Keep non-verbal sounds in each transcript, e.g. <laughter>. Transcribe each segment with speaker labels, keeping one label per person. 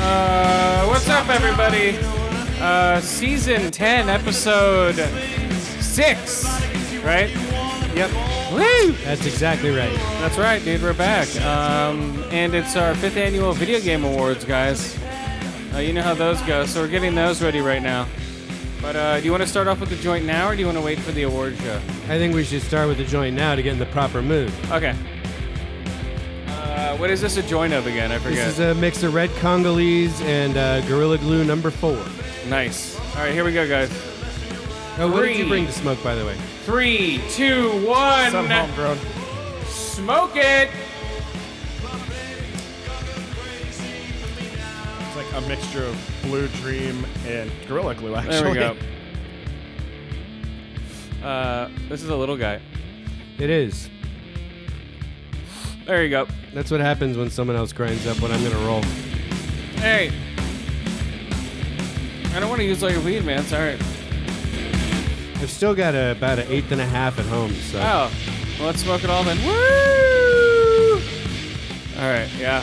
Speaker 1: Uh, everybody. Uh, season 10, episode 6, right? Yep. Woo!
Speaker 2: That's exactly right.
Speaker 1: That's right, dude. We're back. Um, and it's our fifth annual Video Game Awards, guys. Uh, you know how those go, so we're getting those ready right now. But uh, do you want to start off with the joint now, or do you want to wait for the award show?
Speaker 2: I think we should start with the joint now to get in the proper mood.
Speaker 1: Okay. Uh, what is this a joint of again? I forget.
Speaker 2: This is a mix of red Congolese and uh, Gorilla Glue number four.
Speaker 1: nice. All right, here we go, guys.
Speaker 2: Oh, what did
Speaker 1: Three.
Speaker 2: you bring to smoke, by the way?
Speaker 1: Three, two, one.
Speaker 3: Some homegrown.
Speaker 1: Smoke it.
Speaker 3: It's like a mixture of Blue Dream and Gorilla Glue, actually.
Speaker 1: There we go. <laughs> Uh, this is a little guy.
Speaker 2: It is.
Speaker 1: There you go.
Speaker 2: That's what happens when someone else grinds up what I'm gonna roll.
Speaker 1: Hey. I don't want to use all your weed, man. Sorry.
Speaker 2: I've still got a, about an eighth and a half at home, so
Speaker 1: Oh. Well, let's smoke it all then. Woo! All right. Yeah.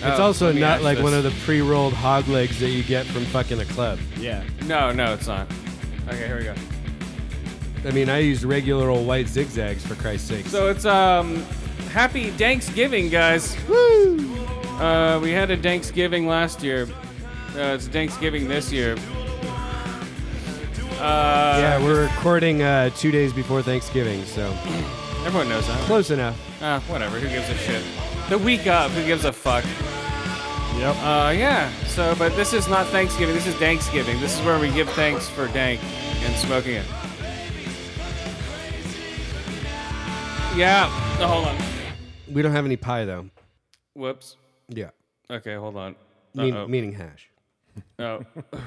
Speaker 2: it's
Speaker 1: Oh,
Speaker 2: also
Speaker 1: let me
Speaker 2: not
Speaker 1: ash
Speaker 2: like one
Speaker 1: this.
Speaker 2: of the pre-rolled hog legs that you get from fucking a club.
Speaker 3: Yeah.
Speaker 1: No, no, it's not. Okay, here we go.
Speaker 2: I mean, I used regular old white zigzags for Christ's sake.
Speaker 1: So it's um, happy Thanksgiving, guys. Uh, we had a Thanksgiving last year. Uh, it's Thanksgiving this year. Uh,
Speaker 2: yeah, we're recording uh, two days before Thanksgiving, so
Speaker 1: everyone knows that.
Speaker 2: close enough.
Speaker 1: Uh, whatever. Who gives a shit? The week up. Who gives a fuck?
Speaker 3: Yep.
Speaker 1: Uh, yeah. So, but this is not Thanksgiving. This is Thanksgiving. This is where we give thanks for dank and smoking it. Yeah. Oh, hold on.
Speaker 2: We don't have any pie though.
Speaker 1: Whoops.
Speaker 2: Yeah,
Speaker 1: Okay, hold on. Uh-oh.
Speaker 2: mean, meaning hash.
Speaker 1: Oh.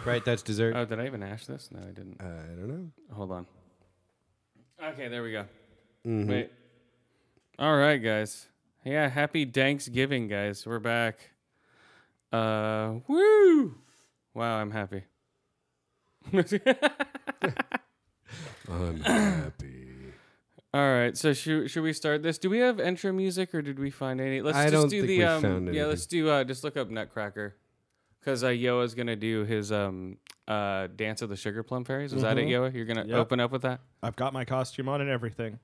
Speaker 2: Right, that's dessert.
Speaker 1: Oh, did I even ash this? No, I didn't.
Speaker 2: I don't know.
Speaker 1: Hold on. Okay, there we go.
Speaker 2: Mm-hmm.
Speaker 1: Wait. All right, guys. Yeah, happy Thanksgiving, guys. We're back. Uh, woo! Wow, I'm happy. <laughs>
Speaker 2: <clears throat> I'm happy.
Speaker 1: All right, so should should we start this? Do we have intro music, or did we find any? Let's
Speaker 2: I
Speaker 1: just
Speaker 2: don't
Speaker 1: do
Speaker 2: think
Speaker 1: the
Speaker 2: we
Speaker 1: um.
Speaker 2: found
Speaker 1: yeah, let's do uh. Just look up Nutcracker, because uh, Yoa's gonna do his um uh dance of the sugar plum fairies. Was that it,
Speaker 2: Mm-hmm.
Speaker 1: Yoa? You're gonna
Speaker 3: Yep.
Speaker 1: open up with that?
Speaker 3: I've got my costume on and everything.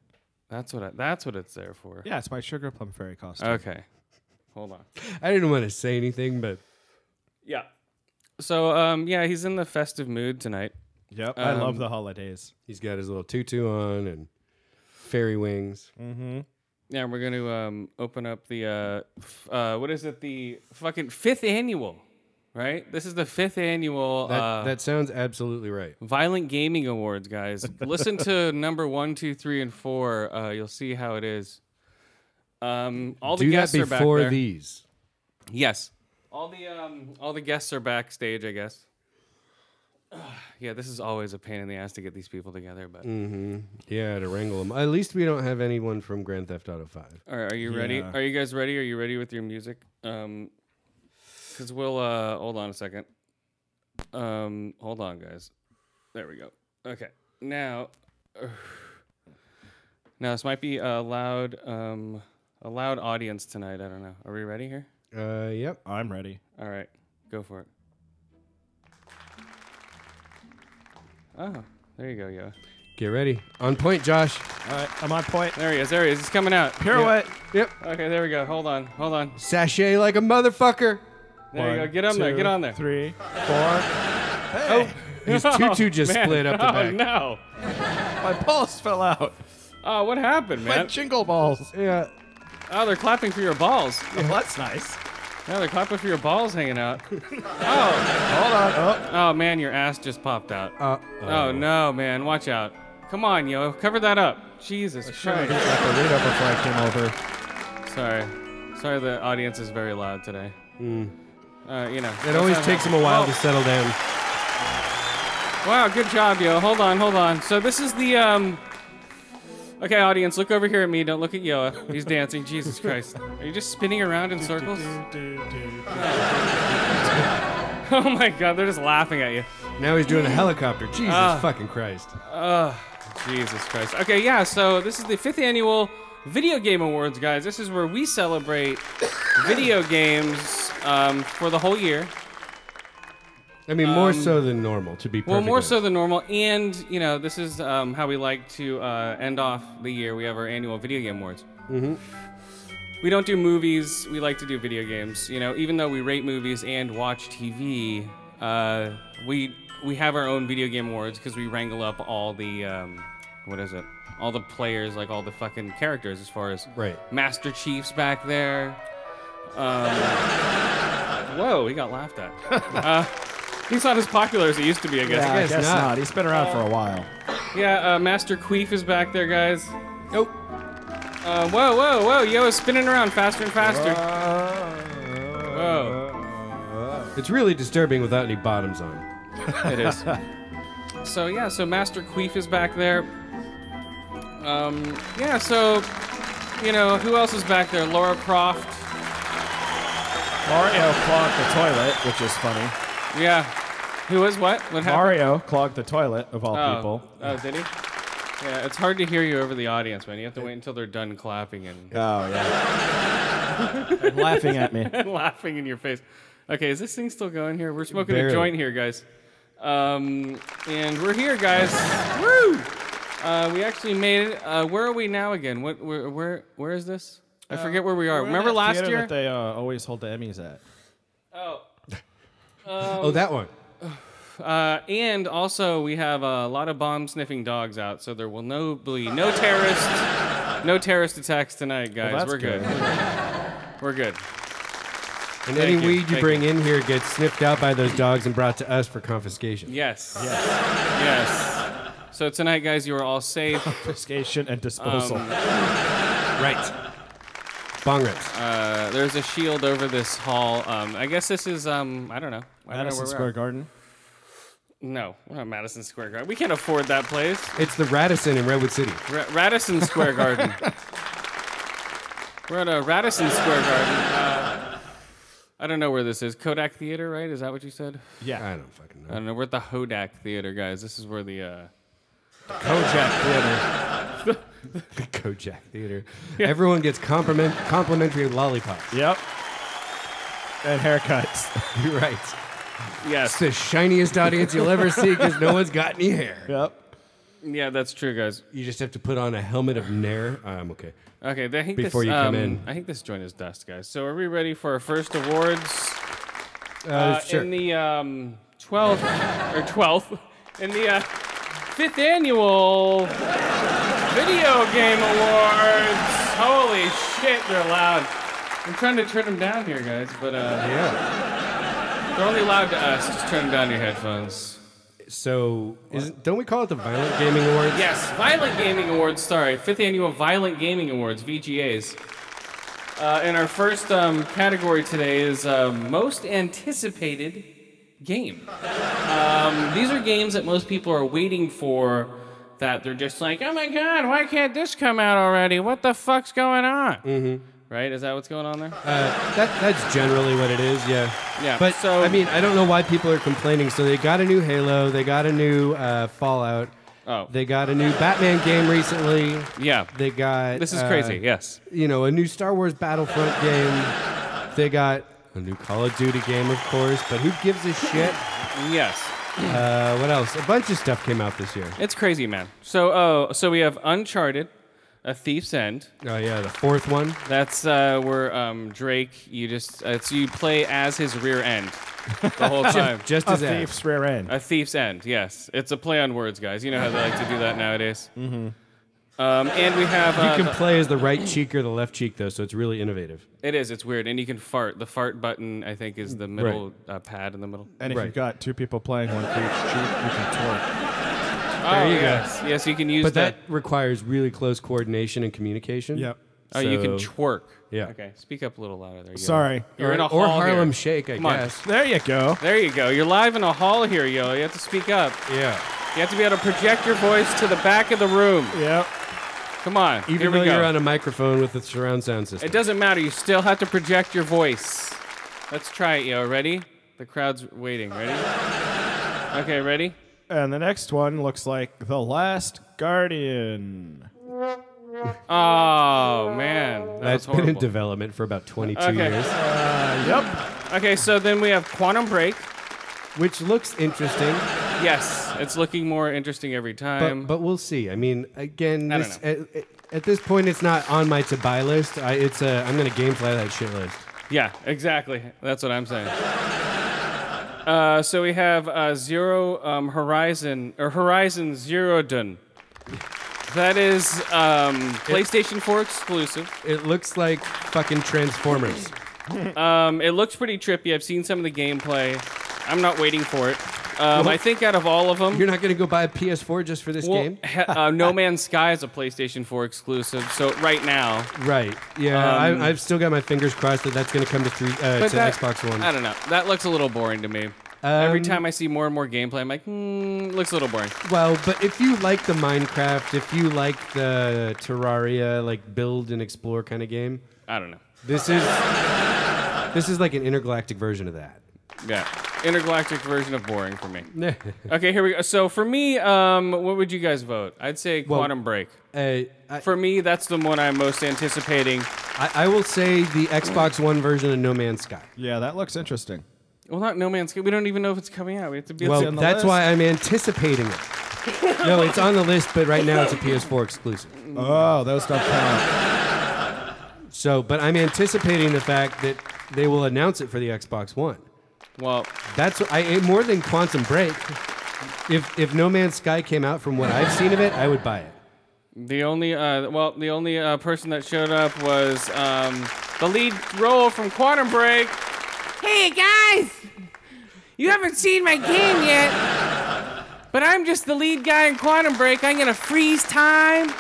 Speaker 1: That's what I, that's what it's there for.
Speaker 3: Yeah, it's my sugar plum fairy costume.
Speaker 1: Okay. Hold on.
Speaker 2: I didn't want to say anything, but
Speaker 1: Yeah. So um yeah, he's in the festive mood tonight.
Speaker 3: Yep. I
Speaker 1: Um,
Speaker 3: love the holidays.
Speaker 2: he's got his little tutu on and fairy wings.
Speaker 1: Yeah, we're going to um open up the uh f- uh what is it? The fucking 5th annual, right? This is the 5th annual
Speaker 2: That,
Speaker 1: uh
Speaker 2: that sounds absolutely right.
Speaker 1: Violent Gaming Awards,
Speaker 2: <laughs>
Speaker 1: guys. Listen to number one, two, three, and 4. Uh you'll see how it is. Um all the
Speaker 2: Do that
Speaker 1: guests are back
Speaker 2: before
Speaker 1: there.
Speaker 2: these.
Speaker 1: Yes. All the um all the guests are backstage, I guess. <sighs> yeah, this is always a pain in the ass to get these people together, but
Speaker 2: Yeah, to wrangle them. At least we don't have anyone from Grand Theft Auto Five.
Speaker 1: All right, are you ready?
Speaker 3: Yeah.
Speaker 1: Are you guys ready? Are you ready with your music? Um, because we'll uh, hold on a second. Um, hold on, guys. There we go. Okay, now, <sighs> now this might be a loud, um, a loud audience tonight. I don't know. Are we ready here?
Speaker 2: Uh, yep.
Speaker 3: I'm ready.
Speaker 1: All right, go for it. Oh, there you go, yo.
Speaker 2: Get ready. On point, Josh.
Speaker 3: All right. I'm on point.
Speaker 1: There he is. There he is. He's coming out.
Speaker 3: Pirouette.
Speaker 2: Yep.
Speaker 1: Okay, there we go. Hold on. Hold on.
Speaker 2: Sashay like a motherfucker.
Speaker 1: There you
Speaker 3: One,
Speaker 1: go. Get on there.
Speaker 3: two,
Speaker 1: Get on there.
Speaker 3: Three, four.
Speaker 1: <laughs>
Speaker 2: His tutu just split up the
Speaker 1: oh,
Speaker 2: back.
Speaker 1: no.
Speaker 3: My balls fell out.
Speaker 1: Oh, what happened,
Speaker 3: My
Speaker 1: man?
Speaker 3: jingle balls.
Speaker 2: Yeah.
Speaker 1: Oh, they're clapping for your balls.
Speaker 3: Well, that's nice.
Speaker 1: Yeah, they're clapping for your balls hanging out. Oh,
Speaker 3: Hold on. Oh,
Speaker 1: oh man, your ass just popped out.
Speaker 2: Uh,
Speaker 1: Oh no, man, watch out. Come on, yo, cover that up. Jesus
Speaker 3: trying to
Speaker 1: Christ.
Speaker 3: get like a read up before I came over.
Speaker 1: Sorry, sorry, the audience is very loud today. Uh, you know.
Speaker 2: Hmm. It
Speaker 1: <laughs>
Speaker 2: always takes him a while to settle down.
Speaker 1: Wow, good job, yo. Hold on, hold on. So this is the um. Okay, audience, look over here at me. Don't look at Yoa. He's dancing. Jesus Christ. Are you just spinning around in circles? <laughs> Oh my God, they're just laughing at you.
Speaker 2: Now he's doing a helicopter. Jesus
Speaker 1: Ah.
Speaker 2: fucking Christ.
Speaker 1: Jesus Christ. Okay, yeah, so this is the fifth annual Video Game Awards, guys. This is where we <coughs> celebrate video games um, for the whole year.
Speaker 2: I mean, more so than normal, to be perfect.
Speaker 1: Um, Well, more
Speaker 2: honest.
Speaker 1: so than normal, and you know, this is um, how we like to uh, end off the year. We have our annual video game awards. Mm-hmm. We don't do movies. We like to do video games. You know, even though we rate movies and watch TV, uh, we we have our own video game awards because we wrangle up all the um, what is it? All the players, like all the fucking characters, as far as
Speaker 2: Right.
Speaker 1: Master Chiefs back there. Um, whoa, he got laughed at. Uh, he's not as popular as he used to be, I guess.
Speaker 2: I
Speaker 4: Yeah, I
Speaker 2: guess
Speaker 4: guess
Speaker 2: not.
Speaker 4: not. He's been around for a while.
Speaker 1: Yeah, uh, Master Queef is back there, guys.
Speaker 2: Nope.
Speaker 1: Uh, whoa, whoa, whoa! Yo, it's spinning around faster and faster. Whoa,
Speaker 2: It's really disturbing without any bottoms on.
Speaker 1: it is. So yeah, so Master Queef is back there. Um, yeah, so you know who else is back there? Laura Croft.
Speaker 4: Mario clogged the toilet, which is funny.
Speaker 1: Yeah. Who is what? What happened?
Speaker 4: Mario clogged the toilet of all
Speaker 1: Oh.
Speaker 4: people.
Speaker 1: Oh, did he? Yeah, it's hard to hear you over the audience, man. You have to wait until they're done clapping and
Speaker 4: Oh yeah.
Speaker 3: <laughs>
Speaker 4: laughing at me.
Speaker 1: <laughs> laughing in your face. Okay, is this thing still going here? We're smoking a
Speaker 2: Barely.
Speaker 1: joint here, guys. Um, and we're here, guys. Woo! Uh, we actually made it. Uh, where are we now again? What? Where? Where, where is this? I forget where we are. Remember last year?
Speaker 4: That they uh, always hold the Emmys at.
Speaker 1: Oh.
Speaker 2: oh, that one.
Speaker 1: Uh, and also, we have a lot of bomb-sniffing dogs out, so there will no be no terrorists, no terrorist attacks tonight, guys.
Speaker 4: that's
Speaker 1: we're good. we're good.
Speaker 2: And any
Speaker 1: you,
Speaker 2: weed you
Speaker 1: thank
Speaker 2: bring in here gets sniffed out by those dogs and brought to us for confiscation.
Speaker 1: Yes. Yes. yes. So tonight, guys, you are all safe.
Speaker 4: Confiscation and disposal.
Speaker 1: Um,
Speaker 2: Right. Bong rips.
Speaker 1: Uh, there's a shield over this hall. Um, I guess this is um, I don't know. I don't know
Speaker 4: Madison
Speaker 1: where we
Speaker 4: Square
Speaker 1: are.
Speaker 4: Garden.
Speaker 1: No, we're not Madison Square Garden. We can't afford that place.
Speaker 2: it's the Radisson in Redwood City.
Speaker 1: Ra- Radisson Square Garden. we're at a Radisson Square Garden. Uh, I don't know where this is. Kodak Theater, right? Is that what you said?
Speaker 4: Yeah.
Speaker 2: I don't fucking
Speaker 1: I
Speaker 2: know.
Speaker 1: don't know. We're at the Hodak Theater, guys. This is where the uh,
Speaker 4: Kojak Theater.
Speaker 2: The Kojak
Speaker 1: <laughs>
Speaker 2: Theater. Everyone gets compliment, complimentary lollipops.
Speaker 4: Yep.
Speaker 1: <laughs>
Speaker 4: And haircuts.
Speaker 2: You're right.
Speaker 1: yes.
Speaker 2: It's the shiniest audience you'll ever see because no one's got any hair.
Speaker 4: Yep.
Speaker 1: Yeah, that's true, guys.
Speaker 2: You just have to put on a helmet of Nair. I'm okay.
Speaker 1: Okay, I think
Speaker 2: Before
Speaker 1: this,
Speaker 2: you come
Speaker 1: um,
Speaker 2: in.
Speaker 1: I think this joint is dust, guys. So are we ready for our first awards?
Speaker 2: Uh,
Speaker 1: Uh,
Speaker 2: sure.
Speaker 1: In the um, 12th or 12th, in the uh, fifth annual Video Game Awards. Holy shit, they're loud. I'm trying to turn them down here, guys, but uh,
Speaker 2: yeah.
Speaker 1: they're only loud to us. Just turn down your headphones.
Speaker 2: So, isn't, don't we call it the Violent Gaming Awards?
Speaker 1: Yes, Violent Gaming Awards. Sorry, fifth annual Violent Gaming Awards (VGAs). Uh, and our first um, category today is uh, most anticipated game. Um, these are games that most people are waiting for. That they're just like, oh my god, why can't this come out already? What the fuck's going on? Mm-hmm. Right? Is that what's going on there?
Speaker 2: Uh, that, that's generally what it is, yeah.
Speaker 1: Yeah,
Speaker 2: But
Speaker 1: so-
Speaker 2: I mean, I don't know why people are complaining. So they got a new Halo, they got a new uh, Fallout,
Speaker 1: Oh,
Speaker 2: they got a new Batman game recently.
Speaker 1: yeah.
Speaker 2: They got
Speaker 1: This is
Speaker 2: uh,
Speaker 1: crazy. Yes.
Speaker 2: You know, a new Star Wars Battlefront game. They got a new Call of Duty game, of course. But who gives a shit?
Speaker 1: Yes.
Speaker 2: Uh, what else? A bunch of stuff came out this year.
Speaker 1: It's crazy, man. So, oh, so we have Uncharted, A Thief's End.
Speaker 2: Oh yeah, the fourth one.
Speaker 1: That's uh, where um, Drake. You just uh, so you play as his rear end the whole time.
Speaker 2: <laughs> Just
Speaker 4: A
Speaker 2: as ass.
Speaker 4: thief's rear end.
Speaker 1: a thief's end. Yes, it's a play on words, guys. You know how they like to do that
Speaker 2: <laughs>
Speaker 1: nowadays. Mm-hmm. Um, and we have uh,
Speaker 2: You can play as the right cheek or the left cheek though, so it's really innovative.
Speaker 1: the- it is. It's weird, and you can fart. The fart button, I think, is the middle uh, pad in the middle.
Speaker 4: And if
Speaker 2: Right.
Speaker 4: you've got two people playing one for each cheek, you can twerk.
Speaker 1: oh,
Speaker 2: you go.
Speaker 1: yes. Yes, you can use
Speaker 2: But that
Speaker 1: the-
Speaker 2: requires really close coordination and communication.
Speaker 4: Yep.
Speaker 1: Oh, you can
Speaker 2: so-
Speaker 1: twerk.
Speaker 2: Yeah.
Speaker 1: Okay, speak up a little louder. There you go.
Speaker 4: Sorry.
Speaker 1: You're
Speaker 2: or,
Speaker 1: in a
Speaker 2: or
Speaker 1: hall here.
Speaker 2: Harlem Shake, I
Speaker 1: Come on.
Speaker 2: guess.
Speaker 4: There you go.
Speaker 1: There you go. You're live in a hall here, yo. You have to speak up.
Speaker 2: Yeah.
Speaker 1: You have to be able to project your voice to the back of the room.
Speaker 4: Yep.
Speaker 1: Come on.
Speaker 2: Even
Speaker 1: Here
Speaker 2: though
Speaker 1: we go.
Speaker 2: you're on a microphone with a surround sound system.
Speaker 1: It doesn't matter. You still have to project your voice. Let's try it, yo. Ready? The crowd's waiting. Ready? Okay, ready?
Speaker 4: And the next one looks like The Last Guardian.
Speaker 1: Oh, man. That
Speaker 2: That's
Speaker 1: was
Speaker 2: been in
Speaker 1: horrible.
Speaker 2: development for about 22
Speaker 1: Okay.
Speaker 2: years.
Speaker 4: Uh, yep.
Speaker 1: okay, so then we have Quantum Break,
Speaker 2: which looks interesting,
Speaker 1: Yes, it's looking more interesting every time.
Speaker 2: but, but we'll see. I mean,
Speaker 1: Um,
Speaker 2: again,
Speaker 1: I don't
Speaker 2: this, at, at- at this point, it's not on my to buy list. I, it's a I'm gonna gamefly that shit list.
Speaker 1: yeah, exactly. That's what I'm saying. Uh, so we have uh, Zero um, Horizon or Horizon Zero Dawn. That is um, PlayStation 4 exclusive.
Speaker 2: It looks like fucking Transformers.
Speaker 1: Um, it looks pretty trippy. I've seen some of the gameplay. I'm not waiting for it. Um, I think out of all of them,
Speaker 2: You're not gonna go buy a PS4 just for this
Speaker 1: well,
Speaker 2: game,
Speaker 1: he- uh, No Man's Sky is a PlayStation 4 exclusive. So right now,
Speaker 2: right? Yeah, I, I've still got my fingers crossed that that's gonna come to three uh, to
Speaker 1: Um, But that-
Speaker 2: Xbox One.
Speaker 1: I don't know. That looks a little boring to me. Every
Speaker 2: Um,
Speaker 1: time I see more and more gameplay, I'm like, hmm, looks a little boring.
Speaker 2: Well, but if you like the Minecraft, if you like the Terraria, like build and explore kind of game,
Speaker 1: I don't know.
Speaker 2: this is this is like an intergalactic version of <laughs> that.
Speaker 1: Yeah, intergalactic version of boring for me. Okay, here we go. So for me, um, what would you guys vote? I'd say Quantum Break.
Speaker 2: Uh, I,
Speaker 1: For me, that's the one I'm most anticipating.
Speaker 2: I, I will say the Xbox One version of No Man's Sky.
Speaker 4: Yeah, that looks interesting.
Speaker 1: Well, not No Man's Sky. We don't even know if it's coming out. We have to be.
Speaker 2: Well,
Speaker 4: on the
Speaker 2: that's
Speaker 4: list.
Speaker 2: why I'm anticipating it. <laughs> No, it's on the list, but right now it's a PS4 exclusive.
Speaker 1: Mm.
Speaker 4: Oh, those don't count.
Speaker 2: So, but I'm anticipating the fact that they will announce it for the Xbox One.
Speaker 1: well,
Speaker 2: That's what I more than Quantum Break. If if No Man's Sky came out from what I've seen of it, I would buy it.
Speaker 1: the only uh, well, the only uh, person that showed up was um, the lead role from Quantum Break. Hey guys, you haven't seen my game yet, but I'm just the lead guy in Quantum Break. I'm gonna freeze time.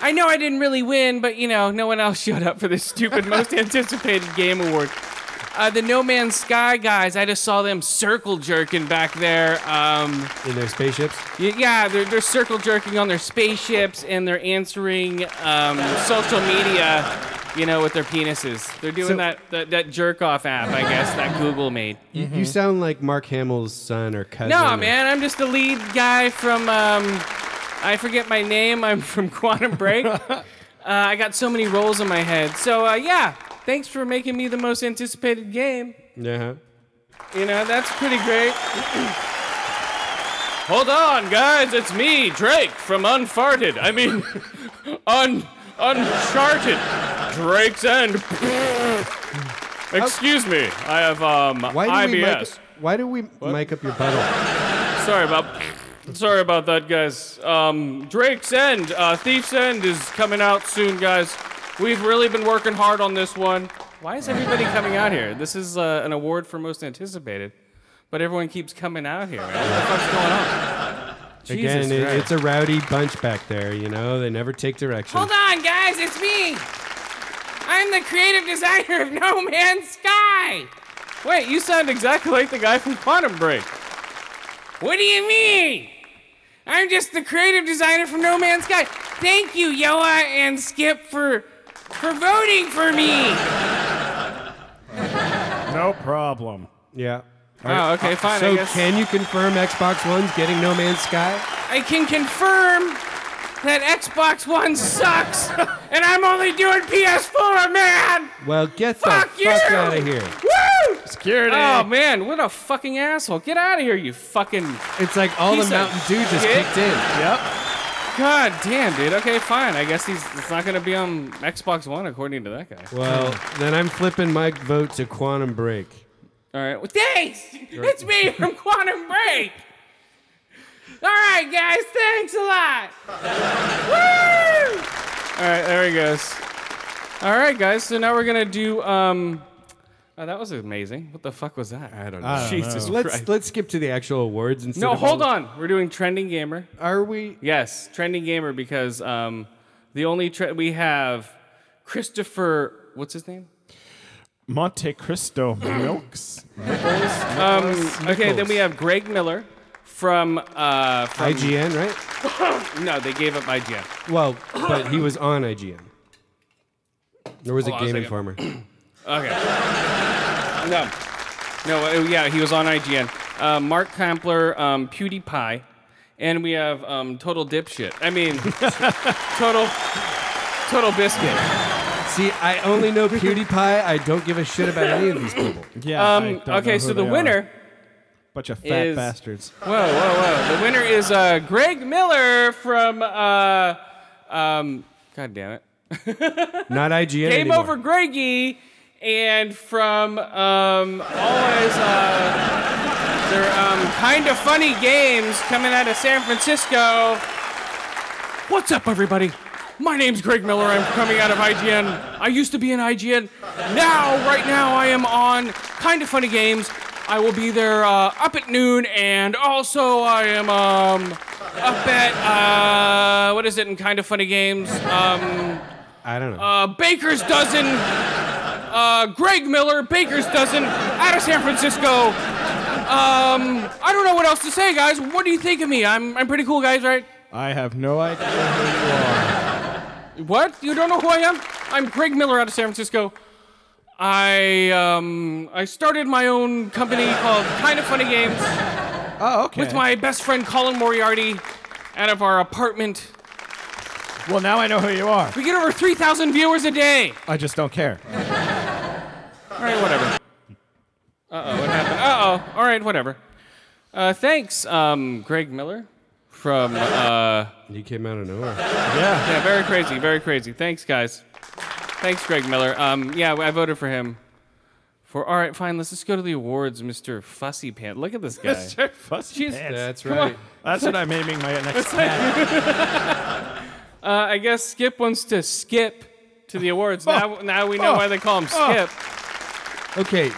Speaker 1: I know I didn't really win, but you know, no one else <laughs> showed up for this stupid most <laughs> anticipated game award. Uh, the No Man's Sky guys, I just saw them circle jerking back there. Um,
Speaker 2: In their spaceships,
Speaker 1: Y- Yeah, they're, they're circle jerking on their spaceships and they're answering um, social media, you know, with their penises. They're doing
Speaker 2: So-
Speaker 1: that, that, that jerk off app, I guess, that Google made.
Speaker 2: you, you sound like Mark Hamill's son or cousin.
Speaker 1: No,
Speaker 2: or-
Speaker 1: man, I'm just the lead guy from, um, I forget my name, I'm from <laughs> Quantum Break. uh, I got so many roles in my head. So, uh, yeah, thanks for making me the most anticipated game.
Speaker 2: Yeah.
Speaker 1: You know, that's pretty great. Hold on, guys, it's me, Drake from Unfarted. I mean, <laughs> un uncharted. Drake's End. <laughs> Excuse me, I have um
Speaker 2: Why do we mic,
Speaker 1: IBS.
Speaker 2: Why do we mic up your butthole?
Speaker 1: Sorry about sorry about that, guys. Um, Drake's End, uh, Thief's End is coming out soon, guys. We've really been working hard on this one. Why is everybody coming out here? This is uh, an award for most anticipated, but everyone keeps coming out here. Man. What the fuck's going on? Jesus
Speaker 2: Again, it,
Speaker 1: Christ.
Speaker 2: it's a rowdy bunch back there. You know, they never take direction.
Speaker 5: Hold on, guys, it's me. I'm the creative designer of No Man's Sky.
Speaker 1: Wait, you sound exactly like the guy from Quantum Break.
Speaker 5: What do you mean? I'm just the creative designer from No Man's Sky. Thank you, Yoa and Skip, for for voting for me.
Speaker 4: No problem.
Speaker 2: Yeah.
Speaker 1: Oh, okay, fine. I
Speaker 2: uh, So
Speaker 1: guess
Speaker 2: can you confirm Xbox One's getting No Man's Sky?
Speaker 5: I can confirm that Xbox
Speaker 2: <laughs>
Speaker 5: One sucks, and I'm only doing PS4, man.
Speaker 2: Well, get
Speaker 5: Fuck
Speaker 2: the
Speaker 5: you!
Speaker 2: fuck out of here.
Speaker 5: Woo!
Speaker 4: Security.
Speaker 1: Oh man, what a fucking asshole! Get out of here, you fucking.
Speaker 2: It's like all
Speaker 1: Piece
Speaker 2: the
Speaker 1: of
Speaker 2: Mountain Dew just
Speaker 1: shit.
Speaker 2: kicked in.
Speaker 4: Yep.
Speaker 1: God damn, dude. Okay, fine. I guess he's it's not gonna be on Xbox One according to that guy.
Speaker 2: Well, then I'm flipping my vote to Quantum Break.
Speaker 1: All right. well,
Speaker 5: Thanks! It's me from Quantum Break! Alright, guys, thanks
Speaker 1: <laughs>
Speaker 5: a lot! Woo!
Speaker 1: All right. There he goes. All right, guys. So now we're gonna do. Um. Oh, that was amazing. What the fuck was that? I don't know. Jesus
Speaker 2: Let's
Speaker 1: Christ.
Speaker 2: let's skip to the actual awards instead.
Speaker 1: no,
Speaker 2: of
Speaker 1: hold
Speaker 2: all-
Speaker 1: on. Um, We're doing trending gamer.
Speaker 2: Are we?
Speaker 1: Yes, trending gamer because um, the only tre- we have Christopher. What's his name?
Speaker 4: Monte Cristo milks.
Speaker 1: Um, okay, then we have Greg Miller from uh from
Speaker 2: IGN, right?
Speaker 1: no they gave up IGN.
Speaker 2: Well, but he was on IGN. Or was it
Speaker 1: Hold on a second.
Speaker 2: Game Informer?
Speaker 1: Okay. no. No, uh, yeah, he was on IGN. Uh, Mark Kampler, um, PewDiePie, and we have um, Total Dipshit. I mean, <laughs> Total Total Biscuit.
Speaker 2: See, I only know PewDiePie. I don't give a shit about any of these people.
Speaker 4: Yeah. I
Speaker 1: Um,
Speaker 4: don't know
Speaker 1: okay,
Speaker 4: who
Speaker 1: so the
Speaker 4: they are.
Speaker 1: winner
Speaker 4: Bunch of fat
Speaker 1: Is-
Speaker 4: bastards.
Speaker 1: Whoa, whoa, whoa. The winner is uh, Greg Miller from. Uh, um, God damn it.
Speaker 2: Not IGN
Speaker 1: Game
Speaker 2: anymore.
Speaker 1: Over Greggy and from um, always uh, their um, kind of funny games coming out of San Francisco. What's up, everybody? My name's Greg Miller. I'm coming out of IGN. I used to be in IGN. Now, right now, I am on Kind of Funny Games. I will be there uh, up at noon, and also I am um, up at uh, what is it in Kind of Funny Games? Um,
Speaker 2: I don't know.
Speaker 1: uh, Baker's Dozen, uh, Greg Miller, Baker's Dozen, out of San Francisco. Um, I don't know what else to say, guys. What do you think of me? I'm, I'm pretty cool, guys, right?
Speaker 4: I have no idea.
Speaker 1: What? You don't know who I am? I'm Greg Miller out of San Francisco. I um, I started my own company called Kind of Funny Games
Speaker 4: Oh, okay.
Speaker 1: with my best friend Colin Moriarty out of our apartment.
Speaker 4: well, now I know who you are.
Speaker 1: We get over 3,000 viewers a day.
Speaker 4: I just don't care.
Speaker 1: All right, whatever. Uh oh, what happened? Uh oh. All right, whatever. Uh, thanks, um, Greg Miller from. Uh,
Speaker 2: you came out of nowhere.
Speaker 1: yeah, very crazy, very crazy. Thanks, guys. Thanks, Greg Miller. Um, yeah, I voted for him. For all right, fine. Let's just go to the awards, Mr. Fussy Pant. Look at this guy.
Speaker 4: Mr. Fussy Pants.
Speaker 2: That's
Speaker 1: on.
Speaker 2: right.
Speaker 4: That's what I'm aiming my next
Speaker 1: Uh, I guess Skip wants to skip to the awards. Now, now we know why they call him Skip.
Speaker 2: Okay,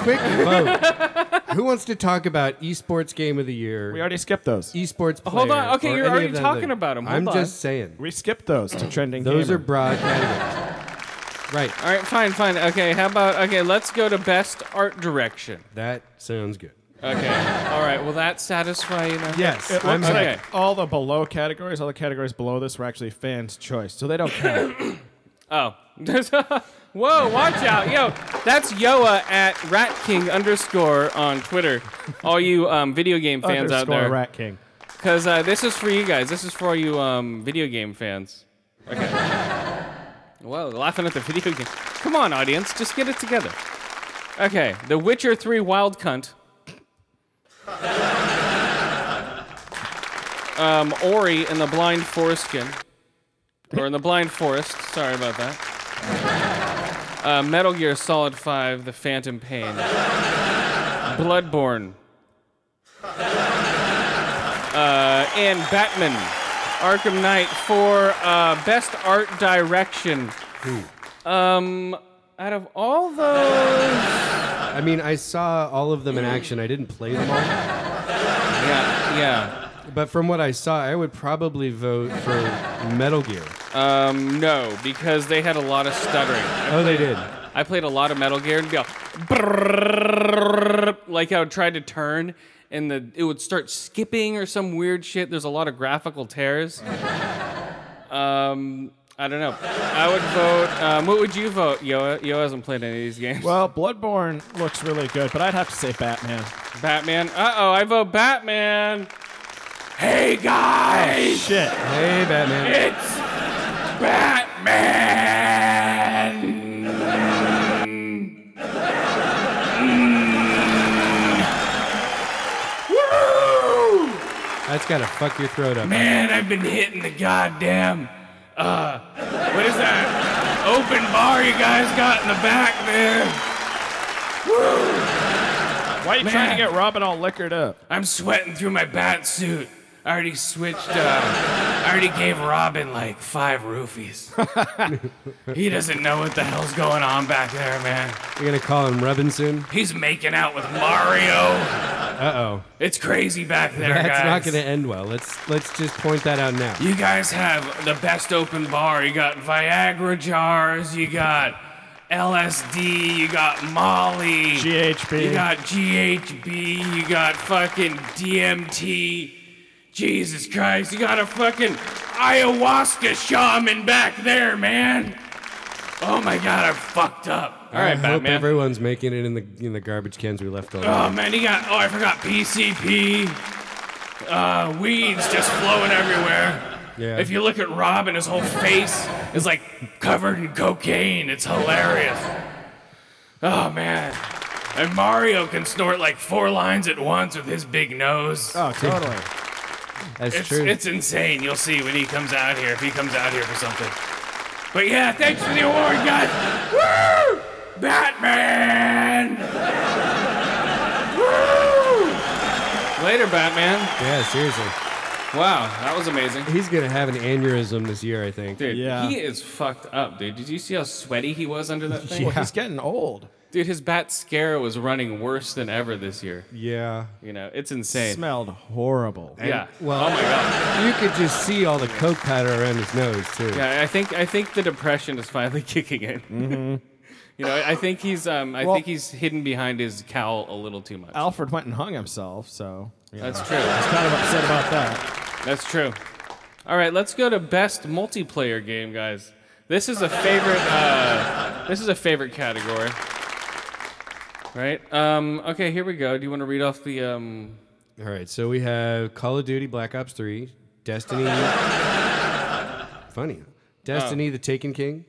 Speaker 2: quick vote. Who wants to talk about esports game of the year?
Speaker 4: We already skipped those.
Speaker 2: esports. Player,
Speaker 1: Hold on, okay,
Speaker 2: or
Speaker 1: you're
Speaker 2: any
Speaker 1: already
Speaker 2: of that
Speaker 1: talking
Speaker 2: thing.
Speaker 1: about 'em,
Speaker 2: I'm
Speaker 1: hold
Speaker 2: just saying.
Speaker 4: We skipped those to trending.
Speaker 2: Those
Speaker 4: gamer.
Speaker 2: are <laughs> broad categories. right.
Speaker 1: All right, fine, fine. Okay, how about okay? Let's go to best art direction.
Speaker 2: That sounds good.
Speaker 1: Okay. All right. Will that satisfy you now?
Speaker 2: Yes.
Speaker 4: It
Speaker 2: I'm
Speaker 4: looks
Speaker 1: okay.
Speaker 4: like all the below categories, all the categories below this were actually fans' choice, so they don't count.
Speaker 1: Oh. <laughs> Whoa, watch out. Yo, that's Yoa at RatKing underscore on Twitter. All you um, video game fans out
Speaker 4: Underscore
Speaker 1: there.
Speaker 4: Rat King.
Speaker 1: Because uh, this is for you guys. This is for all you um, video game fans. <laughs> Okay. Whoa, laughing at the video game. Come on, audience. Just get it together. Okay. The Witcher 3 Wild Cunt. Um, Ori in the Blind Foreskin. Or in the Blind Forest. Sorry about that. Uh, Metal Gear Solid 5 The Phantom Pain. Bloodborne and Batman Arkham Knight for uh, best art direction. Um, out of all those,
Speaker 2: I mean, I saw all of them in action. I didn't play them all,
Speaker 1: yeah,
Speaker 2: but from what I saw, I would probably vote for Metal Gear.
Speaker 1: yeah. Um, no, because they had a lot of stuttering.
Speaker 2: Oh, they did.
Speaker 1: I played a lot of Metal Gear and be all, brrrr, like I would try to turn and the it would start skipping or some weird shit. There's a lot of graphical tears. Um, I don't know. I would vote. Um, what would you vote? Yo, Yo hasn't played any of these games.
Speaker 4: Well, Bloodborne looks really good, but I'd have to say Batman.
Speaker 1: Batman. Uh oh, I vote Batman. Hey guys,
Speaker 4: Shit.
Speaker 2: Hey, Batman.
Speaker 1: it's Batman. Woo!
Speaker 2: That's gotta fuck your throat up.
Speaker 1: Man, I've been hitting the goddamn uh what is that? Open bar you guys got in the back there.
Speaker 4: Why are you trying
Speaker 1: Man.
Speaker 4: to get Robin all liquored up?
Speaker 1: I'm sweating through my bat suit. I already switched. Uh, I already gave Robin like five <laughs> roofies. he doesn't know what the hell's going on back there, man.
Speaker 2: You're gonna call him Rubbin soon?
Speaker 1: He's making out with Mario.
Speaker 2: Uh oh.
Speaker 1: It's crazy back there,
Speaker 2: That's
Speaker 1: guys.
Speaker 2: not gonna end well. Let's let's just point that out now.
Speaker 1: You guys have the best open bar. You got Viagra jars. You got LSD. You got Molly.
Speaker 4: GHB.
Speaker 1: You got GHB, you got fucking DMT. Jesus Christ, you got a fucking ayahuasca shaman back there, man. Oh my god, I'm fucked up. All
Speaker 2: I
Speaker 1: right,
Speaker 2: hope
Speaker 1: Batman.
Speaker 2: everyone's making it in the in the garbage cans we left on.
Speaker 1: oh man, you got. Oh, I forgot PCP. Uh, weeds just flowing everywhere.
Speaker 2: Yeah.
Speaker 1: If you look at Robin, his whole face is like covered in cocaine. It's hilarious. Oh man.
Speaker 5: And Mario can snort like four lines at once with his big nose.
Speaker 4: Oh, totally.
Speaker 2: That's
Speaker 5: It's,
Speaker 2: true.
Speaker 5: it's insane. You'll see when he comes out here, if he comes out here for something. But yeah, thanks for the award, guys. Woo! Batman! Woo!
Speaker 1: Later, Batman.
Speaker 2: yeah, seriously.
Speaker 1: Wow, that was amazing.
Speaker 2: He's gonna have an aneurysm this year, I think.
Speaker 1: Dude,
Speaker 4: Yeah.
Speaker 1: he is fucked up, dude. Did you see how sweaty he was under that
Speaker 4: <laughs>
Speaker 1: thing?
Speaker 4: Well, he's getting old.
Speaker 1: Dude, his bat scare was running worse than ever this year.
Speaker 2: Yeah.
Speaker 1: You know, it's insane.
Speaker 4: Smelled horrible.
Speaker 1: yeah.
Speaker 2: well-
Speaker 1: oh my god.
Speaker 2: You could just see all the coke powder around his nose too.
Speaker 1: Yeah, I think I think the depression is finally <laughs> kicking in.
Speaker 2: Mm-hmm.
Speaker 1: you know, I, I think he's um I
Speaker 4: Well-
Speaker 1: think he's hidden behind his cowl a little too much.
Speaker 4: Alfred went and hung himself, so yeah.
Speaker 1: That's true.
Speaker 4: kind of upset about that.
Speaker 1: That's true. All right, let's go to best multiplayer game, guys. This is a favorite. Uh, this is a favorite category. Right. Um, okay. Here we go. Do you want to read off the? Um,
Speaker 2: All right, so we have Call of Duty Black Ops 3, Destiny. Funny.
Speaker 1: Oh.
Speaker 2: Destiny the Taken King.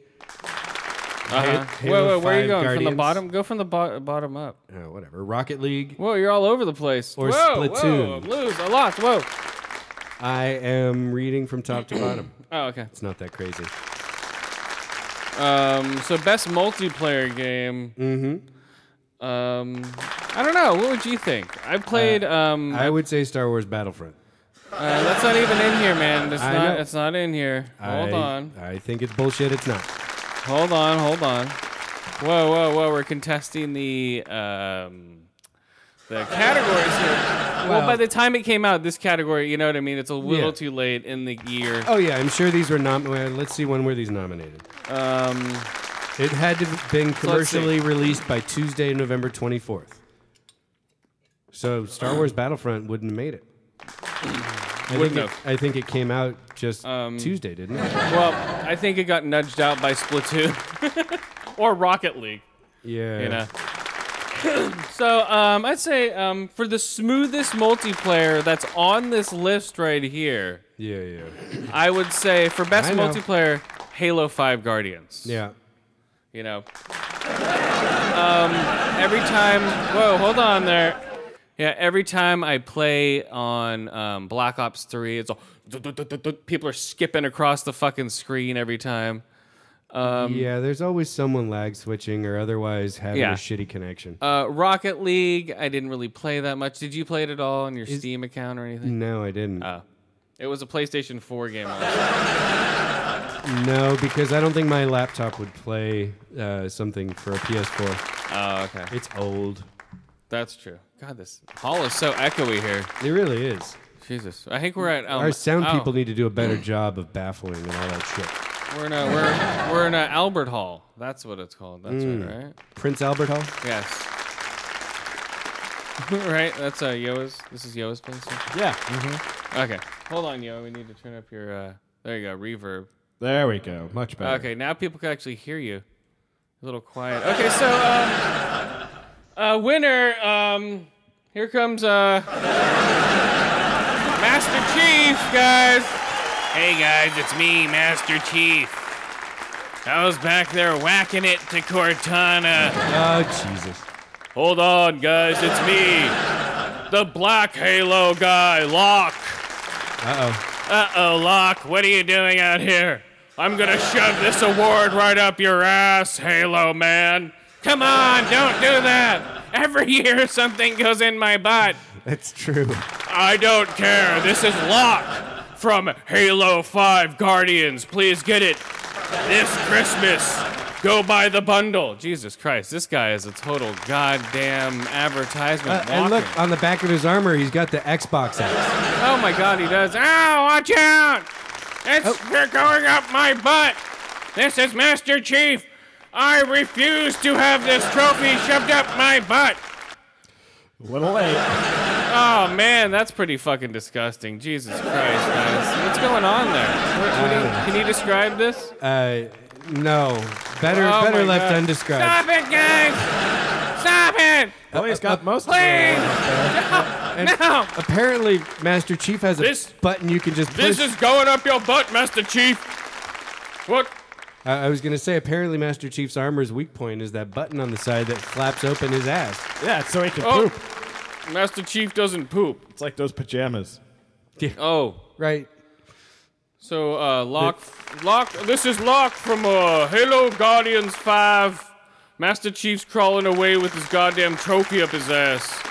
Speaker 1: uh-huh. Whoa,
Speaker 2: Halo
Speaker 1: whoa, Where are
Speaker 2: 5
Speaker 1: you going? From
Speaker 2: Guardians.
Speaker 1: the bottom. Go from the bo- bottom up.
Speaker 2: Oh, whatever. Rocket League.
Speaker 1: Whoa, you're all over the place.
Speaker 2: Or
Speaker 1: whoa, Whoa,
Speaker 2: Splatoon.
Speaker 1: I'm lose. I lost. Whoa.
Speaker 2: I am reading from top to bottom.
Speaker 1: Oh, okay.
Speaker 2: It's not that crazy.
Speaker 1: Um, so best multiplayer game. Mm-hmm. Um, I don't know. What would you think? I
Speaker 2: Uh,
Speaker 1: played. um,
Speaker 2: I would say Star Wars Battlefront.
Speaker 1: Uh, that's not even in here, man. It's
Speaker 2: I
Speaker 1: not.
Speaker 2: know.
Speaker 1: It's not in here. Hold
Speaker 2: I-
Speaker 1: on.
Speaker 2: I think it's bullshit. It's not.
Speaker 1: Hold on. Hold on. Whoa, whoa, whoa! We're contesting the um, the categories here. Well,
Speaker 2: Well-
Speaker 1: by the time it came out, this category, you know what I mean? It's a little
Speaker 2: Yeah.
Speaker 1: too late in the year.
Speaker 2: Oh yeah, I'm sure these were nom. well, Let's see when were these nominated.
Speaker 1: Um,
Speaker 2: It had to have been commercially released by Tuesday, November 24th. So Star Wars Battlefront wouldn't have
Speaker 1: <clears throat>
Speaker 2: made it. I
Speaker 1: Wouldn't Um,
Speaker 2: think it- I think it came out just Tuesday, didn't
Speaker 1: <laughs>
Speaker 2: it?
Speaker 1: well, I think it got nudged out by Splatoon <laughs> or Rocket League.
Speaker 2: Yeah.
Speaker 1: You know. <clears throat> so um, I'd say um, for the smoothest multiplayer that's on this list right here.
Speaker 2: Yeah, yeah.
Speaker 1: I would say for best
Speaker 2: I know.
Speaker 1: multiplayer, Halo 5 Guardians.
Speaker 2: Yeah.
Speaker 1: You know. Um, every time whoa, hold on there. Yeah, every time I play on um, Black Ops 3, it's all <laughs> people are skipping across the fucking screen every time.
Speaker 2: yeah, there's always someone lag switching or otherwise having
Speaker 1: Um, Yeah.
Speaker 2: a shitty connection.
Speaker 1: Uh, Rocket League, I didn't really play that much. Did you play it at all on your Steam account or anything?
Speaker 2: no, I didn't.
Speaker 1: uh. It was a PlayStation 4 game. Oh, also.
Speaker 2: no, because I don't think my laptop would play uh, something for a PS4.
Speaker 1: Oh, okay.
Speaker 2: It's old.
Speaker 1: That's true. God, this hall is so echoey here.
Speaker 2: It really is.
Speaker 1: Jesus. I think we're at um,
Speaker 2: Our sound
Speaker 1: oh.
Speaker 2: people need to do a better job of baffling and all that shit.
Speaker 1: We're in a we're we're in a Albert Hall. That's what it's called. That's
Speaker 2: Mm.
Speaker 1: right, right?
Speaker 2: Prince Albert Hall?
Speaker 1: Yes. <laughs> right. That's uh Yoa's. This is Yoa's place. right?
Speaker 4: Yeah.
Speaker 1: Okay. Hold on, Yoa. We need to turn up your. uh There you go. Reverb.
Speaker 4: There we go. Much better.
Speaker 1: Okay. Now people can actually hear you. A little quiet. Okay. So um, uh, winner. Um, here comes uh, Master Chief, guys.
Speaker 5: Hey guys, it's me, Master Chief. I was back there whacking it to Cortana.
Speaker 2: Oh,
Speaker 4: Uh,
Speaker 2: Jesus.
Speaker 5: Hold on, guys, it's me, the Black Halo guy, Locke.
Speaker 2: Uh oh.
Speaker 5: Uh oh, Locke, what are you doing out here? I'm gonna shove this award right up your ass, Halo man. Come on, don't do that. Every year something goes in my butt.
Speaker 2: That's true.
Speaker 5: I don't care. This is Locke from Halo 5 Guardians. Please get it this Christmas. Go buy the bundle.
Speaker 1: Jesus Christ, this guy is a total goddamn advertisement.
Speaker 2: Uh, and
Speaker 1: walker.
Speaker 2: look, on the back of his armor, he's got the Xbox X.
Speaker 1: oh my god, he does.
Speaker 5: Ow, watch out! It's
Speaker 2: Oh.
Speaker 5: they're going up my butt! This is Master Chief! I refuse to have this trophy shoved up my butt!
Speaker 4: Little late.
Speaker 1: Oh man, that's pretty fucking disgusting. Jesus Christ, guys. What's going on there? What- what do you- can you describe this?
Speaker 2: Uh, no. Better,
Speaker 1: Oh my
Speaker 2: better left
Speaker 1: God.
Speaker 2: undescribed.
Speaker 5: Stop it, guys! Stop it!
Speaker 4: At least got most
Speaker 5: Please!
Speaker 4: of it.
Speaker 1: <laughs>
Speaker 5: No!
Speaker 2: Apparently, Master Chief has a
Speaker 5: This-
Speaker 2: button you can just
Speaker 5: This
Speaker 2: push.
Speaker 5: is going up your butt, Master Chief! What?
Speaker 2: I, I was gonna say apparently Master Chief's armor's weak point is that button on the side that flaps open his ass.
Speaker 4: Yeah, so he can
Speaker 1: Oh,
Speaker 4: poop.
Speaker 1: Master Chief doesn't poop.
Speaker 4: It's like those pajamas.
Speaker 1: Oh,
Speaker 2: Right.
Speaker 1: so uh, Locke, Locke, this is Locke from uh, Halo Guardians 5. Master Chief's crawling away with his goddamn trophy up his ass.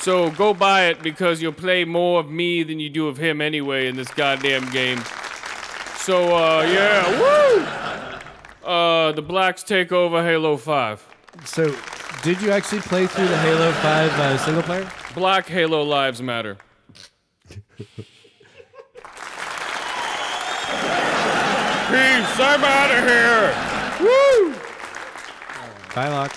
Speaker 1: So go buy it because you'll play more of me than you do of him anyway in this goddamn game. So, uh, yeah, woo! Uh, the blacks take over Halo 5.
Speaker 2: So, did you actually play through the Halo Five uh, single player?
Speaker 1: Black Halo Lives Matter. Peace, I'm out of here!
Speaker 2: Bye, Locke.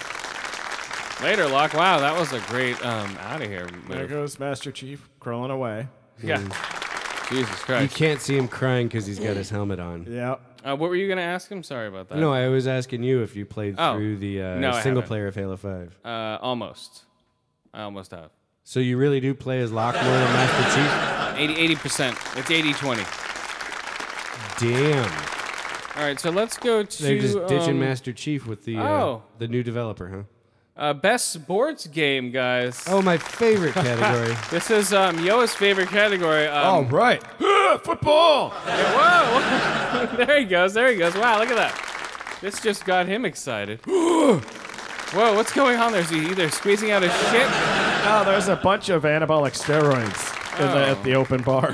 Speaker 1: Later, Locke. Wow, that was a great um out of here
Speaker 4: There
Speaker 1: move.
Speaker 4: goes Master Chief crawling away.
Speaker 1: Yeah. Jesus
Speaker 2: You
Speaker 1: Christ.
Speaker 2: can't see him crying because he's got his helmet on.
Speaker 4: Yeah.
Speaker 1: Uh, what were you gonna ask him? Sorry about that.
Speaker 2: No, I was asking you if you played
Speaker 1: Uh, Oh.
Speaker 2: through the uh,
Speaker 1: No, I
Speaker 2: single
Speaker 1: haven't.
Speaker 2: player of Halo Five.
Speaker 1: Uh, almost. I almost have.
Speaker 2: So you really do play as Locke more than Master Chief?
Speaker 1: 80 percent. It's 80-20.
Speaker 2: Damn.
Speaker 1: All right, so let's go to
Speaker 2: They're just ditching
Speaker 1: um,
Speaker 2: Master Chief with the uh,
Speaker 1: oh.
Speaker 2: the new developer, huh?
Speaker 1: uh, best sports game, guys.
Speaker 2: Oh,
Speaker 1: <laughs>
Speaker 2: my favorite category.
Speaker 1: This is um Yoa's favorite category.
Speaker 2: Oh,
Speaker 1: Um,
Speaker 4: right. <gasps> Football.
Speaker 1: Whoa! <laughs> there he goes. There he goes. Wow! Look at that. This just got him excited. <gasps> Whoa! What's going on there? Is he either squeezing out his shit?
Speaker 4: Oh, there's a bunch of anabolic steroids in the,
Speaker 1: Oh.
Speaker 4: at the open bar. <laughs>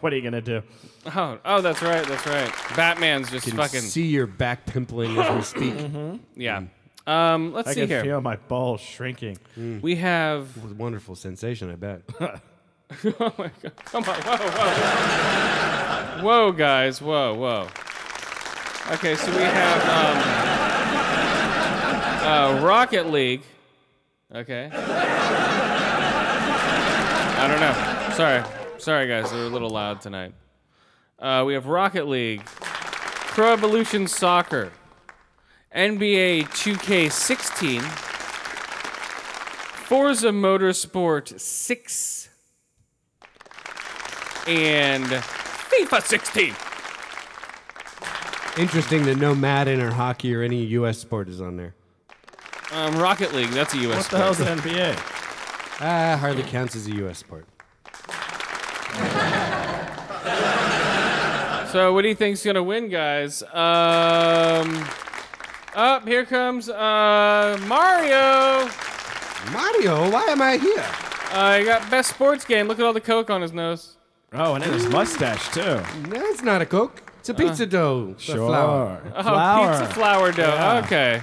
Speaker 4: what are you gonna do?
Speaker 1: Oh! Oh! That's right. That's right. Batman's just
Speaker 2: Can
Speaker 1: fucking
Speaker 2: see your back pimpling as we
Speaker 1: <laughs>
Speaker 2: speak.
Speaker 1: yeah. Um, let's
Speaker 4: I
Speaker 1: see
Speaker 4: can
Speaker 1: here.
Speaker 4: feel my balls shrinking.
Speaker 1: We have.
Speaker 2: Wonderful sensation, I bet.
Speaker 1: <laughs> Oh my god! Come on! Whoa! Whoa! whoa, guys! Whoa! Whoa! Okay, so we have um, uh, Rocket League. Okay. I don't know. Sorry, sorry, guys. They're a little loud tonight. Uh, we have Rocket League, Pro Evolution Soccer, NBA 2K16, Forza Motorsport 6 and FIFA 16.
Speaker 2: Interesting that no Madden or hockey or any U.S. sport is on there.
Speaker 1: Um, Rocket League, that's a US
Speaker 4: What the
Speaker 1: sport.
Speaker 4: hell's the NBA?
Speaker 2: Ah, hardly counts as a U.S. sport.
Speaker 1: So what do you think's gonna win, guys? Um, up here comes uh, Mario.
Speaker 2: Mario, why am I here?
Speaker 1: Uh, he got best sports game. Look at all the coke on his nose.
Speaker 4: Oh, and it is mustache too.
Speaker 2: That's not a Coke. It's a
Speaker 1: Uh-huh.
Speaker 2: pizza dough. It's a
Speaker 4: <laughs>
Speaker 2: flower.
Speaker 1: Oh,
Speaker 4: Flour.
Speaker 1: pizza flour dough.
Speaker 4: Yeah.
Speaker 1: Okay.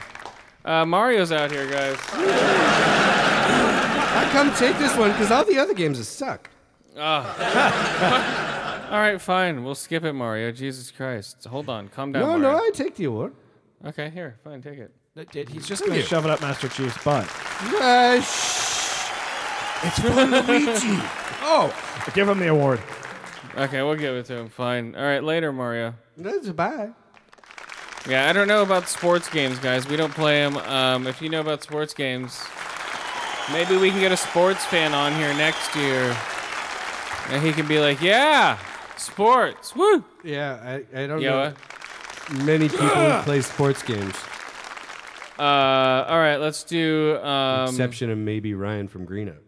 Speaker 1: Uh, Mario's out here, guys.
Speaker 2: I come take this one because all the other games suck.
Speaker 1: All right, fine. We'll skip it, Mario. Jesus Christ. Hold on. Calm down.
Speaker 2: No,
Speaker 1: Mario.
Speaker 2: no, I take the award.
Speaker 1: Okay, here. Fine, take it.
Speaker 4: He's just gonna shove it up Master Chief's butt.
Speaker 2: Uh, shh. It's for Luigi.
Speaker 4: Oh, give him the award.
Speaker 1: Okay, we'll give it to him. Fine. All right, later, Mario.
Speaker 2: That's a bye.
Speaker 1: Yeah, I don't know about sports games, guys. We don't play them. Um, if you know about sports games, maybe we can get a sports fan on here next year, and he can be like, "Yeah, sports, woo."
Speaker 2: Yeah, I, I don't
Speaker 1: Yo, uh,
Speaker 2: know many people who play sports games,
Speaker 1: uh, all right, let's do. Um,
Speaker 2: exception of maybe Ryan from Green Oak.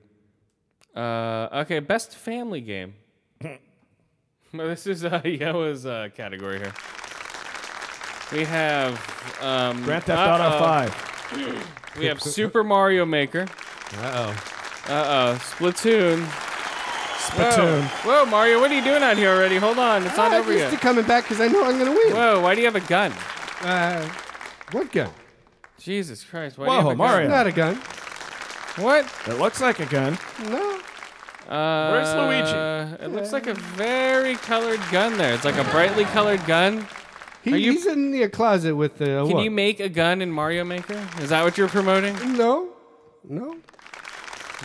Speaker 1: uh, okay, best family game. <laughs> Well, this is uh, <laughs> Yoa's uh, category here. We have um,
Speaker 4: Grand Theft
Speaker 1: uh-oh.
Speaker 4: Auto Five.
Speaker 1: We have Super Mario Maker.
Speaker 2: Uh oh.
Speaker 1: Uh oh, Splatoon.
Speaker 4: Splatoon.
Speaker 1: Whoa, Mario, what are you doing out here already? Hold on, it's not
Speaker 2: I'm
Speaker 1: over
Speaker 2: Ah, used to
Speaker 1: yet.
Speaker 2: coming back because I know I'm gonna win.
Speaker 1: Whoa, why do you have a gun?
Speaker 2: Uh, what gun?
Speaker 1: Jesus Christ, why do you
Speaker 4: Whoa,
Speaker 1: have a
Speaker 4: Mario.
Speaker 2: Not a gun.
Speaker 1: gun? What?
Speaker 4: It looks like a gun.
Speaker 2: No.
Speaker 1: Uh,
Speaker 4: Where's
Speaker 1: Luigi? It looks like a very colored gun there. It's like a brightly colored gun.
Speaker 2: He,
Speaker 1: Are you-
Speaker 2: He's in the closet with the.
Speaker 1: Can you make a gun in Mario Maker? Is that what you're promoting?
Speaker 2: No. No.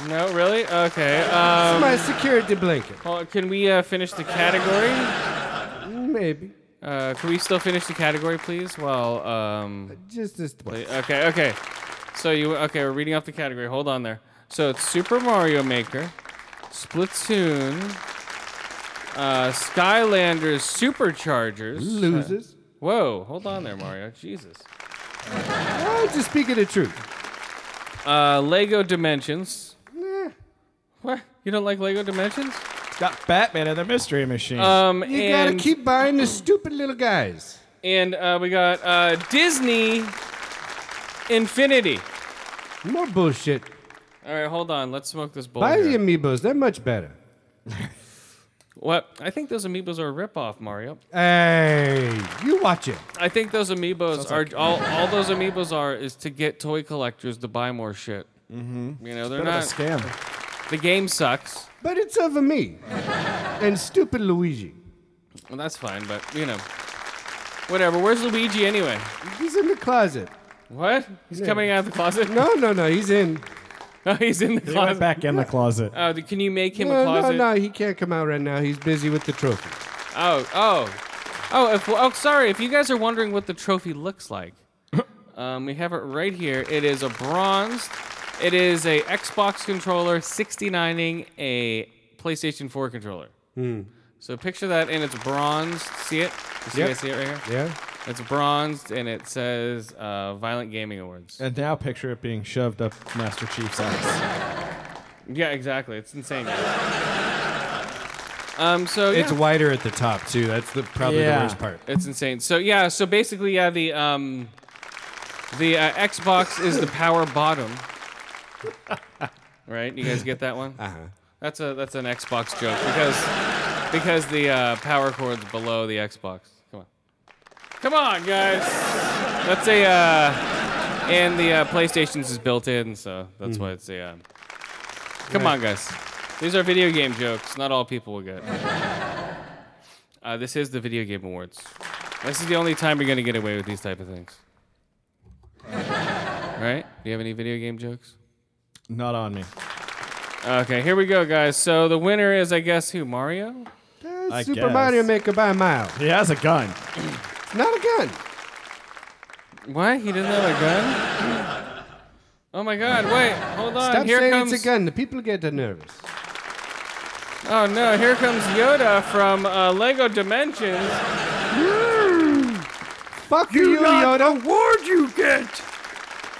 Speaker 1: No, really? Okay. Um,
Speaker 2: My security blanket.
Speaker 1: well, can we uh, finish the category?
Speaker 2: Maybe.
Speaker 1: Uh, can we still finish the category, please? Well, um,
Speaker 2: Just this one.
Speaker 1: Okay, okay. So you okay? We're reading off the category. Hold on there. So it's Super Mario Maker, Splatoon, uh, Skylanders Superchargers,
Speaker 2: Loses.
Speaker 1: Whoa, hold on there, Mario. Jesus.
Speaker 2: I'm Ah, just speaking the truth.
Speaker 1: Uh, Lego Dimensions.
Speaker 2: Eh,
Speaker 1: What? You don't like Lego Dimensions?
Speaker 4: Got Batman and the Mystery Machine.
Speaker 1: Um,
Speaker 2: You
Speaker 1: and,
Speaker 2: gotta keep buying the stupid little guys.
Speaker 1: and uh, we got uh, Disney Infinity.
Speaker 2: More bullshit.
Speaker 1: All right, hold on. Let's smoke this bowl.
Speaker 2: Buy
Speaker 1: here.
Speaker 2: the amiibos. They're much better.
Speaker 1: What? I think those amiibos are a ripoff, Mario.
Speaker 2: Hey, you watch it.
Speaker 1: I think those amiibos are all, all those amiibos are is to get toy collectors to buy more shit. Mm-hmm. You know, they're
Speaker 4: Bit of a
Speaker 1: not.
Speaker 4: scam.
Speaker 1: The game sucks.
Speaker 2: But it's over me and stupid Luigi.
Speaker 1: Well, that's fine, but you know, whatever. Where's Luigi anyway?
Speaker 2: He's in the closet.
Speaker 1: What? He's coming out of the closet.
Speaker 2: No, no, no. He's in.
Speaker 1: <laughs> Oh, he's in the
Speaker 4: He went
Speaker 1: closet.
Speaker 4: back in the closet.
Speaker 1: Oh, th- can you make him a
Speaker 2: No, no,
Speaker 1: closet?
Speaker 2: no. He can't come out right now. He's busy with the trophy.
Speaker 1: Oh, oh, oh, if, oh. Sorry, if you guys are wondering what the trophy looks
Speaker 2: <coughs>
Speaker 1: like, um, we have it right here. It is a bronze. It is a Xbox controller 69ing a PlayStation 4 controller.
Speaker 2: Hmm.
Speaker 1: So picture that, and it's bronzed. See it? You see-
Speaker 2: Yep.
Speaker 1: you guys see it right here?
Speaker 2: Yeah.
Speaker 1: It's bronzed, and it says uh, Violent Gaming Awards.
Speaker 2: Uh,
Speaker 4: And now picture it being shoved up Master Chief's ass.
Speaker 1: Yeah, exactly. It's insane. <laughs> guys. um, so yeah.
Speaker 2: It's wider at the top too. That's the probably
Speaker 4: Yeah.
Speaker 2: the worst part.
Speaker 1: It's insane. So yeah, so basically yeah, the um the uh, Xbox is the power bottom. <laughs> Right? You guys get that one? Uh-huh. That's a that's an Xbox joke because because the uh, power cord's below the Xbox. Come on. Come on, guys. That's a uh and the uh, PlayStation's is built in, so that's why it's a um, Come on, guys. These are video game jokes. Not all people will get. Uh, this is the Video Game Awards. This is the only time you're gonna get away with these type of things. right? Do you have any video game jokes?
Speaker 4: Not on me.
Speaker 1: Okay, here we go, guys. So the winner is, I guess, who? Mario?
Speaker 2: Uh,
Speaker 4: I
Speaker 2: Super
Speaker 4: guess.
Speaker 2: Mario Maker by a mile.
Speaker 4: He has a gun.
Speaker 2: It's not a gun.
Speaker 1: What? He doesn't have a gun? Oh my God! Wait, hold on.
Speaker 2: Stop
Speaker 1: here
Speaker 2: saying
Speaker 1: comes.
Speaker 2: it's a gun. The people get nervous.
Speaker 1: Oh no! Here comes Yoda from uh, Lego Dimensions.
Speaker 2: Fuck you, Yoda.
Speaker 5: Ward you get!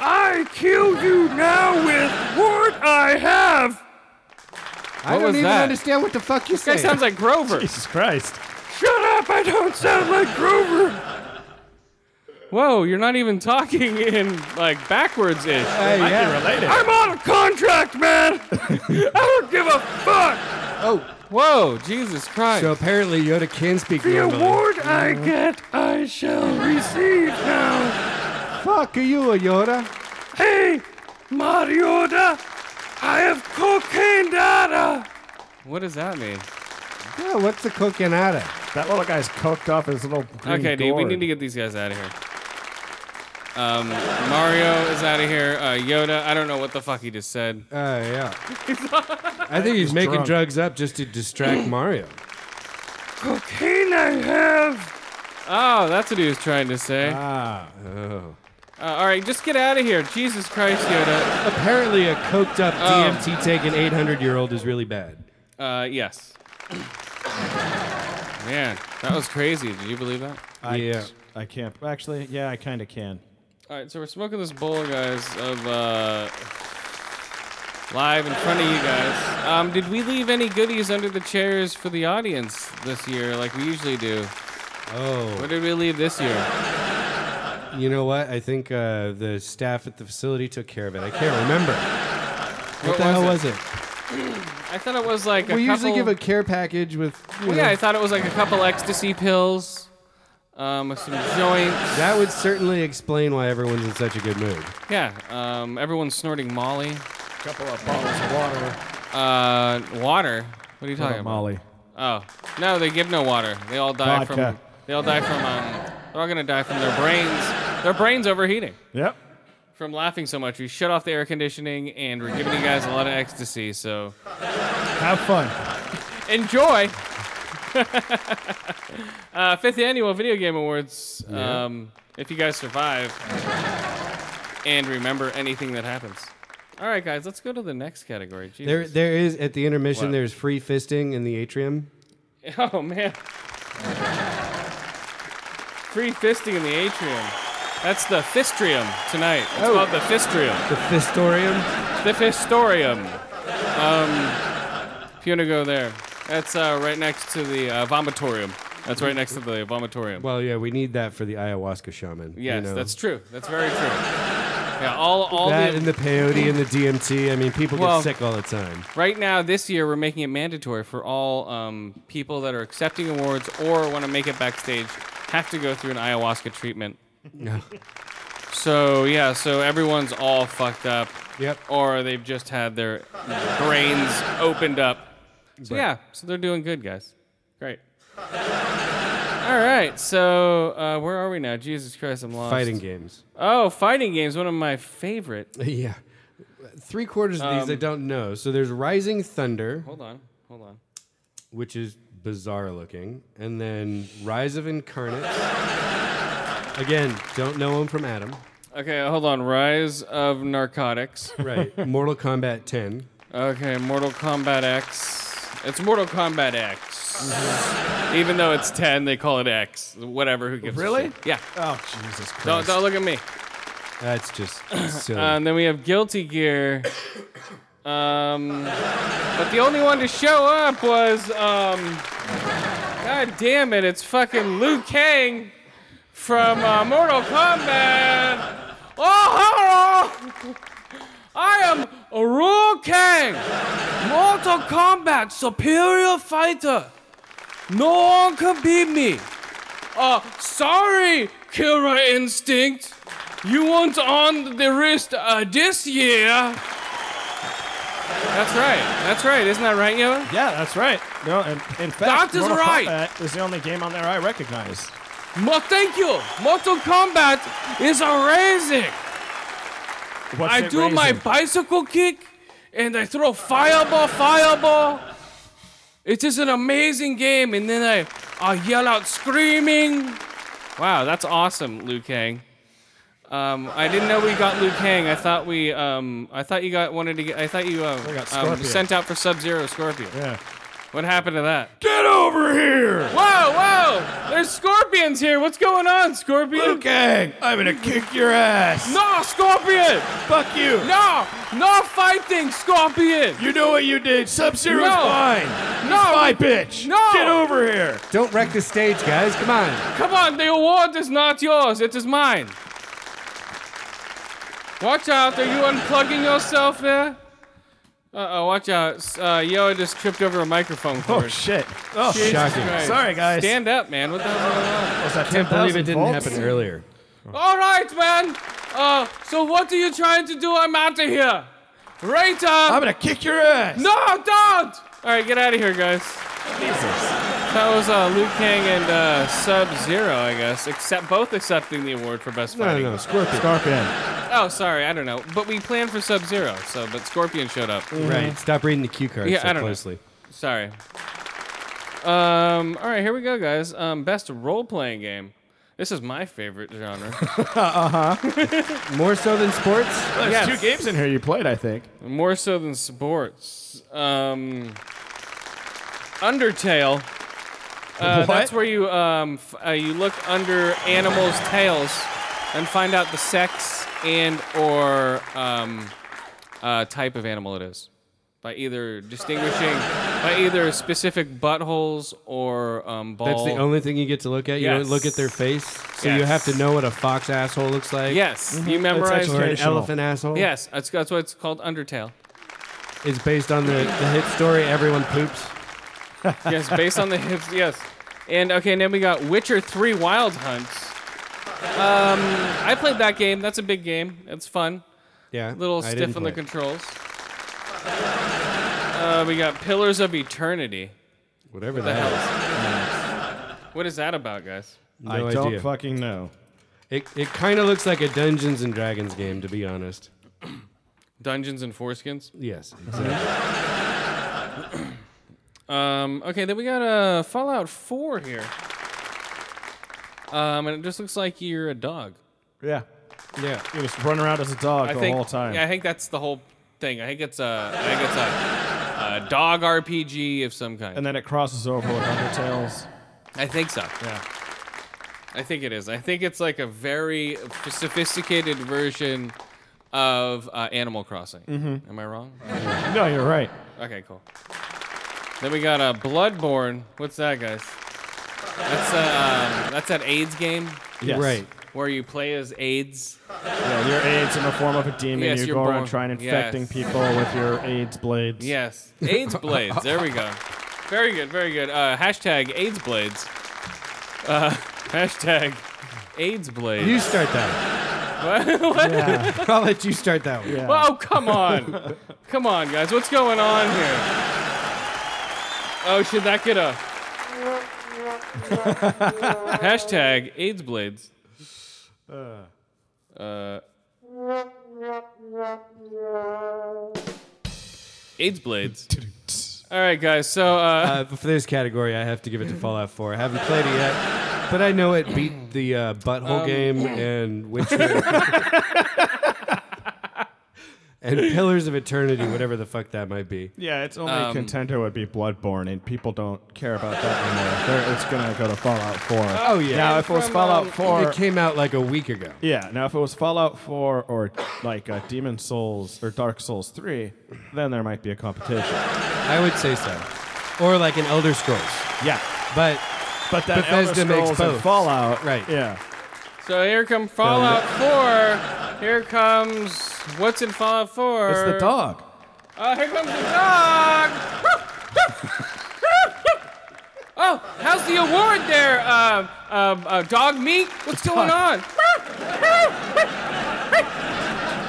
Speaker 5: I kill you now with what I have!
Speaker 2: I
Speaker 1: was
Speaker 2: don't even
Speaker 1: that?
Speaker 2: understand what the fuck you
Speaker 1: Guy
Speaker 2: saying.
Speaker 1: sounds like Grover.
Speaker 4: Jesus Christ.
Speaker 5: <laughs> Shut up, I don't sound like Grover!
Speaker 1: Whoa! You're not even talking in like backwards ish.
Speaker 2: Hey, yeah.
Speaker 4: Related.
Speaker 5: I'm on a contract, man! <laughs> I don't give a fuck!
Speaker 2: Oh,
Speaker 1: Whoa! Jesus Christ!
Speaker 2: so apparently Yoda can speak
Speaker 5: The
Speaker 2: normally.
Speaker 5: award I get, I shall receive now.
Speaker 2: Fuck you, Yoda.
Speaker 5: Hey, Marioda, I have cocaine data.
Speaker 1: What does that mean?
Speaker 2: Yeah, what's the coconata?
Speaker 4: That little guy's coked off his little green
Speaker 1: Okay, dude, we
Speaker 4: gourd.
Speaker 1: need to get these guys out of here. Um, Mario is out of here. Uh, Yoda, I don't know what the fuck he just said.
Speaker 2: Uh, yeah.
Speaker 5: <laughs>
Speaker 2: I think he's making
Speaker 4: drunk.
Speaker 2: drugs up just to
Speaker 5: <clears throat>
Speaker 2: distract Mario.
Speaker 5: Cocaine I have.
Speaker 1: Oh, that's what he was trying to say. Uh,
Speaker 2: Ah. Oh.
Speaker 1: all right, just get out of here. Jesus Christ, Yoda.
Speaker 2: Apparently, a coked up
Speaker 1: Oh.
Speaker 2: DMT taking 800 year old is really bad.
Speaker 1: Uh, yes. Man, that was crazy. Did you believe that?
Speaker 4: I,
Speaker 2: Yeah.
Speaker 4: I can't. Actually, yeah, I kind of can.
Speaker 1: All right, so we're smoking this bowl, guys, of uh, live in front of you guys. Um, did we leave any goodies under the chairs for the audience this year, like we usually do?
Speaker 2: Oh.
Speaker 1: What did we leave this year?
Speaker 2: You know what? I think uh, the staff at the facility took care of it. I can't remember. What,
Speaker 1: What
Speaker 2: the hell
Speaker 1: was
Speaker 2: was it?
Speaker 1: I thought it was like a
Speaker 2: We
Speaker 1: couple. Oh,
Speaker 2: usually give a care package with. You
Speaker 1: yeah,
Speaker 2: know,
Speaker 1: I thought it was like a couple ecstasy pills, um, some joints.
Speaker 2: that would certainly explain why everyone's in such a good mood.
Speaker 1: Yeah, um, everyone's snorting Molly,
Speaker 4: couple of bottles of water.
Speaker 1: uh, water. What are you talking about?
Speaker 4: Molly.
Speaker 1: Oh no, they give no water. They all die from.
Speaker 4: Vodka.
Speaker 1: They all die from. Um, they're all gonna die from their brains. Their brains overheating
Speaker 4: Yep.
Speaker 1: from laughing so much. We shut off the air conditioning, and we're giving you guys a lot of ecstasy. So
Speaker 4: Have fun.
Speaker 1: enjoy. <laughs> uh, fifth annual video game awards. Um, if you guys survive and remember anything that happens. All right, guys, let's go to the next category.
Speaker 2: There,
Speaker 1: Jesus.
Speaker 2: there is at the intermission.
Speaker 1: What?
Speaker 2: There's
Speaker 1: <laughs>
Speaker 2: free fisting in the atrium.
Speaker 1: oh man. free fisting in the atrium. That's the fistrium tonight. It's
Speaker 2: Oh.
Speaker 1: called the fistrium.
Speaker 2: The Fistorium.
Speaker 1: The fistorium. Um, if you want to go there, that's uh, right next to the uh, vomitorium. That's right next to the vomitorium.
Speaker 2: Well, yeah, we need that for the ayahuasca shaman. you
Speaker 1: yes,
Speaker 2: know.
Speaker 1: that's true. That's very true. Yeah, all, all
Speaker 2: that
Speaker 1: the,
Speaker 2: and the peyote and the DMT. I mean, people
Speaker 1: Well-
Speaker 2: get sick all the time.
Speaker 1: Right now, this year, we're making it mandatory for all um, people that are accepting awards or want to make it backstage have to go through an ayahuasca treatment.
Speaker 2: No.
Speaker 1: <laughs> So yeah, so everyone's all fucked up.
Speaker 2: Yep.
Speaker 1: Or they've just had their brains opened up. So yeah, so they're doing good, guys. Great. All right, so uh, where are we now? Jesus Christ, I'm lost.
Speaker 2: Fighting games. <laughs>
Speaker 1: Oh, fighting games, one of my favorite.
Speaker 2: yeah. Three quarters of these
Speaker 1: Um,
Speaker 2: I don't know. So there's Rising Thunder,
Speaker 1: Hold on, hold on.
Speaker 2: which is bizarre looking, and then Rise of Incarnates. Again, don't know him from Adam.
Speaker 1: Okay, hold on. Rise of Narcotics.
Speaker 2: Right. Mortal Kombat 10.
Speaker 1: Okay, Mortal Kombat X. It's Mortal Kombat X. Even though it's 10, they call it X. Whatever, who gives a
Speaker 4: Really?
Speaker 1: shit? Yeah.
Speaker 4: Oh, Jesus Christ.
Speaker 1: Don't, don't look at me.
Speaker 2: That's
Speaker 1: <clears throat>
Speaker 2: just silly.
Speaker 1: Uh, and then we have Guilty Gear. Um, but the only one to show up was, um, God damn it, it's fucking Liu Kang from uh, Mortal Kombat. Oh, hello! I am Liu Kang, Mortal Kombat superior fighter. No one can beat me. Uh, sorry, Killer Instinct. You weren't on the wrist uh, this year. That's right. That's right. Isn't that right, Yo?
Speaker 4: Yeah, that's right. No, in, in fact,
Speaker 1: That is
Speaker 4: Mortal
Speaker 1: right.
Speaker 4: Kombat is the only game on there I recognize.
Speaker 1: Mo- thank you. Mortal Kombat is amazing.
Speaker 4: What's
Speaker 1: I
Speaker 4: it
Speaker 1: do my
Speaker 4: raising?
Speaker 1: bicycle kick and I throw fireball, fireball. It is an amazing game. And then I, I yell out screaming. Wow, that's awesome, Liu Kang. Um, I didn't know we got Liu Kang. I thought we, um, I thought you got wanted to get. I thought you
Speaker 4: We
Speaker 1: uh,
Speaker 4: got
Speaker 1: um,
Speaker 4: Scorpio.
Speaker 1: sent out for Sub Zero Scorpion.
Speaker 4: Yeah.
Speaker 1: What happened to that?
Speaker 4: Get over here!
Speaker 1: Whoa, whoa! There's scorpions here. What's going on, Scorpion?
Speaker 4: Gang, I'm gonna kick your ass.
Speaker 1: No, Scorpion!
Speaker 4: Fuck you.
Speaker 1: No, no fighting, Scorpion!
Speaker 4: You know what you did. Sub Zero's
Speaker 1: No.
Speaker 4: mine.
Speaker 1: No,
Speaker 4: My bitch.
Speaker 1: No.
Speaker 4: Get over here.
Speaker 2: don't wreck the stage, guys. Come on.
Speaker 1: come on. The award is not yours. It is mine. Watch out! Are you unplugging yourself there? Uh oh! Watch out! S- Uh, yo, I just tripped over a microphone cord.
Speaker 4: Oh shit. Oh,
Speaker 1: Jesus
Speaker 2: shocking.
Speaker 1: Christ.
Speaker 4: sorry guys.
Speaker 1: Stand up, man. What the hell's going on?
Speaker 4: Was that
Speaker 2: Can't believe it
Speaker 4: 10,000
Speaker 2: didn't
Speaker 4: volts?
Speaker 2: happen earlier.
Speaker 1: All right, man. Uh, so what are you trying to do? I'm out of here. Rayton.
Speaker 4: I'm gonna kick your ass.
Speaker 1: No, don't! All right, get out of here, guys. That was uh, Liu Kang and uh, Sub Zero, I guess. Except both accepting the award for best
Speaker 2: No,
Speaker 1: fighting.
Speaker 2: no, Scorpion.
Speaker 4: Scorpion.
Speaker 1: Oh, sorry, I don't know. But we planned for Sub Zero, so but Scorpion showed up.
Speaker 2: Right. Stop reading the cue cards
Speaker 1: Yeah,
Speaker 2: so
Speaker 1: I don't know.
Speaker 2: closely.
Speaker 1: Sorry. Um. All right, here we go, guys. Um, best role-playing game. This is my favorite genre.
Speaker 2: More so than sports.
Speaker 4: There's
Speaker 1: Yes.
Speaker 4: two games in here you played, I think.
Speaker 1: More so than sports. Um, Undertale. Uh,
Speaker 4: What?
Speaker 1: That's where you um, f- uh, you look under animals' tails and find out the sex and or um, uh, type of animal it is by either distinguishing by either specific buttholes or um, ball.
Speaker 2: That's the only thing you get to look at. You
Speaker 1: Yes.
Speaker 2: don't look at their face, so you
Speaker 1: Yes.
Speaker 2: have to know what a fox asshole looks like.
Speaker 1: Yes,
Speaker 2: Mm-hmm.
Speaker 1: you memorize.
Speaker 4: actually
Speaker 2: Or an
Speaker 4: Traditional.
Speaker 2: elephant asshole.
Speaker 1: Yes, that's, that's what it's called. Undertale.
Speaker 2: It's based on the, the hit story, Everyone Poops.
Speaker 1: yes, based on the hips. Yes, and okay, and then we got Witcher Three Wild Hunt. Um, I played that game. That's a big game. It's fun.
Speaker 2: Yeah.
Speaker 1: A little
Speaker 2: I didn't
Speaker 1: stiff on the
Speaker 2: play it.
Speaker 1: controls. Uh, we got Pillars of Eternity.
Speaker 2: Whatever
Speaker 1: The
Speaker 2: that is.
Speaker 1: hell? What is that about, guys?
Speaker 2: No
Speaker 4: I
Speaker 2: idea.
Speaker 4: don't fucking know.
Speaker 2: It, it kind of looks like a Dungeons and Dragons game, to be honest.
Speaker 1: Dungeons and foreskins.
Speaker 2: Yes,
Speaker 4: Mm-hmm.
Speaker 2: exactly.
Speaker 1: Um, okay, then we got uh, Fallout 4 here. Um, and it just looks like you're a dog.
Speaker 4: Yeah.
Speaker 2: yeah.
Speaker 4: You just run around as a dog
Speaker 1: I
Speaker 4: the
Speaker 1: think
Speaker 4: whole time.
Speaker 1: yeah, I think that's the whole thing. I think it's a, I think it's a, a dog RPG of some kind.
Speaker 4: And then it crosses over with Undertales.
Speaker 1: I think so.
Speaker 4: Yeah.
Speaker 1: I think it is. I think it's like a very sophisticated version of uh, Animal Crossing. Am I wrong?
Speaker 4: No, you're right.
Speaker 1: Okay, cool. Then we got a uh, Bloodborne. What's that, guys? That's uh, um, that's that AIDS game
Speaker 4: Yes.
Speaker 2: Right.
Speaker 1: where you play as AIDS.
Speaker 4: Yeah, your AIDS in the form of a demon.
Speaker 1: Yes,
Speaker 4: you
Speaker 1: you're
Speaker 4: go around
Speaker 1: born-
Speaker 4: trying infecting
Speaker 1: yes.
Speaker 4: people with your AIDS blades.
Speaker 1: Yes, AIDS blades. There we go. Very good, very good. Uh, hashtag AIDS blades. Uh, <laughs> hashtag AIDS blades.
Speaker 2: You start that.
Speaker 1: What? <laughs> What?
Speaker 4: Yeah.
Speaker 2: I'll let you start that one.
Speaker 4: yeah.
Speaker 1: Oh, come on. come on, guys. What's going on here? Oh, should that get a. <laughs> Hashtag AIDS blades. Uh. AIDS blades. All right, guys. So, uh,
Speaker 2: Uh, for this category, I have to give it to Fallout 4. I haven't played it yet, but I know it beat the uh, butthole
Speaker 1: Um,
Speaker 2: game and Witcher. <laughs> and Pillars of Eternity, whatever the fuck that might be.
Speaker 4: Yeah, its only contender would be Bloodborne, and people don't care about that anymore. They're, it's gonna go to Fallout 4.
Speaker 2: Oh, yeah.
Speaker 4: Now, if it was Fallout
Speaker 2: It
Speaker 4: 4,
Speaker 2: came out like a week ago.
Speaker 4: yeah. Now, if it was Fallout 4 or like uh, Demon Souls or Dark Souls 3, then there might be a competition.
Speaker 2: I would say so. Or like an Elder Scrolls.
Speaker 4: Yeah,
Speaker 2: But
Speaker 4: but then
Speaker 2: Bethesda
Speaker 4: Elder Scrolls
Speaker 2: makes
Speaker 4: and
Speaker 2: both.
Speaker 4: Fallout,
Speaker 2: Right.
Speaker 4: Yeah,
Speaker 1: so here come Fallout 4. Here comes. What's in Fallout 4?
Speaker 4: it's the dog.
Speaker 1: Uh, here comes the
Speaker 4: <laughs>
Speaker 1: dog! oh, how's the award there? Uh, uh, uh, dog meat? What's going on?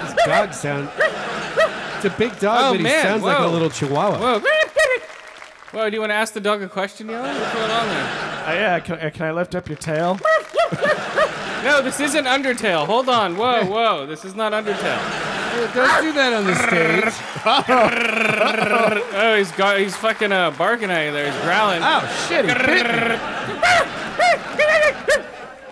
Speaker 2: his dog sound. It's a big dog,
Speaker 1: Oh,
Speaker 2: but he
Speaker 1: man,
Speaker 2: sounds like a
Speaker 1: whoa.
Speaker 2: little chihuahua.
Speaker 4: <laughs>
Speaker 1: Whoa. Whoa, do you want to ask the dog a question, Yolan? What's going on there?
Speaker 4: Uh, yeah, can, uh, can I lift up your tail?
Speaker 1: No, this isn't Undertale. Hold on.
Speaker 4: <laughs>
Speaker 1: Whoa, whoa. This is not Undertale.
Speaker 2: Don't do that on the stage.
Speaker 1: Oh, he's got, he's fucking uh, barking at you there. He's growling.
Speaker 2: Oh, shit. He bit me.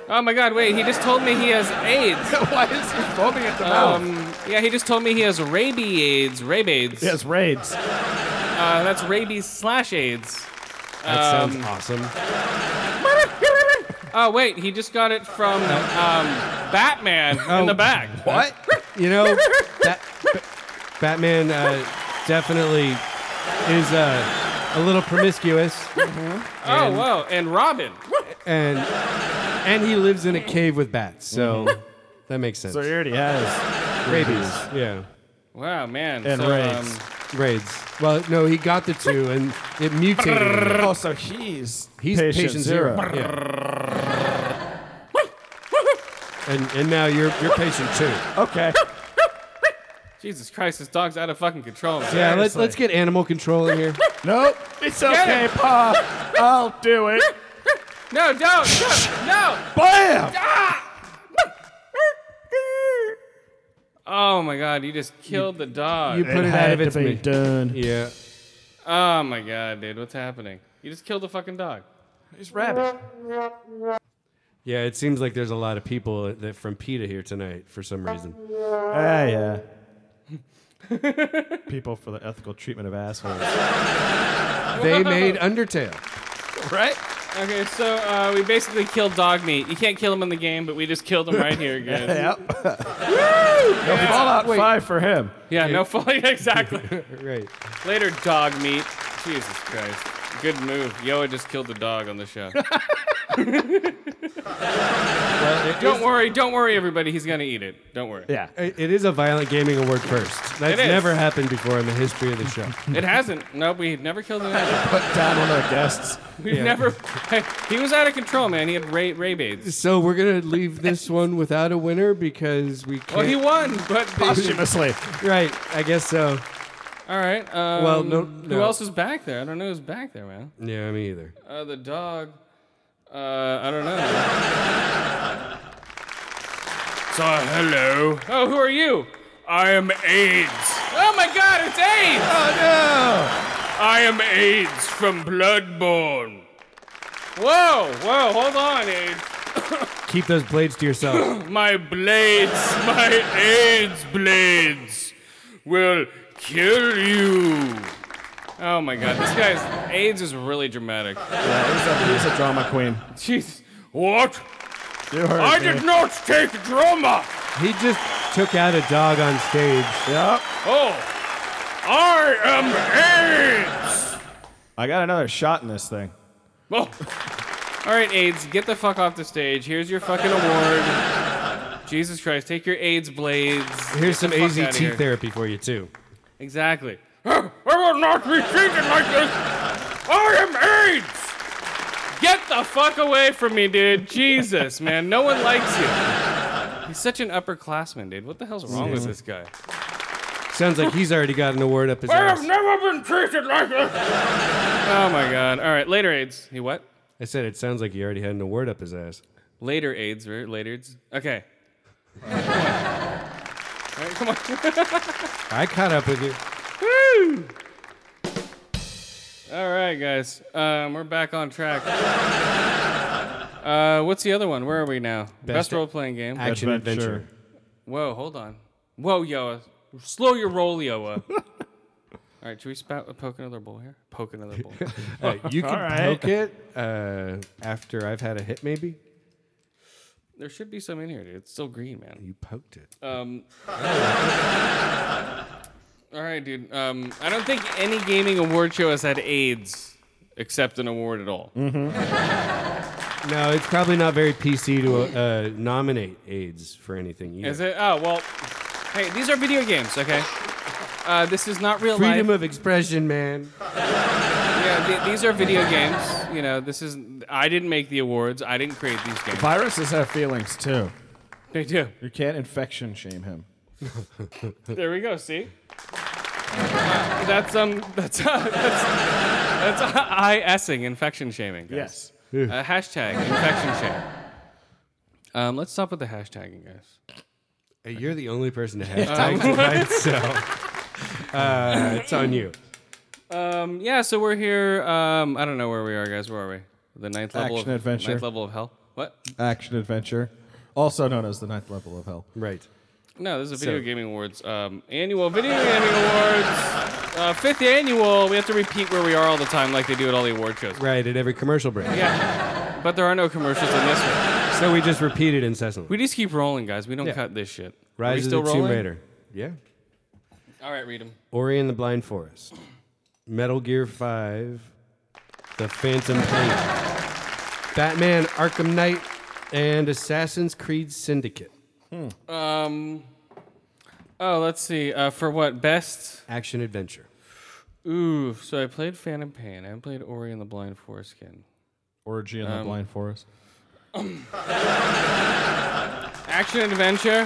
Speaker 1: Oh my god, wait. He just told me he has AIDS.
Speaker 2: <laughs> Why is he foaming at the
Speaker 1: Um, yeah, he just told me he has rabies. Rabies.
Speaker 4: Yes, raids.
Speaker 1: Uh, that's rabies slash AIDS.
Speaker 2: That sounds awesome.
Speaker 1: Oh wait, he just got it from um, Batman in the back.
Speaker 2: What? You know, Bat- Ba- Batman uh, definitely is uh, a little promiscuous,
Speaker 1: Oh whoa, and Robin.
Speaker 2: and and he lives in a cave with bats, so that makes sense.
Speaker 4: So he already has rabies.
Speaker 2: yeah,
Speaker 1: Wow man.
Speaker 4: And
Speaker 1: so,
Speaker 4: Riggs.
Speaker 1: um,
Speaker 2: raids. Well, no, he got the two, and it mutated. him.
Speaker 4: Oh, so he's
Speaker 2: He's patient, zero. Yeah. And, and now you're you're patient two.
Speaker 4: Okay.
Speaker 1: Jesus Christ, this dog's out of fucking control. Man.
Speaker 2: Yeah, let's
Speaker 4: Seriously.
Speaker 2: let's get animal control in here.
Speaker 4: nope. It's okay, Pa. I'll do it.
Speaker 1: No, don't, no, no. Ah!
Speaker 4: Bam!
Speaker 1: Oh my God, you just killed the dog.
Speaker 2: You put it, out of its
Speaker 4: be
Speaker 2: misery.
Speaker 4: done.
Speaker 2: <laughs> Yeah.
Speaker 1: oh my God, dude, what's happening? You just killed the fucking dog.
Speaker 4: He's rabbit.
Speaker 2: Yeah, it seems like there's a lot of people that from PETA here tonight for some reason.
Speaker 4: Ah, <laughs> yeah. People for the ethical treatment of assholes.
Speaker 2: They made Undertale.
Speaker 4: Right?
Speaker 1: Okay, so uh, we basically killed dog meat. You can't kill him in the game, but we just killed him right here, guys.
Speaker 4: Yep. Fallout
Speaker 2: Wait.
Speaker 4: 5 for him.
Speaker 1: yeah, no, fully <laughs> exactly.
Speaker 2: Right.
Speaker 1: Later, dog meat. Jesus Christ. Good move. Yoa just killed the dog on the show. don't worry, don't worry, everybody. He's gonna eat it. Don't worry.
Speaker 4: Yeah.
Speaker 2: It it is a violent gaming award first. That's
Speaker 1: It is.
Speaker 2: never happened before in the history of the show.
Speaker 1: It hasn't. Nope, we've never killed an animal.
Speaker 4: Put down one of the guests.
Speaker 1: We've never. he was out of control, man. He had ra- rabies.
Speaker 2: <laughs> so we're gonna leave this one without a winner because we can't.
Speaker 1: Well, he won, but
Speaker 4: Posthumously.
Speaker 2: right, I guess so.
Speaker 1: all right. Um,
Speaker 2: Well, no-
Speaker 1: Who
Speaker 2: no.
Speaker 1: else is back there? I don't know who's back there, man.
Speaker 2: Yeah, me either.
Speaker 1: Uh, the dog. Uh, I don't know.
Speaker 5: <laughs> So, hello.
Speaker 1: Oh, who are you?
Speaker 5: I am AIDS. Oh,
Speaker 1: Oh my God, it's AIDS!
Speaker 5: I am AIDS from Bloodborne.
Speaker 1: Whoa, whoa, hold on, AIDS.
Speaker 2: Keep those blades to yourself.
Speaker 5: My blades, my AIDS blades, will kill you.
Speaker 1: Oh my god, this guy's AIDS is really dramatic.
Speaker 4: Yeah, he's a, he's a drama queen.
Speaker 1: Jeez.
Speaker 5: What?
Speaker 4: You heard
Speaker 5: I
Speaker 4: me.
Speaker 5: did not take drama.
Speaker 2: He just took out a dog on stage.
Speaker 4: Yep.
Speaker 5: Oh, I am AIDS.
Speaker 4: I got another shot in this thing.
Speaker 1: Oh. <laughs> All right, AIDS, get the fuck off the stage. Here's your fucking award. Jesus Christ, take your AIDS blades.
Speaker 2: Here's
Speaker 1: Get
Speaker 2: some
Speaker 1: the fuck outta here.
Speaker 2: AZT therapy for you too.
Speaker 1: Exactly.
Speaker 5: <gasps> I will not be treated like this. I am AIDS.
Speaker 1: Get the fuck away from me, dude. Jesus, man. No one likes you. He's such an upperclassman, dude. What the hell's wrong with this guy?
Speaker 2: Sounds like he's already got an award up his
Speaker 5: I have
Speaker 2: ass.
Speaker 5: never been treated like this.
Speaker 1: Oh my god. All right, later, AIDS. He what?
Speaker 2: I said it sounds like he already had an award up his ass.
Speaker 1: Later, AIDS, right? Later's. Okay. All right, come on.
Speaker 2: I caught up with you.
Speaker 1: Woo! All right, guys. Um, we're back on track. Uh, what's the other one? Where are we now? Best, role playing game.
Speaker 2: Action adventure.
Speaker 1: Whoa, hold on. Whoa, Yoa. Slow your roll, Yoa. All right, should we spout, poke another bowl here? Poke another bowl.
Speaker 2: Uh, you
Speaker 1: <laughs>
Speaker 2: can
Speaker 4: right.
Speaker 2: poke it uh, after I've had a hit, maybe.
Speaker 1: there should be some in here, dude. It's still green, man.
Speaker 2: You poked it.
Speaker 1: Um, <laughs> all right, dude. Um, I don't think any gaming award show has had AIDS except an award at all.
Speaker 2: Mm-hmm. No, it's probably not very PC to uh, nominate AIDS for anything. Either.
Speaker 1: Is it? Oh well. Hey, these are video games, okay? Uh, this is not real
Speaker 2: Freedom
Speaker 1: life.
Speaker 2: of expression, man.
Speaker 1: yeah, th- these are video games. You know, this is. I didn't make the awards. I didn't create these games.
Speaker 4: Viruses have feelings too.
Speaker 1: They do.
Speaker 4: You can't infection shame him.
Speaker 1: There we go. See. Uh, that's um. That's <laughs> that's that's I sing infection shaming. Guys.
Speaker 4: Yes.
Speaker 1: Uh, hashtag infection shame. Um, let's stop with the hashtagging, guys.
Speaker 2: Hey, You're the only person
Speaker 1: <laughs>
Speaker 2: to hashtag tonight, so uh, it's on you.
Speaker 1: Um, yeah, so we're here. Um, I don't know where we are, guys. Where are we? The ninth level
Speaker 4: Action
Speaker 1: of
Speaker 4: adventure.
Speaker 1: Ninth level of hell. What?
Speaker 4: <laughs> Action adventure, also known as the ninth level of hell.
Speaker 2: Right.
Speaker 1: No, this is a Video
Speaker 2: So-
Speaker 1: Gaming Awards. Um, annual Video Gaming Awards. Uh, fifth annual. We have to repeat where we are all the time, like they do at all the award shows.
Speaker 2: Right, at every commercial break.
Speaker 1: But there are no commercials in this one.
Speaker 2: So we just repeat it incessantly.
Speaker 1: We just keep rolling, guys. We don't
Speaker 2: Yeah.
Speaker 1: cut this shit. Right.
Speaker 2: Rise
Speaker 1: we
Speaker 2: of
Speaker 1: still
Speaker 2: the
Speaker 1: rolling?
Speaker 2: Tomb Raider. Yeah.
Speaker 1: All right, read them.
Speaker 2: Ori and the Blind Forest. Metal Gear 5. The Phantom Pain. Batman Arkham Knight. And Assassin's Creed Syndicate.
Speaker 1: Um. Oh, let's see. Uh, for what best?
Speaker 2: Action adventure.
Speaker 1: Ooh. So I played Phantom Pain. I played Ori and the Blind Foreskin.
Speaker 4: Orgy in the blind forest.
Speaker 1: Action adventure.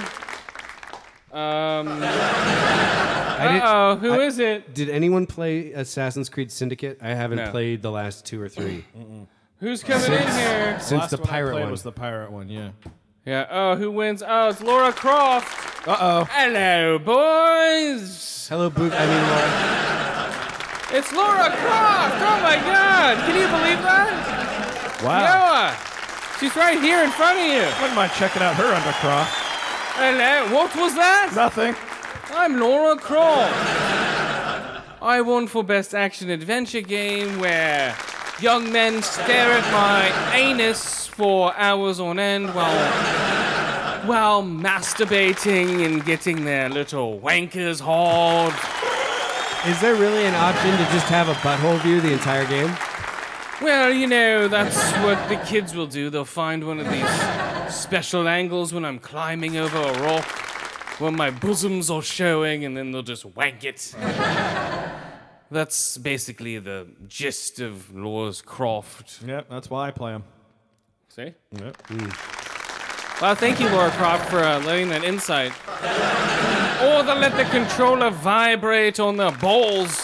Speaker 1: Um.
Speaker 2: I didn't-
Speaker 1: Oh, who is
Speaker 2: I-
Speaker 1: it?
Speaker 2: Did anyone play Assassin's Creed Syndicate? I haven't
Speaker 1: No.
Speaker 2: played the last two
Speaker 1: <clears throat>
Speaker 2: or three
Speaker 1: Who's coming
Speaker 2: <laughs>
Speaker 1: in here?
Speaker 2: since the pirate
Speaker 4: one.
Speaker 2: one.
Speaker 4: was the pirate one. Yeah.
Speaker 1: Yeah. Oh, who wins? Oh, it's Laura Croft.
Speaker 4: Uh oh.
Speaker 1: Hello, boys.
Speaker 2: Hello, Boo. I mean, Laura.
Speaker 1: It's Laura Croft. Oh my God! Can you believe that?
Speaker 4: Wow.
Speaker 1: Noah, she's right here in front of you.
Speaker 4: Wouldn't mind checking out her undercroft.
Speaker 1: Hello. What was that?
Speaker 4: Nothing.
Speaker 1: I'm Laura Croft. I won for best action adventure game where young men stare at my anus for hours on end while while masturbating and getting their little wankers hard.
Speaker 2: Is there really an option to just have a butthole view the entire game?
Speaker 1: Well, you know, that's what the kids will do. They'll find one of these special angles when I'm climbing over a rock, when my bosoms are showing, and then they'll just wank it. That's basically the gist of Laura's Croft.
Speaker 4: Yep. That's why I play him.
Speaker 1: See?
Speaker 4: Yep.
Speaker 1: Well, thank you, Laura Croft, for uh, letting that insight. Or they let the controller vibrate on their balls.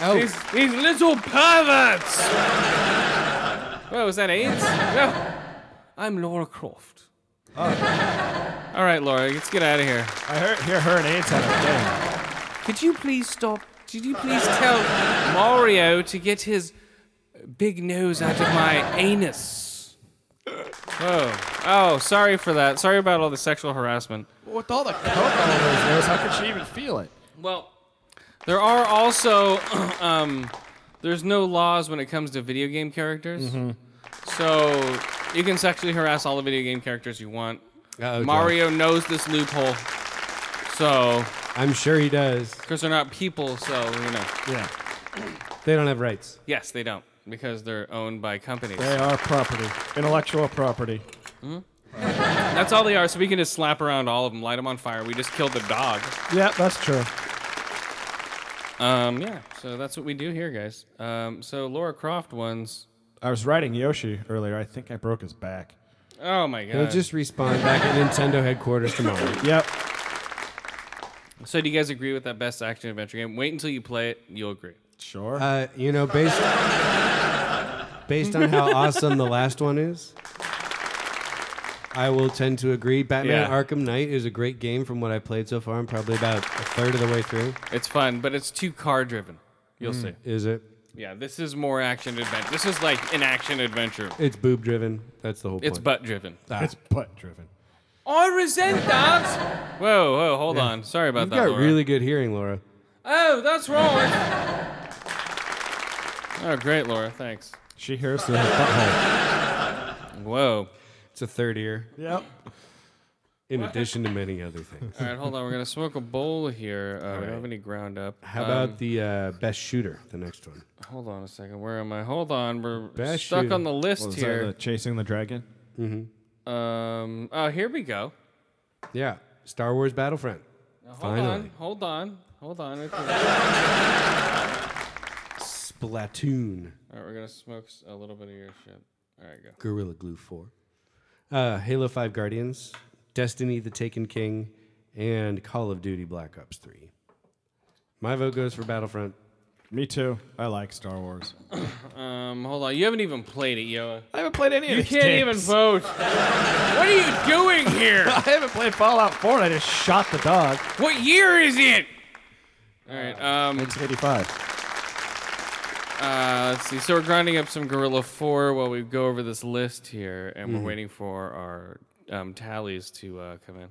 Speaker 2: Oh,
Speaker 1: These, these little perverts! Whoa, was that AIDS? No. I'm Laura Croft. Oh. All right, Laura, let's get out of here.
Speaker 4: I heard hear her and AIDS had a thing.
Speaker 1: Could you please stop? Could you please tell Mario to get his big nose out of my <laughs> anus? Oh, oh, sorry for that. Sorry about all the sexual harassment.
Speaker 4: With all the coke all over his nose, how could she even feel it?
Speaker 1: Well, there are also <clears throat> um, there's no laws when it comes to video game characters. So You can sexually harass all the video game characters you want.
Speaker 2: Uh-oh, Josh.
Speaker 1: Mario knows this loophole. So,
Speaker 2: I'm sure he does.
Speaker 1: because they're not people, so, you know.
Speaker 4: Yeah.
Speaker 2: They don't have rights.
Speaker 1: Yes, they don't. Because they're owned by companies.
Speaker 4: They are property, intellectual property.
Speaker 1: That's all they are, so we can just slap around all of them, light them on fire. We just killed the dog.
Speaker 4: Yeah, that's true.
Speaker 1: Um, yeah, so that's what we do here, guys. Um, so Laura Croft ones.
Speaker 4: I was riding Yoshi earlier. I think I broke his back.
Speaker 1: Oh my god.
Speaker 2: They'll just respawn back at Nintendo headquarters tomorrow.
Speaker 4: <laughs> Yep.
Speaker 1: so do you guys agree with that best action adventure game? Wait until you play it, you'll agree.
Speaker 4: Sure.
Speaker 2: Uh, you know, based based on how awesome the last one is, I will tend to agree. Batman
Speaker 1: Yeah.
Speaker 2: Arkham Knight is a great game from what I played so far. I'm probably about a third of the way through.
Speaker 1: It's fun, but it's too car driven. You'll see.
Speaker 2: Is it?
Speaker 1: Yeah, this is more action adventure. This is like an action adventure.
Speaker 2: It's boob driven. That's the whole
Speaker 1: It's
Speaker 2: point.
Speaker 1: butt driven.
Speaker 4: it's butt driven.
Speaker 1: I resent that. Whoa, whoa, hold on. Sorry about
Speaker 2: You've
Speaker 1: that.
Speaker 2: got
Speaker 1: Laura.
Speaker 2: really good hearing, Laura.
Speaker 1: Oh, that's right. oh, great, Laura. Thanks.
Speaker 4: She hears through her butthole.
Speaker 1: Whoa.
Speaker 2: It's a third ear,
Speaker 4: <laughs> Yep.
Speaker 2: in addition to many other things.
Speaker 1: <laughs> All right, hold on. We're gonna smoke a bowl here. Uh, We don't have any ground up.
Speaker 2: How
Speaker 1: Um,
Speaker 2: about the uh, best shooter? The next one.
Speaker 1: Hold on a second. Where am I? Hold on. We're
Speaker 2: Best
Speaker 1: stuck
Speaker 2: shooter.
Speaker 1: on the list
Speaker 4: Was that the
Speaker 1: here.
Speaker 4: chasing the dragon?
Speaker 1: Um. Oh, here we go.
Speaker 2: Yeah, Star Wars Battlefront.
Speaker 1: Now, hold
Speaker 2: Finally.
Speaker 1: on. Hold on. Hold on. Right there.
Speaker 2: Splatoon.
Speaker 1: All right, we're gonna smoke s- a little bit of your shit. All right, go.
Speaker 2: Gorilla Glue 4, uh, Halo 5 Guardians, Destiny the Taken King, and Call of Duty Black Ops 3. My vote goes for Battlefront.
Speaker 4: Me too. I like Star Wars.
Speaker 1: Um. Hold on. You haven't even played it, yo.
Speaker 4: I haven't played any of
Speaker 1: You can't even vote. what are you doing
Speaker 2: <laughs>
Speaker 1: here?
Speaker 4: <laughs> I haven't played Fallout 4 and I just shot the dog.
Speaker 1: What year is it? All right.
Speaker 2: Uh,
Speaker 1: Um.
Speaker 4: It's 85.
Speaker 1: Uh, let's see. So we're grinding up some Gorilla 4 while we go over this list here, and
Speaker 2: Mm-hmm.
Speaker 1: we're waiting for our um, tallies to uh, come in.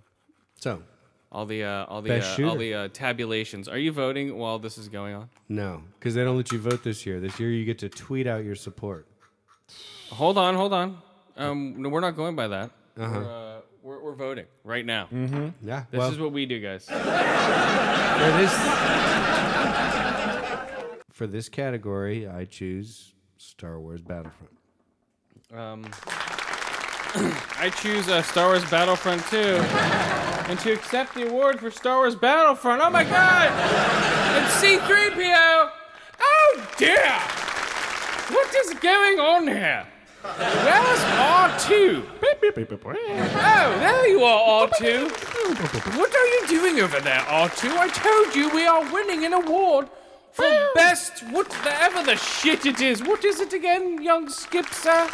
Speaker 2: So,
Speaker 1: All the uh, all the
Speaker 2: Best
Speaker 1: uh, all
Speaker 2: shooter.
Speaker 1: the uh, tabulations. Are you voting while this is going on?
Speaker 2: no, because they don't let you vote this year. This year you get to tweet out your support.
Speaker 1: Hold on, hold on. Um, no, we're not going by that. We're, uh, we're, we're voting right now.
Speaker 2: Yeah,
Speaker 1: This
Speaker 2: well,
Speaker 1: is what we do, guys.
Speaker 2: for this for this category, I choose Star Wars Battlefront.
Speaker 1: Um, I choose uh, Star Wars Battlefront 2, and to accept the award for Star Wars Battlefront. Oh my God! It's C3PO. Oh dear! What is going on here? Where's R2? Oh, there you are, R2. What are you doing over there, R2? I told you we are winning an award for best whatever the shit it is. What is it again, young Skipser?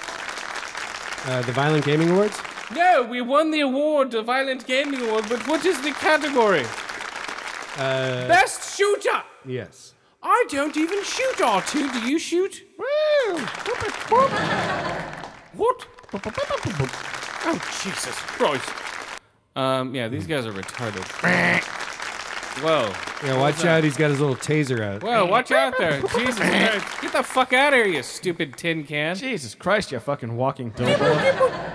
Speaker 2: Uh, the Violent Gaming Awards?
Speaker 1: No, we won the award, the Violent Gaming Award, but what is the category?
Speaker 2: Uh,
Speaker 1: Best shooter!
Speaker 2: yes.
Speaker 1: I don't even shoot R2, do you shoot? What? Oh, Jesus Christ. Um, yeah, these guys are retarded. Whoa.
Speaker 2: Yeah, watch out. He's got his little taser out.
Speaker 1: Whoa, watch out there. Jesus Christ. Get the fuck out of here, you stupid tin can.
Speaker 4: Jesus Christ, you fucking walking dildo.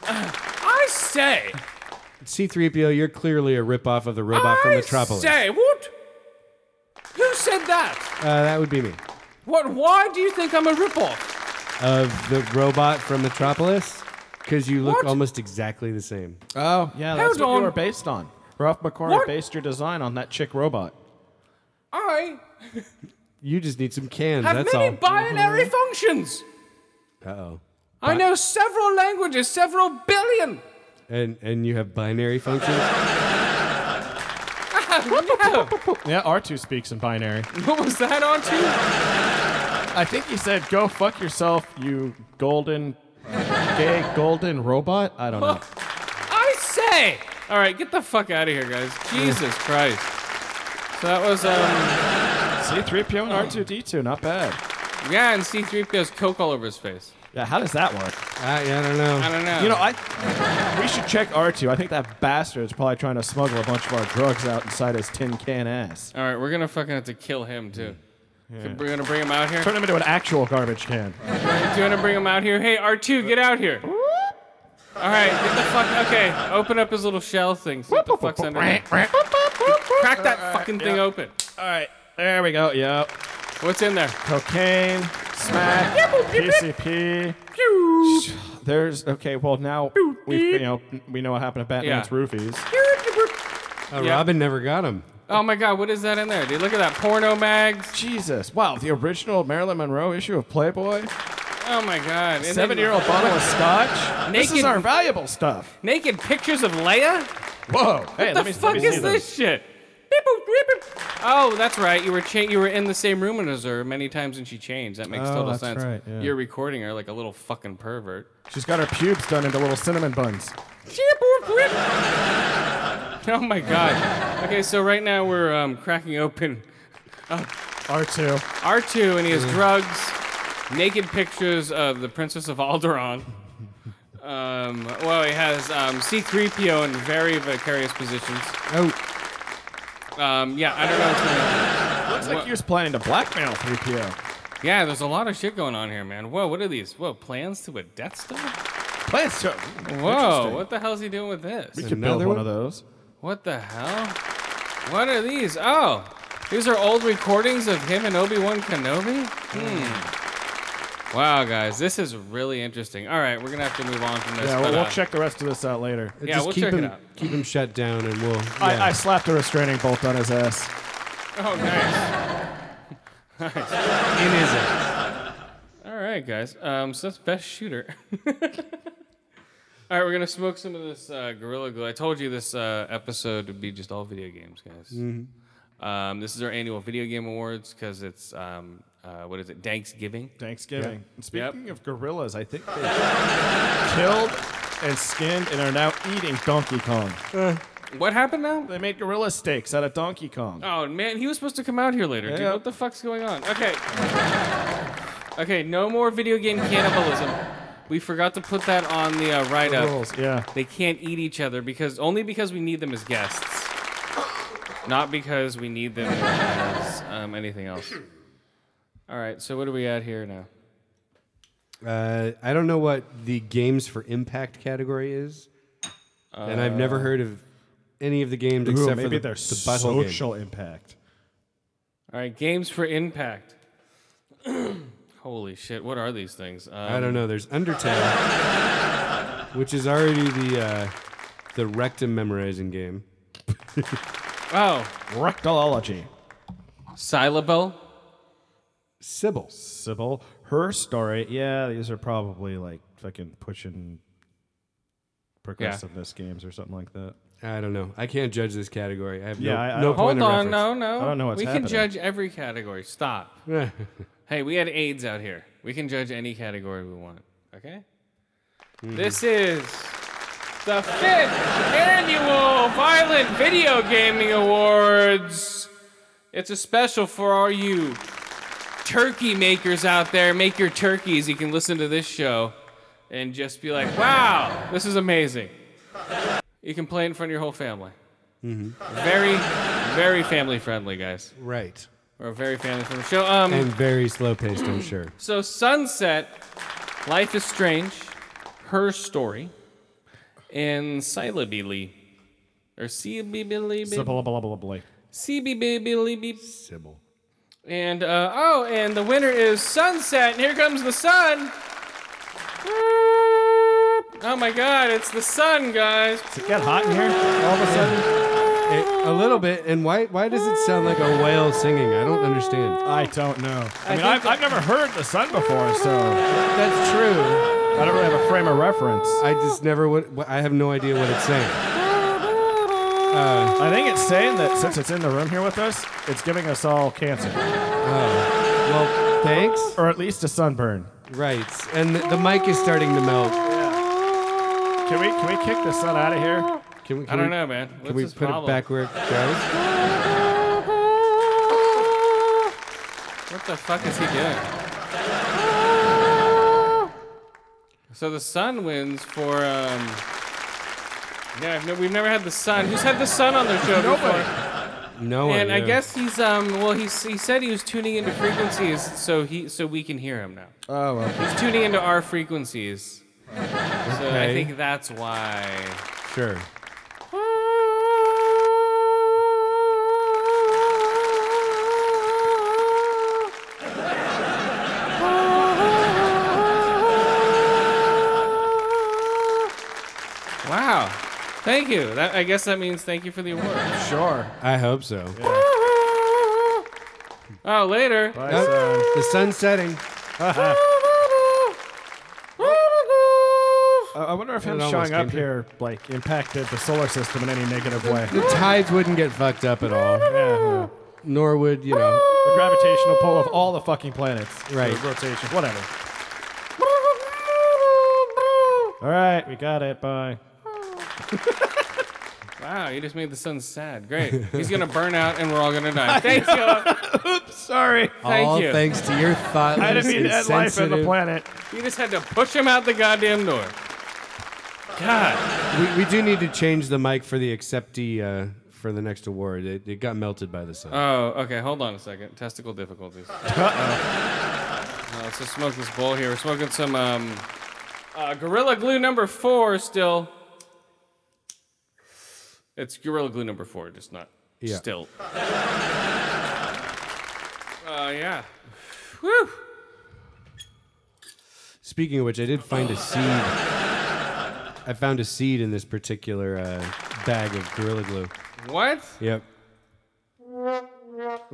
Speaker 1: I say.
Speaker 2: C3PO, you're clearly a ripoff of the robot from
Speaker 1: I
Speaker 2: Metropolis.
Speaker 1: say, what? Who said that?
Speaker 2: Uh, that would be me.
Speaker 1: What? Why do you think I'm a ripoff?
Speaker 2: Of the robot from Metropolis? Because you look
Speaker 1: What?
Speaker 2: almost exactly the same.
Speaker 4: oh, yeah, that's
Speaker 1: Hold
Speaker 4: what
Speaker 1: on.
Speaker 4: you were based on. Ralph McQuarrie
Speaker 1: What?
Speaker 4: based your design on that chick robot.
Speaker 1: I
Speaker 2: You just need some cans,
Speaker 1: have
Speaker 2: that's
Speaker 1: many
Speaker 4: Mm-hmm.
Speaker 2: all.
Speaker 1: binary functions.
Speaker 2: uh oh.
Speaker 1: I know several languages, several billion. <laughs>
Speaker 2: And, and you have binary functions?
Speaker 1: Oh, No.
Speaker 4: Yeah, R2 speaks in binary.
Speaker 1: what was that on to?
Speaker 4: <laughs> I think he said, go fuck yourself, you golden, gay golden robot. I don't <laughs> know.
Speaker 1: I say. All right, get the fuck out of here, guys. Jesus Christ. So that was um
Speaker 4: C3PO and R2D2, not bad.
Speaker 1: yeah, and C3PO's coke all over his face.
Speaker 4: Yeah, how does that work?
Speaker 2: I, Ah, I don't know.
Speaker 1: I don't know.
Speaker 4: You know, I we should check R2. I think that bastard's probably trying to smuggle a bunch of our drugs out inside his tin can ass.
Speaker 1: All right, we're gonna fucking have to kill him too. We're gonna bring him out here.
Speaker 4: Mm. Turn him into an actual garbage can.
Speaker 1: Do you want to bring him out here? Hey, R2, get out here. All right, get the fuck. Okay, open up his little shell thing. See what the fuck's under there. Crack that fucking thing open.
Speaker 4: All right, there we go. Yep.
Speaker 1: What's in there?
Speaker 4: Cocaine, smack, PCP. There's okay. Well, now we you know we know what happened to Batman's
Speaker 1: Yeah.
Speaker 4: roofies.
Speaker 2: Uh,
Speaker 1: Yeah.
Speaker 2: Robin never got him.
Speaker 1: Oh my god, what is that in there, dude? Look at that porno mags.
Speaker 4: Jesus! Wow, the original Marilyn Monroe issue of Playboy.
Speaker 1: Oh my god. And then
Speaker 4: Seven-year-old bottle of scotch. This is
Speaker 1: Naked-
Speaker 4: our valuable stuff.
Speaker 1: Naked pictures of Leia?
Speaker 4: Whoa! Hey,
Speaker 1: The fuck is this shit? Beep boop, beep boop. Oh, that's right. You were cha- you were in the same room as her many times, and she changed. That makes
Speaker 4: Oh,
Speaker 1: total
Speaker 4: that's
Speaker 1: sense.
Speaker 4: right, yeah.
Speaker 1: You're recording her like a little fucking pervert.
Speaker 4: She's got her pubes done into little cinnamon buns.
Speaker 1: Oh <laughs> my god. Okay, so right now we're um, cracking open
Speaker 4: R2.
Speaker 1: R2 and he has drugs, naked pictures of the Princess of Alderaan. Um, well, he has um, C3PO in very vicarious positions.
Speaker 2: Oh,
Speaker 1: Um, yeah, I don't know what's going on.
Speaker 4: Looks like
Speaker 1: What?
Speaker 4: he was planning to blackmail 3PO.
Speaker 1: Yeah, there's a lot of shit going on here, man. Whoa, what are these? Whoa, plans to a Death Star?
Speaker 4: Plans to.
Speaker 1: Whoa, what the hell's he doing with this?
Speaker 4: We could build
Speaker 2: Another
Speaker 4: one
Speaker 2: one?
Speaker 4: of those.
Speaker 1: What the hell? What are these? Oh, these are old recordings of him and Obi Wan Kenobi? Hmm. Wow, guys, this is really interesting. All right, we're gonna have to move on from this.
Speaker 4: Yeah, we'll,
Speaker 1: but,
Speaker 4: we'll
Speaker 1: uh,
Speaker 4: check the rest of this out later.
Speaker 1: Yeah,
Speaker 2: just
Speaker 1: we'll
Speaker 2: keep
Speaker 1: check it
Speaker 2: him,
Speaker 1: out.
Speaker 2: Keep him shut down, and we'll. yeah.
Speaker 4: I, I slapped a restraining bolt on his ass.
Speaker 1: Oh, nice.
Speaker 2: in his ass.
Speaker 1: All right, guys. Um, so that's best shooter. <laughs> All right, we're gonna smoke some of this uh, Gorilla Glue. I told you this uh, episode would be just all video games, guys. Um, this is our annual video game awards because it's um, uh, what is it? Thanksgiving.
Speaker 4: Thanksgiving. And speaking
Speaker 1: Yep.
Speaker 4: of gorillas, I think they killed and skinned and are now eating Donkey Kong.
Speaker 1: What happened now?
Speaker 4: They made gorilla steaks out of Donkey Kong.
Speaker 1: Oh man, he was supposed to come out here later, dude.
Speaker 4: Yeah.
Speaker 1: What the fuck's going on? Okay. okay, no more video game cannibalism. We forgot to put that on the uh, write up.
Speaker 4: Rules, yeah.
Speaker 1: They can't eat each other because only because we need them as guests, not because we need them as um, anything else. All right, so what are we at here now?
Speaker 2: Uh, I don't know what the games for impact category is, and I've
Speaker 1: Uh,
Speaker 2: never heard of any of the games
Speaker 4: Ooh,
Speaker 2: except
Speaker 4: maybe
Speaker 2: for the,
Speaker 4: their
Speaker 2: the butthole game.
Speaker 4: social impact.
Speaker 1: All right, games for impact. <clears throat> Holy shit, what are these things? Um,
Speaker 2: I don't know. There's Undertale, <laughs> which is already the uh, the rectum memorizing game.
Speaker 1: Oh,
Speaker 4: Rectalology.
Speaker 1: Syllable.
Speaker 2: Sybil.
Speaker 4: Sybil, her story. Yeah, these are probably like fucking pushing progressiveness games or something like that.
Speaker 2: I don't know. I can't judge this category. I have
Speaker 4: Yeah,
Speaker 2: no,
Speaker 4: I- I
Speaker 2: no
Speaker 4: don't-
Speaker 2: point
Speaker 1: Hold
Speaker 2: of
Speaker 1: on, no,
Speaker 2: reference.
Speaker 1: no.
Speaker 4: I don't know what's
Speaker 1: We
Speaker 4: happening.
Speaker 1: can judge every category. Stop.
Speaker 2: <laughs> No.
Speaker 1: Hey, we had AIDS out here. We can judge any category we want. Okay? This is the fifth annual Violent Video Gaming Awards. It's a special for all you turkey makers out there. Make your turkeys. You can listen to this show and just be like, wow, this is amazing. You can play it in front of your whole family. Very, very family friendly, guys.
Speaker 2: right.
Speaker 1: We're very family friendly show. Um,
Speaker 2: And very slow paced, I'm sure.
Speaker 1: so Sunset, Life is Strange, Her Story, and Silabili. Or Silabili.
Speaker 4: Sybil, blah, blah, blah,
Speaker 1: Silabili.
Speaker 2: Sybil.
Speaker 1: And uh, oh, and the winner is Sunset. And here comes the sun. Oh my God! It's the sun, guys.
Speaker 4: Does it get hot in here all of a sudden?
Speaker 2: a little bit. And why why does it sound like a whale singing? I don't understand.
Speaker 4: I don't know. I, mean,
Speaker 1: think
Speaker 4: I've,
Speaker 1: that-
Speaker 4: I've never heard the sun before, so
Speaker 2: That's true.
Speaker 4: I don't really have a frame of reference.
Speaker 2: I just never would. I have no idea what it's saying. Uh,
Speaker 4: I think it's saying that since it's in the room here with us, it's giving us all cancer,
Speaker 2: well, thanks.
Speaker 4: or at least a sunburn.
Speaker 2: Right. And the, the mic is starting to melt.
Speaker 4: Can we can we kick the sun out of here?
Speaker 2: Can we, can
Speaker 1: I don't
Speaker 2: we-
Speaker 1: know, man. What's
Speaker 2: Can we
Speaker 1: his
Speaker 2: put
Speaker 1: problem?
Speaker 2: it back where it goes?
Speaker 1: What the fuck is he doing? So the sun wins for um. Yeah, I've ne- we've never had the sun. Who's had the sun on their show before?
Speaker 2: No one.
Speaker 1: And I
Speaker 2: Oh, yeah.
Speaker 1: guess he's um well he's, he said he was tuning into frequencies so he so we can hear him now.
Speaker 4: Oh, okay.
Speaker 1: He's tuning into our frequencies. So I
Speaker 2: Okay.
Speaker 1: think that's why.
Speaker 2: Sure.
Speaker 1: Wow. Thank you. That, I guess that means thank you for the award.
Speaker 4: sure.
Speaker 2: I hope so.
Speaker 1: Oh, later.
Speaker 2: Oh, the sun's setting.
Speaker 4: I I wonder if him
Speaker 2: It almost
Speaker 4: showing up
Speaker 2: came to-
Speaker 4: here like impacted the solar system in any negative <laughs> way.
Speaker 2: The tides wouldn't get fucked up at all.
Speaker 4: yeah.
Speaker 2: Nor would, you know.
Speaker 4: The gravitational pull of all the fucking planets.
Speaker 2: Right.
Speaker 4: The rotation, whatever. All right, we got it. Bye.
Speaker 1: Wow, you just made the sun sad. Great. He's gonna burn out and we're all gonna die. Thanks, y'all.
Speaker 4: Sorry.
Speaker 1: Thank
Speaker 2: all
Speaker 1: you.
Speaker 2: thanks to your thoughtless,
Speaker 4: I didn't mean to end life in the
Speaker 2: insensitive-
Speaker 4: planet.
Speaker 1: You just had to push him out the goddamn door. God.
Speaker 2: We, we do need to change the mic for the acceptee uh, for the next award. It, it got melted by the sun.
Speaker 1: Oh, okay. Hold on a second. Testicle difficulties. Uh-oh. let's just smoke this bowl here. We're smoking some um, uh, Gorilla Glue number four still. It's Gorilla Glue number four, just not
Speaker 2: Yeah.
Speaker 1: still. Uh, yeah. Whew.
Speaker 2: Speaking of which, I did find a seed. I found a seed in this particular uh, bag of Gorilla Glue.
Speaker 1: What?
Speaker 2: Yep.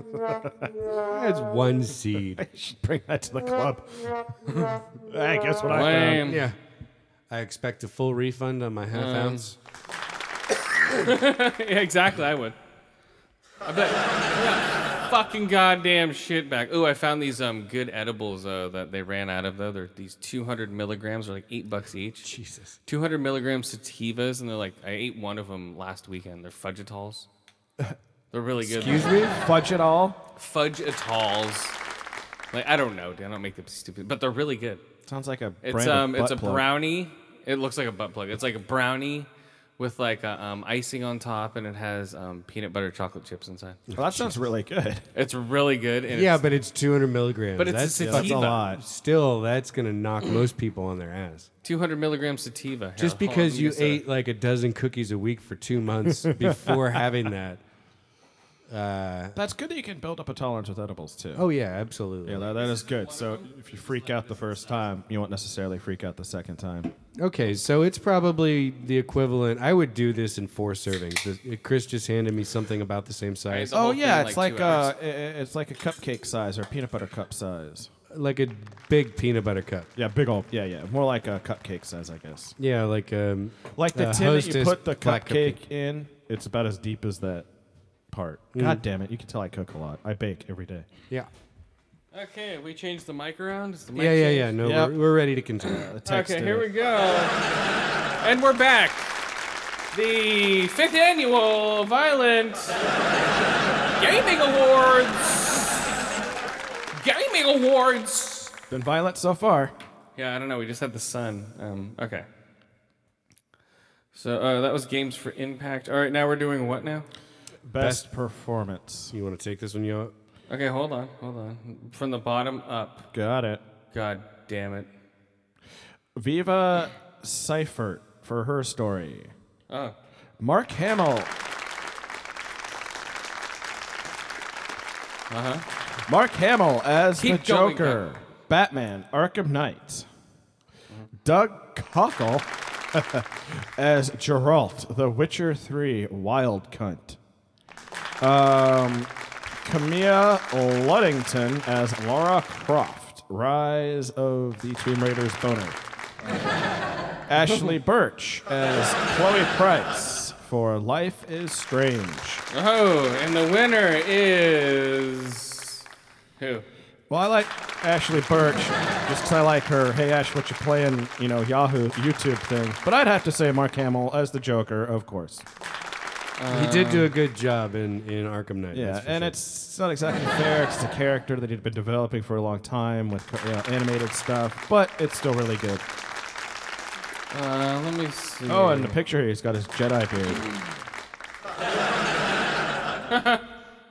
Speaker 2: <laughs> That's one seed.
Speaker 4: <laughs> Should bring that to the club. <laughs> hey, guess what I found?
Speaker 1: Lame.
Speaker 2: Yeah. I expect a full refund on my half
Speaker 1: Mm.
Speaker 2: ounce.
Speaker 1: <laughs> Yeah, exactly. I would. I bet. Yeah, fucking goddamn shit back. Oh, I found these um good edibles uh, that they ran out of though. They're these 200 milligrams are like eight bucks each. Jesus. 200 milligram sativas, and they're like I ate one of them last weekend. They're fudgetals. They're really good.
Speaker 4: Excuse me? Fudge it all?
Speaker 1: Fudgetals. Like I don't know, dude. I don't make them stupid, but they're really good.
Speaker 4: Sounds like a
Speaker 1: It's
Speaker 4: brand of
Speaker 1: um, it's
Speaker 4: butt
Speaker 1: a
Speaker 4: plug.
Speaker 1: brownie. It looks like a butt plug. It's like a brownie with like a, um, icing on top, and it has um, peanut butter chocolate chips inside.
Speaker 4: Well, that sounds really good.
Speaker 1: It's really good. And
Speaker 2: Yeah,
Speaker 1: it's,
Speaker 2: but it's 200 milligrams.
Speaker 1: but it's a
Speaker 2: that's,
Speaker 1: sativa.
Speaker 4: That's a lot.
Speaker 2: still that's gonna knock most people on their ass.
Speaker 1: 200 milligram sativa. Here,
Speaker 2: Just
Speaker 1: hold on,
Speaker 2: because
Speaker 1: let me
Speaker 2: you
Speaker 1: just, uh,
Speaker 2: ate like a dozen cookies a week for two <laughs> months before having that. uh,
Speaker 4: That's good that you can build up a tolerance with edibles too.
Speaker 2: Oh yeah, absolutely.
Speaker 4: Yeah, that, that is good. So if you freak out the first time, you won't necessarily freak out the second time.
Speaker 2: Okay, so it's probably the equivalent. I would do this in four servings. The- Chris just handed me something about the
Speaker 1: I
Speaker 2: same
Speaker 1: ate
Speaker 2: size,
Speaker 1: the whole
Speaker 4: Oh
Speaker 1: thing
Speaker 4: yeah,
Speaker 1: in,
Speaker 4: it's
Speaker 1: like
Speaker 4: like
Speaker 1: two hours.
Speaker 4: uh, i- i- it's like a cupcake size or peanut butter cup size.
Speaker 2: like a big peanut butter cup.
Speaker 4: Yeah, big old. Yeah, yeah, more like a cupcake size, I guess.
Speaker 2: Yeah, like um,
Speaker 4: Like the
Speaker 2: uh,
Speaker 4: tin that you
Speaker 2: Hostess
Speaker 4: put the
Speaker 2: black
Speaker 4: cupcake in. It's about as deep as that part. God damn it! You can tell I cook a lot. I bake every day.
Speaker 2: Yeah,
Speaker 1: Okay, we changed the mic around. Is the mic
Speaker 2: yeah, yeah,
Speaker 1: changed?
Speaker 2: yeah. No,
Speaker 4: Yep.
Speaker 2: we're, we're ready to continue.
Speaker 4: The text
Speaker 1: Okay,
Speaker 4: in
Speaker 1: here
Speaker 4: it.
Speaker 1: we go. and we're back. The fifth annual Violent Gaming Awards. Gaming Awards.
Speaker 4: Been violent so far.
Speaker 1: Yeah, I don't know. We just had the sun. Um, okay. So uh, that was games for impact. All right, now we're doing what now?
Speaker 4: Best, performance.
Speaker 2: You want to take this one, yo?
Speaker 1: Okay, hold on, hold on. From the bottom up.
Speaker 4: Got it.
Speaker 1: God damn it.
Speaker 4: Viva Seifert for her story.
Speaker 1: Oh,
Speaker 4: Mark Hamill.
Speaker 1: uh-huh.
Speaker 4: Mark Hamill as
Speaker 1: Keep
Speaker 4: the
Speaker 1: going,
Speaker 4: Joker, Batman, Arkham Knight. Doug Cockle <laughs> as Geralt, The Witcher 3, Wild Cunt. Um, Camilla Luddington as Laura Croft, Rise of the Tomb Raider's Boner. Ashley Birch as Chloe Price for Life is Strange.
Speaker 1: Oh, and the winner is who?
Speaker 4: Well, I like Ashley Birch just 'cause I like her. Hey, Ash, what you playing? You know, Yahoo YouTube thing. But I'd have to say Mark Hamill as the Joker, of course.
Speaker 2: he did do a good job in in Arkham Knight.
Speaker 4: uh, Yeah,
Speaker 2: that's for
Speaker 4: and
Speaker 2: sure.
Speaker 4: it's, it's not exactly fair. 'cause It's a character that he'd been developing for a long time with you know, animated stuff, but it's still really good.
Speaker 1: Uh, let me see.
Speaker 4: Oh, and the picture here, he's got his Jedi beard.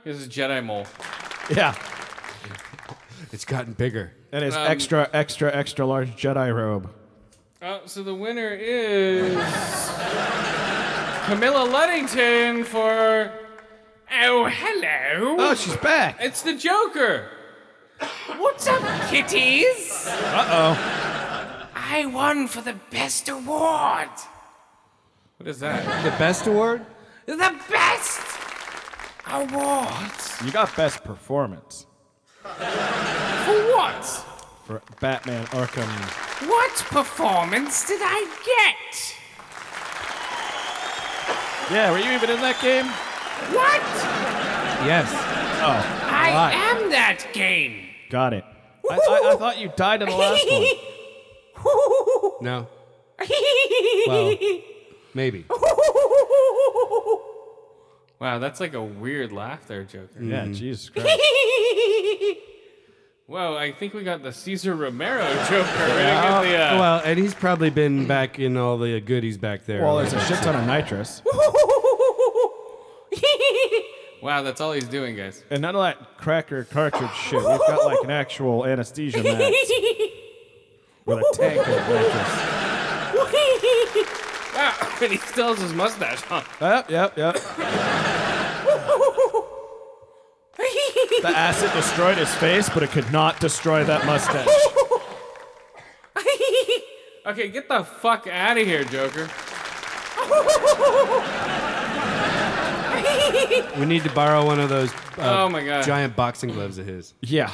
Speaker 1: This is Jedi mole.
Speaker 4: Yeah.
Speaker 2: It's gotten bigger.
Speaker 4: And his
Speaker 1: Um,
Speaker 4: extra, extra, extra large Jedi robe.
Speaker 1: Uh, so the winner is Camilla Luddington for. Oh, hello.
Speaker 4: Oh, she's back.
Speaker 1: It's the Joker.
Speaker 5: What's up, kitties? Uh oh. I won for the best award.
Speaker 1: What is that?
Speaker 2: The best award?
Speaker 5: The best award.
Speaker 4: You got best performance
Speaker 5: For what?
Speaker 4: for Batman Arkham.
Speaker 5: What performance did I get?
Speaker 4: Yeah, were you even in that game?
Speaker 5: What?
Speaker 2: Yes.
Speaker 5: I
Speaker 4: Right.
Speaker 5: am that game.
Speaker 4: Oh,
Speaker 1: <laughs>
Speaker 4: Got it. I, I, I thought you died in the last one.
Speaker 5: <laughs>
Speaker 2: No. Well, maybe.
Speaker 1: Wow, that's like a weird laugh there, Joker.
Speaker 4: Yeah, Jesus Christ.
Speaker 1: Whoa, I think we got the Caesar Romero Joker. We're gonna get the, uh,
Speaker 2: well, and he's probably been back in all the goodies back there.
Speaker 4: Well, there's a shit ton of nitrous.
Speaker 1: wow, that's all he's doing, guys.
Speaker 4: And none of that cracker cartridge shit. We've got like an actual anesthesia mat with a tank of nitrous.
Speaker 1: Wow, Ah, <laughs> and he still has his mustache on.
Speaker 4: Yep, yep, yep. The acid destroyed his face, but it could not destroy that mustache.
Speaker 1: Okay, get the fuck out of here, Joker.
Speaker 2: we need to borrow one of those uh,
Speaker 1: Oh my god.
Speaker 2: giant boxing gloves of his.
Speaker 4: Yeah.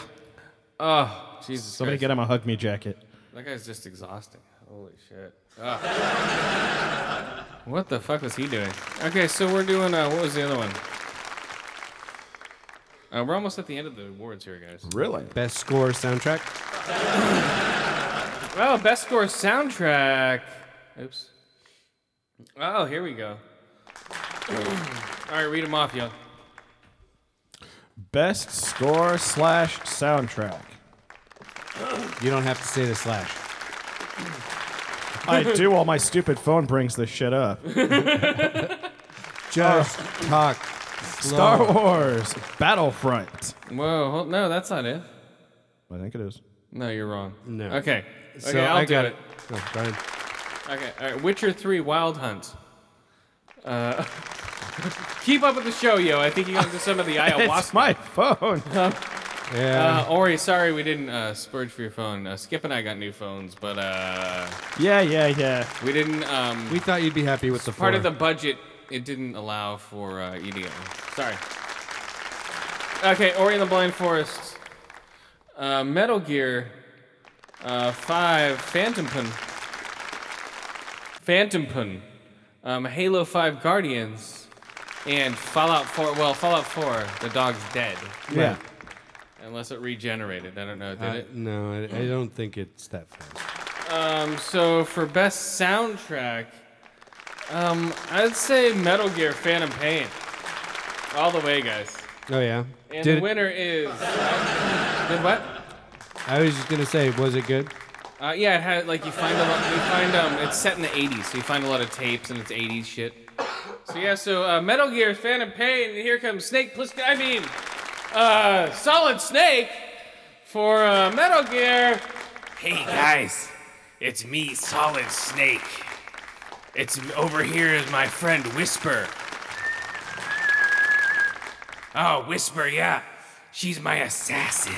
Speaker 1: Oh, Jesus
Speaker 4: Somebody
Speaker 1: Somebody
Speaker 4: get him a hug me jacket.
Speaker 1: That guy's just exhausting. Holy shit. Ugh. <laughs> what the fuck was he doing? Okay, so we're doing, uh, what was the other one? Uh, we're almost at the end of the awards here, guys.
Speaker 4: Really?
Speaker 2: Best score soundtrack?
Speaker 1: Well, Oh, best score soundtrack. Oops. Oh, here we go. <clears throat> All right, read them off, yo.
Speaker 4: Best score slash soundtrack.
Speaker 2: You don't have to say the slash.
Speaker 4: I do while my stupid phone brings this shit <laughs> up. Uh,
Speaker 2: Just talk. slow.
Speaker 4: Star Wars Battlefront.
Speaker 1: Whoa, hold, no, that's not it.
Speaker 4: I think it is.
Speaker 1: No, you're wrong.
Speaker 2: No.
Speaker 1: Okay. Okay,
Speaker 2: So
Speaker 1: I'll
Speaker 2: I
Speaker 1: do
Speaker 2: got it. Oh, Brian.
Speaker 1: Okay, all right. Witcher 3 Wild Hunt. Uh, <laughs> keep up with the show, yo. I think you got into some of the
Speaker 4: It's
Speaker 1: ayahuasca.
Speaker 4: my phone.
Speaker 2: Yeah.
Speaker 1: uh, Ori, sorry we didn't uh, spurge for your phone. Uh, Skip and I got new phones, but uh,
Speaker 4: Yeah, yeah, yeah.
Speaker 1: we didn't. Um,
Speaker 2: we thought you'd be happy with the
Speaker 1: part of
Speaker 2: four.
Speaker 1: the budget, it didn't allow for uh, EDM. Sorry. Okay, Ori and the Blind Forest. Uh, Metal Gear uh, 5 Phantom Pun. Phantom Pun. Um, Halo 5 Guardians. And Fallout 4. Well, Fallout 4, the dog's dead.
Speaker 4: Yeah.
Speaker 1: Unless it regenerated. I don't know. Did
Speaker 2: Uh,
Speaker 1: it?
Speaker 2: no, I,
Speaker 1: Mm-hmm.
Speaker 2: I don't think it's that fast.
Speaker 1: Um, so for best soundtrack, um, I'd say Metal Gear Phantom Pain. All the way, guys.
Speaker 2: Oh yeah.
Speaker 1: And
Speaker 2: Did
Speaker 1: the
Speaker 2: it-
Speaker 1: winner is. <laughs> did what?
Speaker 2: I was just gonna say, was it good?
Speaker 1: Uh, yeah, it had like you find a lot. You find um, it's set in the '80s, so you find a lot of tapes and it's '80s shit. So yeah, so uh, Metal Gear Phantom Pain, and here comes Snake. Plus, I mean, uh, Solid Snake for uh, Metal Gear.
Speaker 5: Hey guys, it's me, Solid Snake. It's over here is my friend Whisper. Oh, Whisper, yeah. She's my assassin.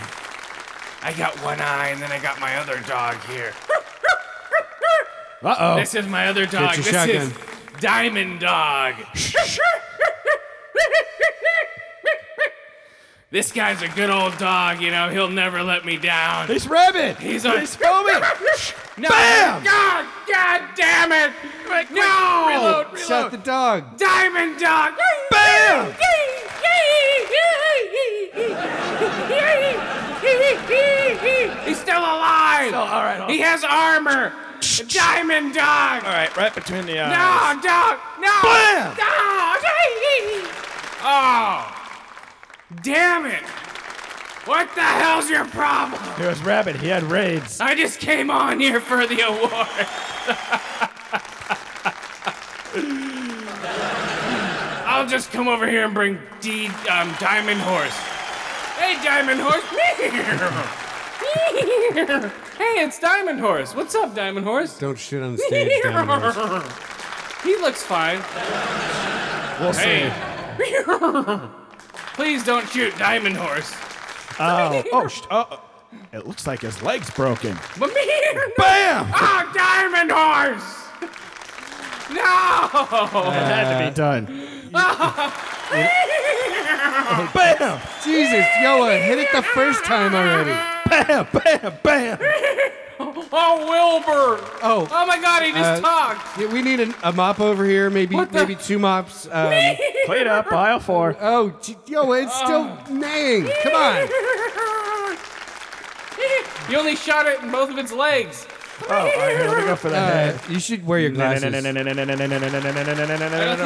Speaker 5: I got one eye and then I got my other dog here.
Speaker 4: Uh oh.
Speaker 5: This is my other dog.
Speaker 2: your
Speaker 5: This is Diamond Dog. this guy's a good old dog, you know, he'll never let me down.
Speaker 4: He's rabid.
Speaker 5: He's a
Speaker 4: He's foaming.
Speaker 5: No.
Speaker 4: Bam!
Speaker 5: God, God damn it! Quick, no! Reload, reload.
Speaker 2: Shot the dog.
Speaker 5: Diamond dog.
Speaker 4: Bam!
Speaker 5: He's still alive.
Speaker 4: Oh, all right. All
Speaker 5: He has armor. Diamond dog.
Speaker 4: all right. Right between the uh, eyes.
Speaker 5: No, dog. No.
Speaker 4: Bam!
Speaker 5: Dog. Oh, damn it! What the hell's your problem?
Speaker 4: He was rabid. He had raids.
Speaker 5: I just came on here for the award. I'll
Speaker 1: I'll just come over here and bring D um, Diamond Horse. Hey, Diamond Horse, me here. Hey, it's Diamond Horse. What's up, Diamond Horse?
Speaker 2: Don't shit on
Speaker 1: <laughs>
Speaker 2: the stage, Diamond Horse.
Speaker 1: He looks fine.
Speaker 4: We'll
Speaker 1: Hey.
Speaker 4: see.
Speaker 1: Please don't shoot Diamond Horse.
Speaker 4: Oh, oh, sh- oh, oh. it looks like his leg's broken.
Speaker 1: But me here.
Speaker 4: Bam!
Speaker 1: Oh, Diamond Horse. No.
Speaker 4: It had to be done. bam!
Speaker 2: Jesus, Yoa, hit it the first time already.
Speaker 4: Bam! Bam! Bam!
Speaker 1: Oh, Wilbur.
Speaker 2: Oh,
Speaker 1: Oh my God, he just
Speaker 2: Uh,
Speaker 1: talked. <laughs>
Speaker 2: yeah, we need an, a mop over here, maybe
Speaker 1: What the-
Speaker 2: maybe two mops. Um,
Speaker 4: Clean up, aisle four.
Speaker 2: <laughs> oh, gee, Yoa, it's still neighing. Come on.
Speaker 1: You only shot it in both of its legs.
Speaker 4: Oh, all right, here, let me go for the
Speaker 2: Uh,
Speaker 4: head.
Speaker 2: you should wear your glasses.
Speaker 1: I don't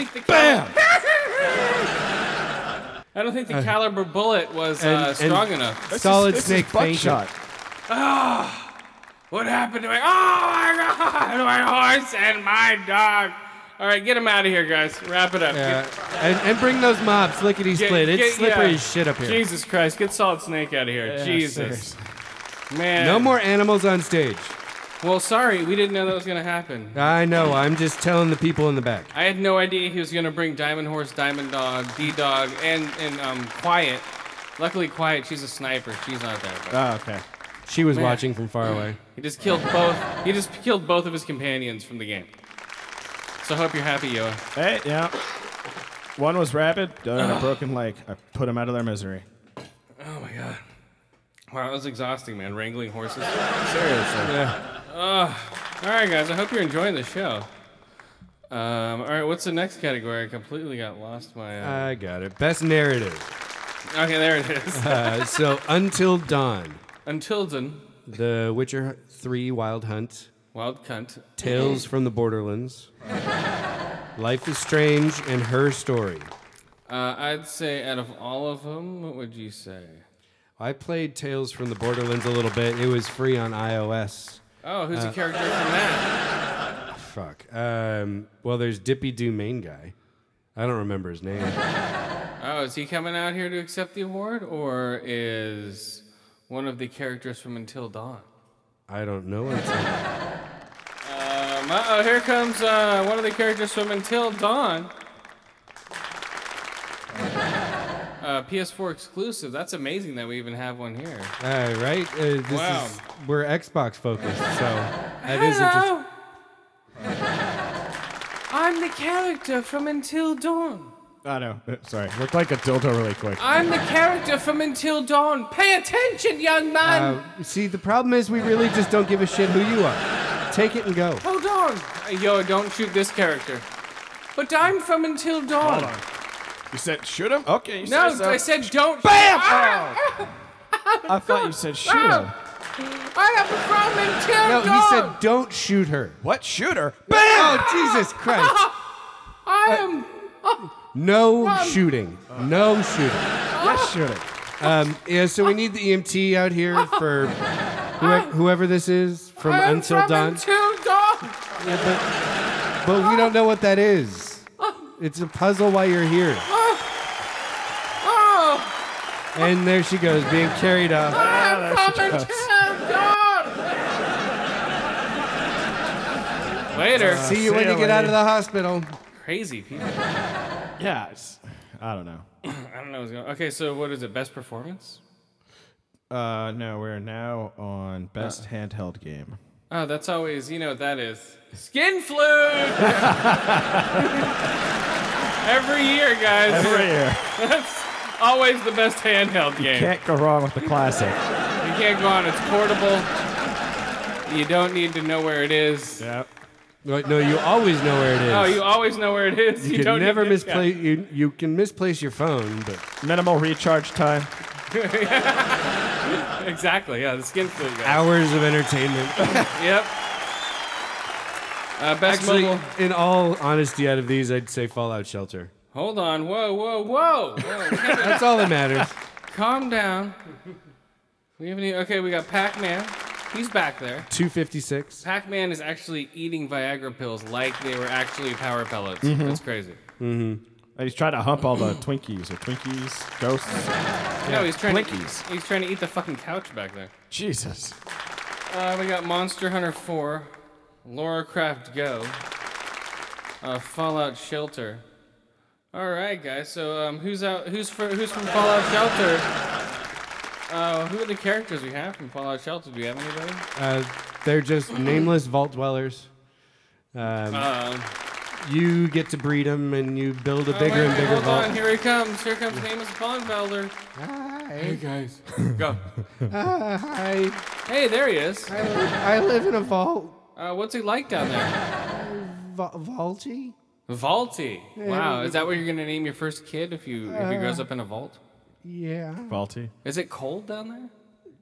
Speaker 1: think the
Speaker 4: Bam!
Speaker 1: I don't think the caliber bullet was
Speaker 2: Uh, and-
Speaker 1: uh,
Speaker 2: and-
Speaker 1: strong enough. Ah,
Speaker 2: Solid
Speaker 4: This is
Speaker 2: snake fainted.
Speaker 4: buckshot.
Speaker 1: What happened to my? Oh my God! <laughs> My horse and my dog. All right, get him out of here, guys. Wrap it up.
Speaker 2: Yeah. And, and bring those mops lickety
Speaker 1: Get-
Speaker 2: split.
Speaker 1: get-
Speaker 2: It's slippery
Speaker 1: yeah.
Speaker 2: as shit up here.
Speaker 1: Jesus Christ! Get Solid Snake out of here. Jesus, man.
Speaker 2: No more animals on stage.
Speaker 1: Well, sorry, we didn't know that was gonna happen.
Speaker 2: I know. I'm just telling the people in the back.
Speaker 1: I had no idea he was gonna bring Diamond Horse, Diamond Dog, D Dog, and and um Quiet. Luckily, Quiet. She's a sniper. She's not there. But
Speaker 4: Oh, okay.
Speaker 2: She was watching from far away.
Speaker 1: he just killed both. He just killed both of his companions from the game. So I hope you're happy, Yoa.
Speaker 4: Hey, yeah. One was rapid, the other had a broken leg. I put him out of their misery.
Speaker 1: Oh my god. Wow, that was exhausting, man. Wrangling horses.
Speaker 4: Seriously.
Speaker 1: All right, guys. I hope you're enjoying the show. Um, all right, what's the next category? I completely got lost my. Uh...
Speaker 2: I got it. Best narrative.
Speaker 1: Okay, there it is. <laughs>
Speaker 2: Uh, so Until Dawn,
Speaker 1: Until then,
Speaker 2: The Witcher 3 Wild Hunt,
Speaker 1: wild cunt.
Speaker 2: Tales from the Borderlands, Life is Strange, and Her Story.
Speaker 1: Uh, I'd say out of all of them, what would you say?
Speaker 2: I played Tales from the Borderlands a little bit. It was free on iOS.
Speaker 1: Oh, who's
Speaker 2: Uh,
Speaker 1: the
Speaker 2: <laughs>
Speaker 1: character from that?
Speaker 2: Fuck. Um, well, there's Dippy Doo main guy. I don't remember his name.
Speaker 1: Oh, is he coming out here to accept the award, or is one of the characters from Until Dawn?
Speaker 2: I don't know. Until,
Speaker 1: Um, uh-oh, here comes uh, one of the characters from Until Dawn.
Speaker 2: <laughs>
Speaker 1: Uh, PS4 exclusive. That's amazing that we even have one here.
Speaker 2: uh, right? Uh, this
Speaker 1: Wow.
Speaker 2: is we're Xbox focused, so that is interesting.
Speaker 1: <laughs> I'm the character from Until Dawn.
Speaker 4: I know. Uh, Sorry. Looked like a dildo really quick.
Speaker 1: I'm the character from Until Dawn. Pay attention, young man.
Speaker 2: Uh, see, the problem is we really just don't give a shit who you are. Take it and go.
Speaker 1: Hold on. Uh, Yo, don't shoot this character. But I'm from Until Dawn.
Speaker 4: Hold on. You said shoot him? Okay. You
Speaker 1: No,
Speaker 4: said so.
Speaker 1: I said don't.
Speaker 4: Bam! Oh.
Speaker 1: Ah!
Speaker 4: I thought you said shoot him.
Speaker 5: <laughs>
Speaker 1: I am from Until
Speaker 2: No,
Speaker 1: Dawn.
Speaker 2: he said, don't shoot her.
Speaker 4: What shooter?
Speaker 2: Oh, Jesus Christ.
Speaker 1: I
Speaker 2: uh,
Speaker 1: am.
Speaker 2: No shooting. No shooting.
Speaker 1: Ah!
Speaker 4: Yes, shooter.
Speaker 2: Um, yeah, so we need the EMT out here for whoever, whoever this is from
Speaker 1: I am
Speaker 2: Until
Speaker 1: from
Speaker 2: Dawn.
Speaker 1: Until Dawn.
Speaker 2: But we don't know what that is. It's a puzzle why you're here.
Speaker 1: Oh,
Speaker 2: And there she goes, being carried off.
Speaker 1: I'm from Until Dawn. Later.
Speaker 2: See you when
Speaker 4: see
Speaker 2: you
Speaker 4: ya,
Speaker 2: get out
Speaker 4: lady.
Speaker 2: of the hospital.
Speaker 1: Crazy people.
Speaker 4: Yeah. It's, I don't know.
Speaker 1: I don't know what's going on. Okay, so what is it? Best performance?
Speaker 4: Uh, no, we're now on best handheld game.
Speaker 1: Oh, that's always, you know what that is. Skin <laughs> flute! Every year, guys.
Speaker 4: Every year.
Speaker 1: <laughs> That's always the best handheld game.
Speaker 4: Can't go wrong with the classic.
Speaker 1: You can't go on, it's portable. You don't need to know where it is.
Speaker 4: Yep.
Speaker 2: Right, No, you always know where it is.
Speaker 1: Oh, you always know where it is. You,
Speaker 2: you can
Speaker 1: don't
Speaker 2: never
Speaker 1: need to- yeah.
Speaker 2: misplace. You you can misplace your phone, but
Speaker 4: Minimal recharge time.
Speaker 1: Exactly, yeah, the skin flute guy.
Speaker 2: hours of entertainment.
Speaker 1: Yep. Uh, best
Speaker 2: Actually,
Speaker 1: mobile.
Speaker 2: in all honesty, out of these, I'd say Fallout Shelter.
Speaker 1: Hold on. Whoa, whoa, whoa. whoa. <laughs> we haven't-
Speaker 2: That's all that matters.
Speaker 1: Calm down. We have any? Okay, we got Pac-Man. He's back there.
Speaker 2: Two fifty six.
Speaker 1: Pac-Man
Speaker 2: Mm-hmm.
Speaker 1: is actually eating Viagra pills like they were actually power pellets. That's crazy.
Speaker 4: Uh, He's trying to hump all the Twinkies or Twinkies ghosts.
Speaker 1: no, he's trying
Speaker 4: Blinkies.
Speaker 1: to he's trying to eat the fucking couch back there.
Speaker 4: Jesus.
Speaker 1: Uh, we got Monster Hunter 4, Laura Craft Go, uh, Fallout Shelter. All right, guys. So um, who's out? Who's for, who's from Fallout Shelter? Uh, who are the characters we have from Fallout Shelter? Do we have anybody?
Speaker 2: Uh, they're just nameless vault dwellers. Um,
Speaker 1: Um,
Speaker 2: you get to breed them and you build a
Speaker 1: oh,
Speaker 2: bigger
Speaker 1: wait,
Speaker 2: and
Speaker 1: wait,
Speaker 2: bigger
Speaker 1: Hold
Speaker 2: vault.
Speaker 1: on, here he comes. Here comes Nameless Bonvelder.
Speaker 2: Hi.
Speaker 1: guys, <laughs> go.
Speaker 2: Uh, hi.
Speaker 1: Hey, there he is.
Speaker 2: I live, I live in a vault.
Speaker 1: Uh, what's he like down there?
Speaker 2: Va- vaulty?
Speaker 1: Vaulty. Wow, is that what you're gonna name your first kid if you if he grows up in a vault?
Speaker 2: Yeah.
Speaker 4: Faulty.
Speaker 1: Is it cold down there?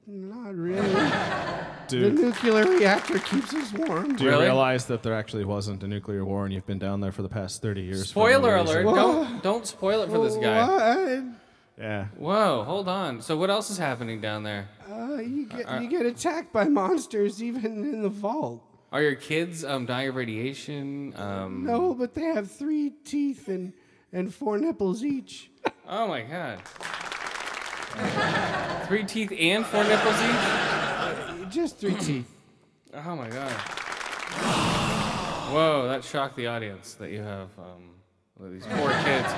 Speaker 2: Not really. the
Speaker 4: Dude,
Speaker 2: nuclear reactor keeps us warm.
Speaker 4: do you
Speaker 1: Really?
Speaker 4: realize that there actually wasn't a nuclear war and you've been down there for the past 30 years? for no
Speaker 1: Spoiler
Speaker 4: reason?
Speaker 1: alert! Don't don't spoil it for this guy.
Speaker 4: Yeah.
Speaker 1: Whoa, hold on. So what else is happening down there?
Speaker 2: What? Uh, you get you get attacked by monsters even in the vault.
Speaker 1: Are your kids um, dying of radiation? Um,
Speaker 2: No, Oh, but they have three teeth and and four nipples each.
Speaker 1: Oh my god. Three teeth and four nipples each?
Speaker 2: Uh, Just three teeth.
Speaker 1: <clears throat> Oh my god. Whoa, that shocked the audience that you have um, these poor kids.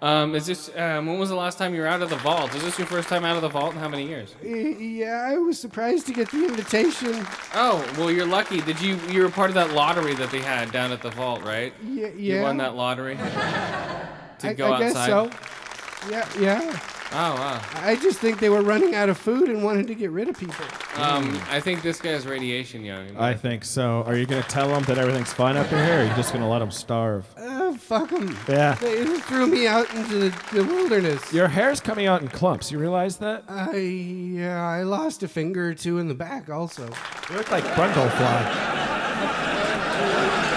Speaker 1: Um, is this um, when was the last time you were out of the vault? Is this your first time out of the vault in how many years?
Speaker 2: Y- Yeah, I was surprised to get the invitation.
Speaker 1: Oh, well you're lucky. Did you you were part of that lottery that they had down at the vault, right?
Speaker 2: Yeah, yeah.
Speaker 1: You won that
Speaker 2: <laughs>
Speaker 1: lottery? To
Speaker 2: I,
Speaker 1: go
Speaker 2: I guess
Speaker 1: outside?
Speaker 2: so. Yeah, yeah.
Speaker 1: Oh wow.
Speaker 2: I just think they were running out of food and wanted to get rid of people.
Speaker 1: Um, I think this guy's radiation young.
Speaker 4: I think so. Are you going to tell them that everything's fine up in here or are you just going to let them starve?
Speaker 2: Uh, fuck them.
Speaker 4: Yeah.
Speaker 2: They threw me out into the, the wilderness.
Speaker 4: Your hair's coming out in clumps. You realize that?
Speaker 2: I yeah, I lost a finger or two in the back also.
Speaker 4: You look like Brundlefly.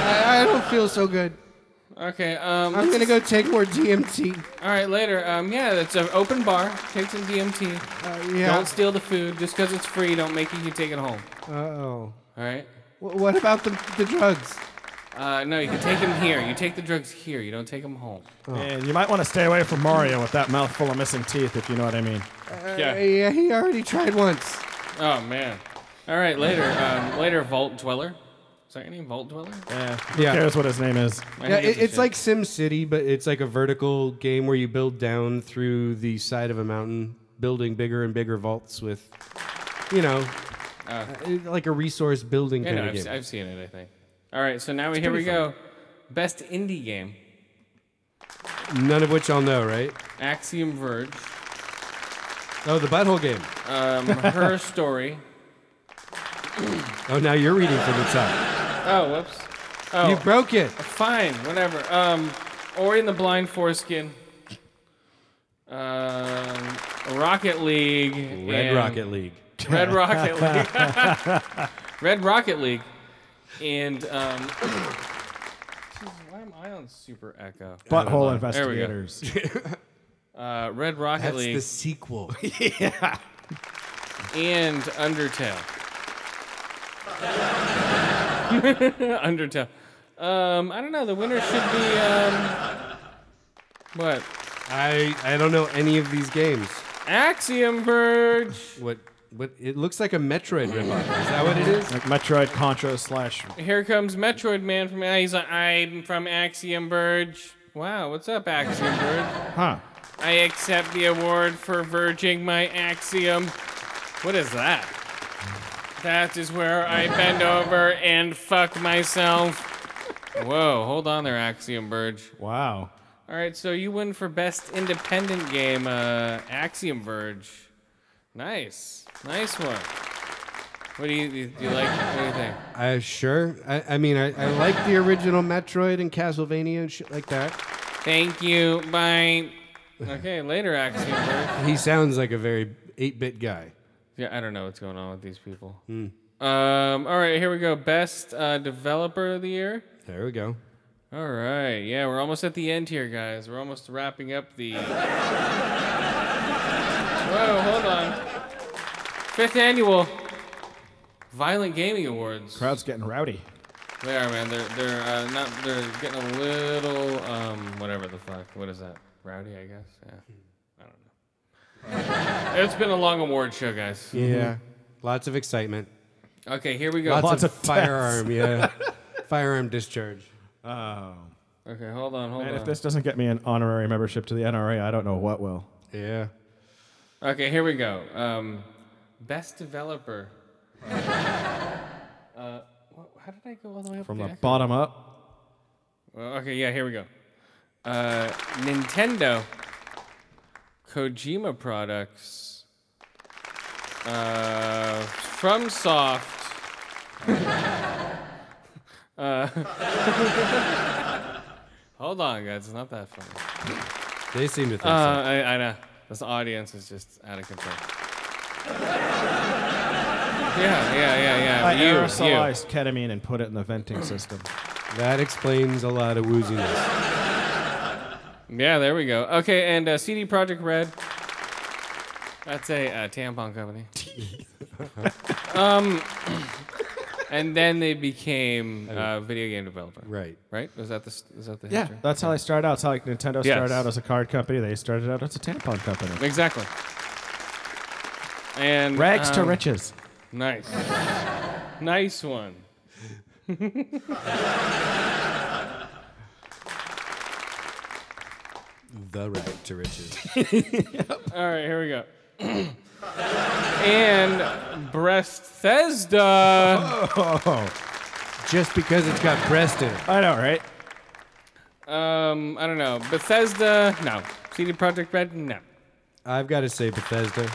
Speaker 2: I, I don't feel so good.
Speaker 1: okay. Um.
Speaker 2: I'm gonna go take more DMT.
Speaker 1: All right. Later. Um. Yeah. It's an open bar. Take some DMT.
Speaker 2: Uh, yeah.
Speaker 1: Don't steal the food. Just because it's free, don't make you take it home.
Speaker 2: Uh oh.
Speaker 1: All right.
Speaker 2: Wh- what about the the drugs?
Speaker 1: Uh. No. You can take them here. You take the drugs here. You don't take them home.
Speaker 4: And you might want to stay away from Mario with that mouthful of missing teeth, if you know what I mean.
Speaker 2: Uh,
Speaker 1: Yeah.
Speaker 2: yeah. He already tried once.
Speaker 1: Oh man. All right. Later. Um. Later. Vault dweller. Is that your name? Vault dweller.
Speaker 4: Yeah. Who
Speaker 2: Yeah.
Speaker 4: cares what his name is?
Speaker 1: I
Speaker 2: Yeah,
Speaker 1: think
Speaker 2: it,
Speaker 1: a
Speaker 2: it's
Speaker 1: shit.
Speaker 2: like Sim City, but it's like a vertical game where you build down through the side of a mountain, building bigger and bigger vaults with, you know, uh, like a resource building
Speaker 1: Yeah,
Speaker 2: kind
Speaker 1: no,
Speaker 2: of
Speaker 1: I've,
Speaker 2: game.
Speaker 1: I've seen it. I think. All right. So now we here we
Speaker 2: pretty
Speaker 1: go. Best indie game.
Speaker 2: None of which I'll know, right?
Speaker 1: Axiom Verge.
Speaker 2: Oh, the butthole game.
Speaker 1: Um.
Speaker 2: <laughs>
Speaker 1: Her story.
Speaker 2: Oh, now you're reading from the top.
Speaker 1: Oh. Whoops. Oh.
Speaker 2: You broke it.
Speaker 1: Fine, whatever. Um, Ori and the Blind Foreskin. Um, Rocket League.
Speaker 2: Red
Speaker 1: and-
Speaker 2: Rocket League.
Speaker 1: Red
Speaker 2: <laughs>
Speaker 1: Rocket League. <laughs> Red Rocket League. And um, <clears throat> Jesus, why am I on Super Echo?
Speaker 4: Butthole
Speaker 1: There we go.
Speaker 4: investigators.
Speaker 1: Uh, Red Rocket
Speaker 2: That's
Speaker 1: League <laughs>
Speaker 2: the sequel.
Speaker 1: and Undertale. <laughs> Undertale. Um, I don't know. The winner should be um, what?
Speaker 2: I I don't know any of these games.
Speaker 1: Axiom Verge.
Speaker 2: What what? It looks like a Metroid ripoff. Is that what it is?
Speaker 4: Like Metroid Contra slash.
Speaker 1: Here comes Metroid Man from ah, he's like, I'm from Axiom Verge. Wow, what's up, Axiom Verge?
Speaker 4: Huh.
Speaker 1: I accept the award for verging my axiom. What is that? That is where I bend over and fuck myself. Whoa, hold on there, Axiom Verge.
Speaker 4: Wow.
Speaker 1: All right, so you win for best independent game, uh, Axiom Verge. Nice, nice one. What do you, do you- do you like? What do you think?
Speaker 2: Uh, sure. I, I mean, I, I like the original Metroid and Castlevania and shit like that.
Speaker 1: Thank you. Bye. Okay, later, Axiom Verge.
Speaker 2: He sounds like a very 8 bit guy.
Speaker 1: Yeah, I don't know what's going on with these people.
Speaker 2: Hmm.
Speaker 1: Um, all right, here we go. Best uh, developer of the year.
Speaker 2: There we go.
Speaker 1: All right, yeah, we're almost at the end here, guys. We're almost wrapping up
Speaker 2: <laughs>
Speaker 1: the. Whoa, hold on. Fifth annual Violent Gaming Awards.
Speaker 4: Crowd's getting rowdy.
Speaker 1: They are, man. They're they're uh, not. They're getting a little um whatever the fuck. What is that? Rowdy, I guess. Yeah. I
Speaker 2: <laughs>
Speaker 1: don't know. it's been a long award show, guys.
Speaker 4: Yeah.
Speaker 2: Mm-hmm. Lots of excitement.
Speaker 1: Okay, here we go.
Speaker 2: Lots,
Speaker 4: Lots
Speaker 2: of,
Speaker 4: of deaths.
Speaker 2: firearm. Yeah. firearm discharge.
Speaker 4: Oh.
Speaker 1: Okay, hold on, hold
Speaker 4: And
Speaker 1: on.
Speaker 4: if this doesn't get me an honorary membership to the NRA, I don't know what will.
Speaker 2: Yeah.
Speaker 1: Okay, here we go. Um, best developer. uh,
Speaker 4: <laughs>
Speaker 1: wh- how did I go all the way up
Speaker 4: From
Speaker 1: there?
Speaker 4: the bottom up.
Speaker 1: Well, okay, yeah, here we go. Uh, Nintendo, Kojima products, uh,
Speaker 4: <laughs>
Speaker 1: FromSoft. uh, <laughs> hold on, guys, it's not that funny.
Speaker 2: They seem to think
Speaker 1: Uh, I, I know. This audience is just out of
Speaker 4: <laughs>
Speaker 1: control. yeah, yeah, yeah, yeah.
Speaker 4: I
Speaker 1: you, you.
Speaker 4: aerosolized ketamine and put it in
Speaker 1: <clears throat>
Speaker 4: the venting system.
Speaker 2: so. That explains a lot of wooziness.
Speaker 1: Yeah, there we go. Okay, and uh, CD Project Red. That's a uh, tampon
Speaker 4: <laughs>
Speaker 1: company. um, <coughs> and then they became uh, video game developer.
Speaker 2: right.
Speaker 1: Right? Was that the s- is that the
Speaker 4: Yeah,
Speaker 1: history?
Speaker 4: that's how they started out. It's how like Nintendo
Speaker 1: Yes.
Speaker 4: started out as a card company. They started out as a tampon company.
Speaker 1: exactly. And
Speaker 4: Rags to
Speaker 1: um,
Speaker 4: riches. <laughs>
Speaker 1: Nice. nice one.
Speaker 2: The right to riches.
Speaker 1: All right, here we go. <clears throat> and Bethesda.
Speaker 2: Just because it's got breast in it.
Speaker 4: I know, right?
Speaker 1: Um, I don't know. Bethesda. No. CD Project Red. No.
Speaker 2: I've got to say Bethesda.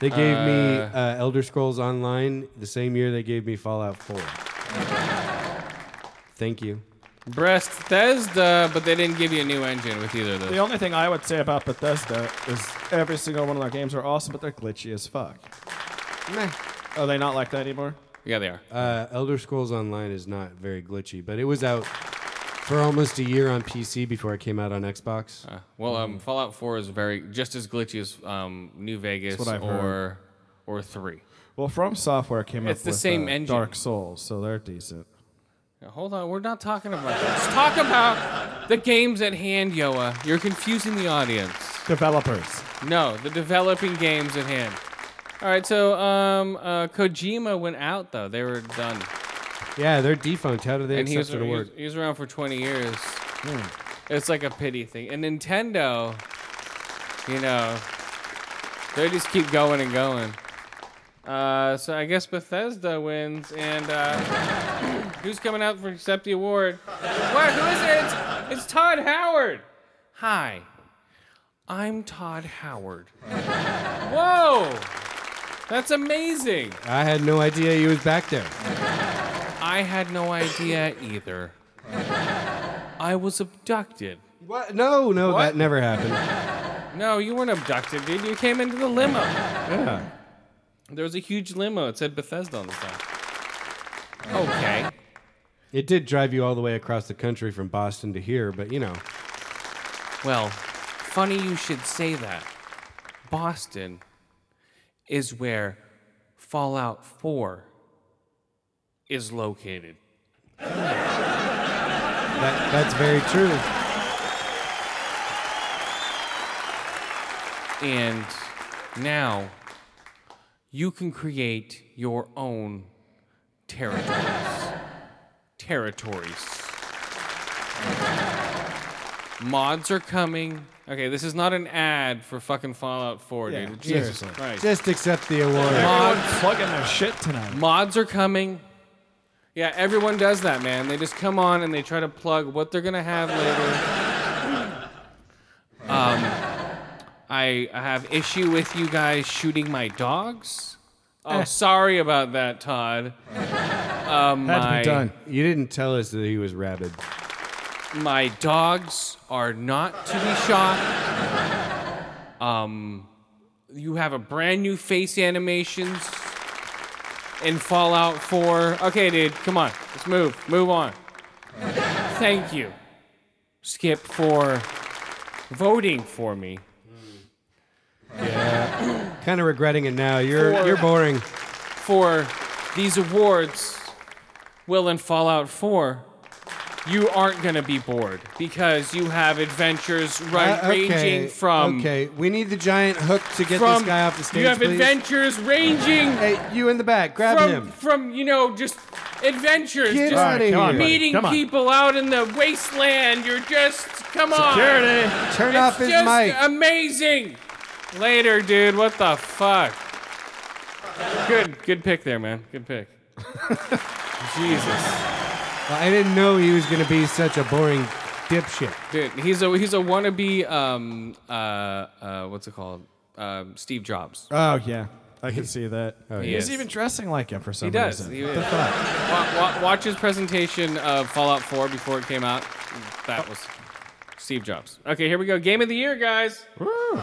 Speaker 2: They gave me uh, Elder Scrolls Online the same year they gave me Fallout 4. Thank you.
Speaker 1: Bethesda, but they didn't give you a new engine with either of
Speaker 4: The
Speaker 1: those.
Speaker 4: only thing I would say about Bethesda is every single one of their games are awesome, but they're glitchy as fuck. Are they not like that anymore?
Speaker 1: Yeah, they are.
Speaker 2: Uh, Elder Scrolls Online is not very glitchy, but it was out for almost a year on PC before it came out on Xbox.
Speaker 1: Uh, well, um, Fallout 4 is very just as glitchy as um, New Vegas
Speaker 4: what I've
Speaker 1: or
Speaker 4: heard.
Speaker 1: or three.
Speaker 4: Well, From Software came
Speaker 1: It's
Speaker 4: up
Speaker 1: the
Speaker 4: with
Speaker 1: same
Speaker 4: uh,
Speaker 1: engine.
Speaker 4: Dark Souls, so they're decent.
Speaker 1: Now, hold on, we're not talking about that. Let's talk about the games at hand, Yoa. You're confusing the audience.
Speaker 4: Developers.
Speaker 1: No, the developing games at hand. All right, so um, uh, Kojima went out though; they were done,
Speaker 2: Yeah, they're defunct. How do they
Speaker 1: and he was,
Speaker 2: accept
Speaker 1: he
Speaker 2: an
Speaker 1: was
Speaker 2: award?
Speaker 1: he was around for 20 years. It's like a pity thing. And Nintendo, you know, they just keep going and going. Uh, so I guess Bethesda wins, and uh, <coughs> who's coming out for accept the award? What? Who is it? It's, it's Todd Howard. Hi, I'm Todd Howard. <laughs> Whoa, that's amazing.
Speaker 2: I had no idea he was back there.
Speaker 1: I had no idea either. I was abducted.
Speaker 2: What? Uh, No, no,
Speaker 1: What?
Speaker 2: that never happened.
Speaker 1: No, you weren't abducted, dude. You came into the limo.
Speaker 4: Yeah.
Speaker 1: There was a huge limo. It said Bethesda on the side. Okay.
Speaker 2: It did drive you all the way across the country from Boston to here, but you know,
Speaker 1: Well, funny you should say that. Boston is where Fallout 4 is located.
Speaker 2: that, that's very true.
Speaker 1: And now you can create your own territories. territories. Mods are coming. Okay, this is not an ad for fucking Fallout 4,
Speaker 4: Yeah,
Speaker 1: dude. Jesus
Speaker 2: seriously.
Speaker 1: Christ.
Speaker 2: Just accept the award.
Speaker 1: Mods,
Speaker 4: Everyone's plugging their shit tonight.
Speaker 1: mods are coming. Yeah, everyone does that, man. They just come on and they try to plug what they're gonna have later. <laughs> Um, I, I have issue with you guys shooting my dogs. Oh, sorry about that, Todd. Um,
Speaker 4: Had Eh. to
Speaker 1: my,
Speaker 4: be done.
Speaker 2: You didn't tell us that he was rabid.
Speaker 1: my dogs are not to be shot. Um, you have a brand new face animations in Fallout 4. Okay, dude, come on, let's move, move on. Thank you, Skip, for voting for me.
Speaker 2: Kind of regretting it now. You're
Speaker 1: Four.
Speaker 2: you're boring.
Speaker 1: for these awards will in Fallout 4 you aren't gonna be bored because you have adventures right
Speaker 2: Uh,
Speaker 1: ranging from
Speaker 2: Okay, we need the giant hook to get
Speaker 1: from
Speaker 2: this guy off the stage.
Speaker 1: you have
Speaker 2: please.
Speaker 1: adventures ranging
Speaker 2: Hey, you in the back, grab
Speaker 1: from
Speaker 2: him.
Speaker 1: from you know just adventures
Speaker 2: Get
Speaker 1: just
Speaker 2: out of
Speaker 4: come on,
Speaker 2: here.
Speaker 4: buddy.
Speaker 1: meeting
Speaker 4: Come on.
Speaker 1: people out in the wasteland you're just come on
Speaker 4: Security.
Speaker 2: Turn
Speaker 1: it's
Speaker 2: off his
Speaker 1: just
Speaker 2: mic.
Speaker 1: amazing later dude what the fuck good good pick there man good
Speaker 2: <laughs>
Speaker 1: pick jesus
Speaker 2: Well, I didn't know he was gonna be such a boring dipshit.
Speaker 1: Dude, he's a he's a wannabe um uh uh what's it called? Um Steve Jobs.
Speaker 2: Uh,
Speaker 4: Oh yeah, I can see that.
Speaker 2: Oh,
Speaker 1: He
Speaker 4: He's
Speaker 1: is.
Speaker 4: even dressing like him for some
Speaker 1: He does.
Speaker 4: reason.
Speaker 1: He is. Wa- wa- watch his presentation of Fallout 4 before it came out. That was Steve Jobs. Okay, here we go. Game of the year, guys. Woo! Woo!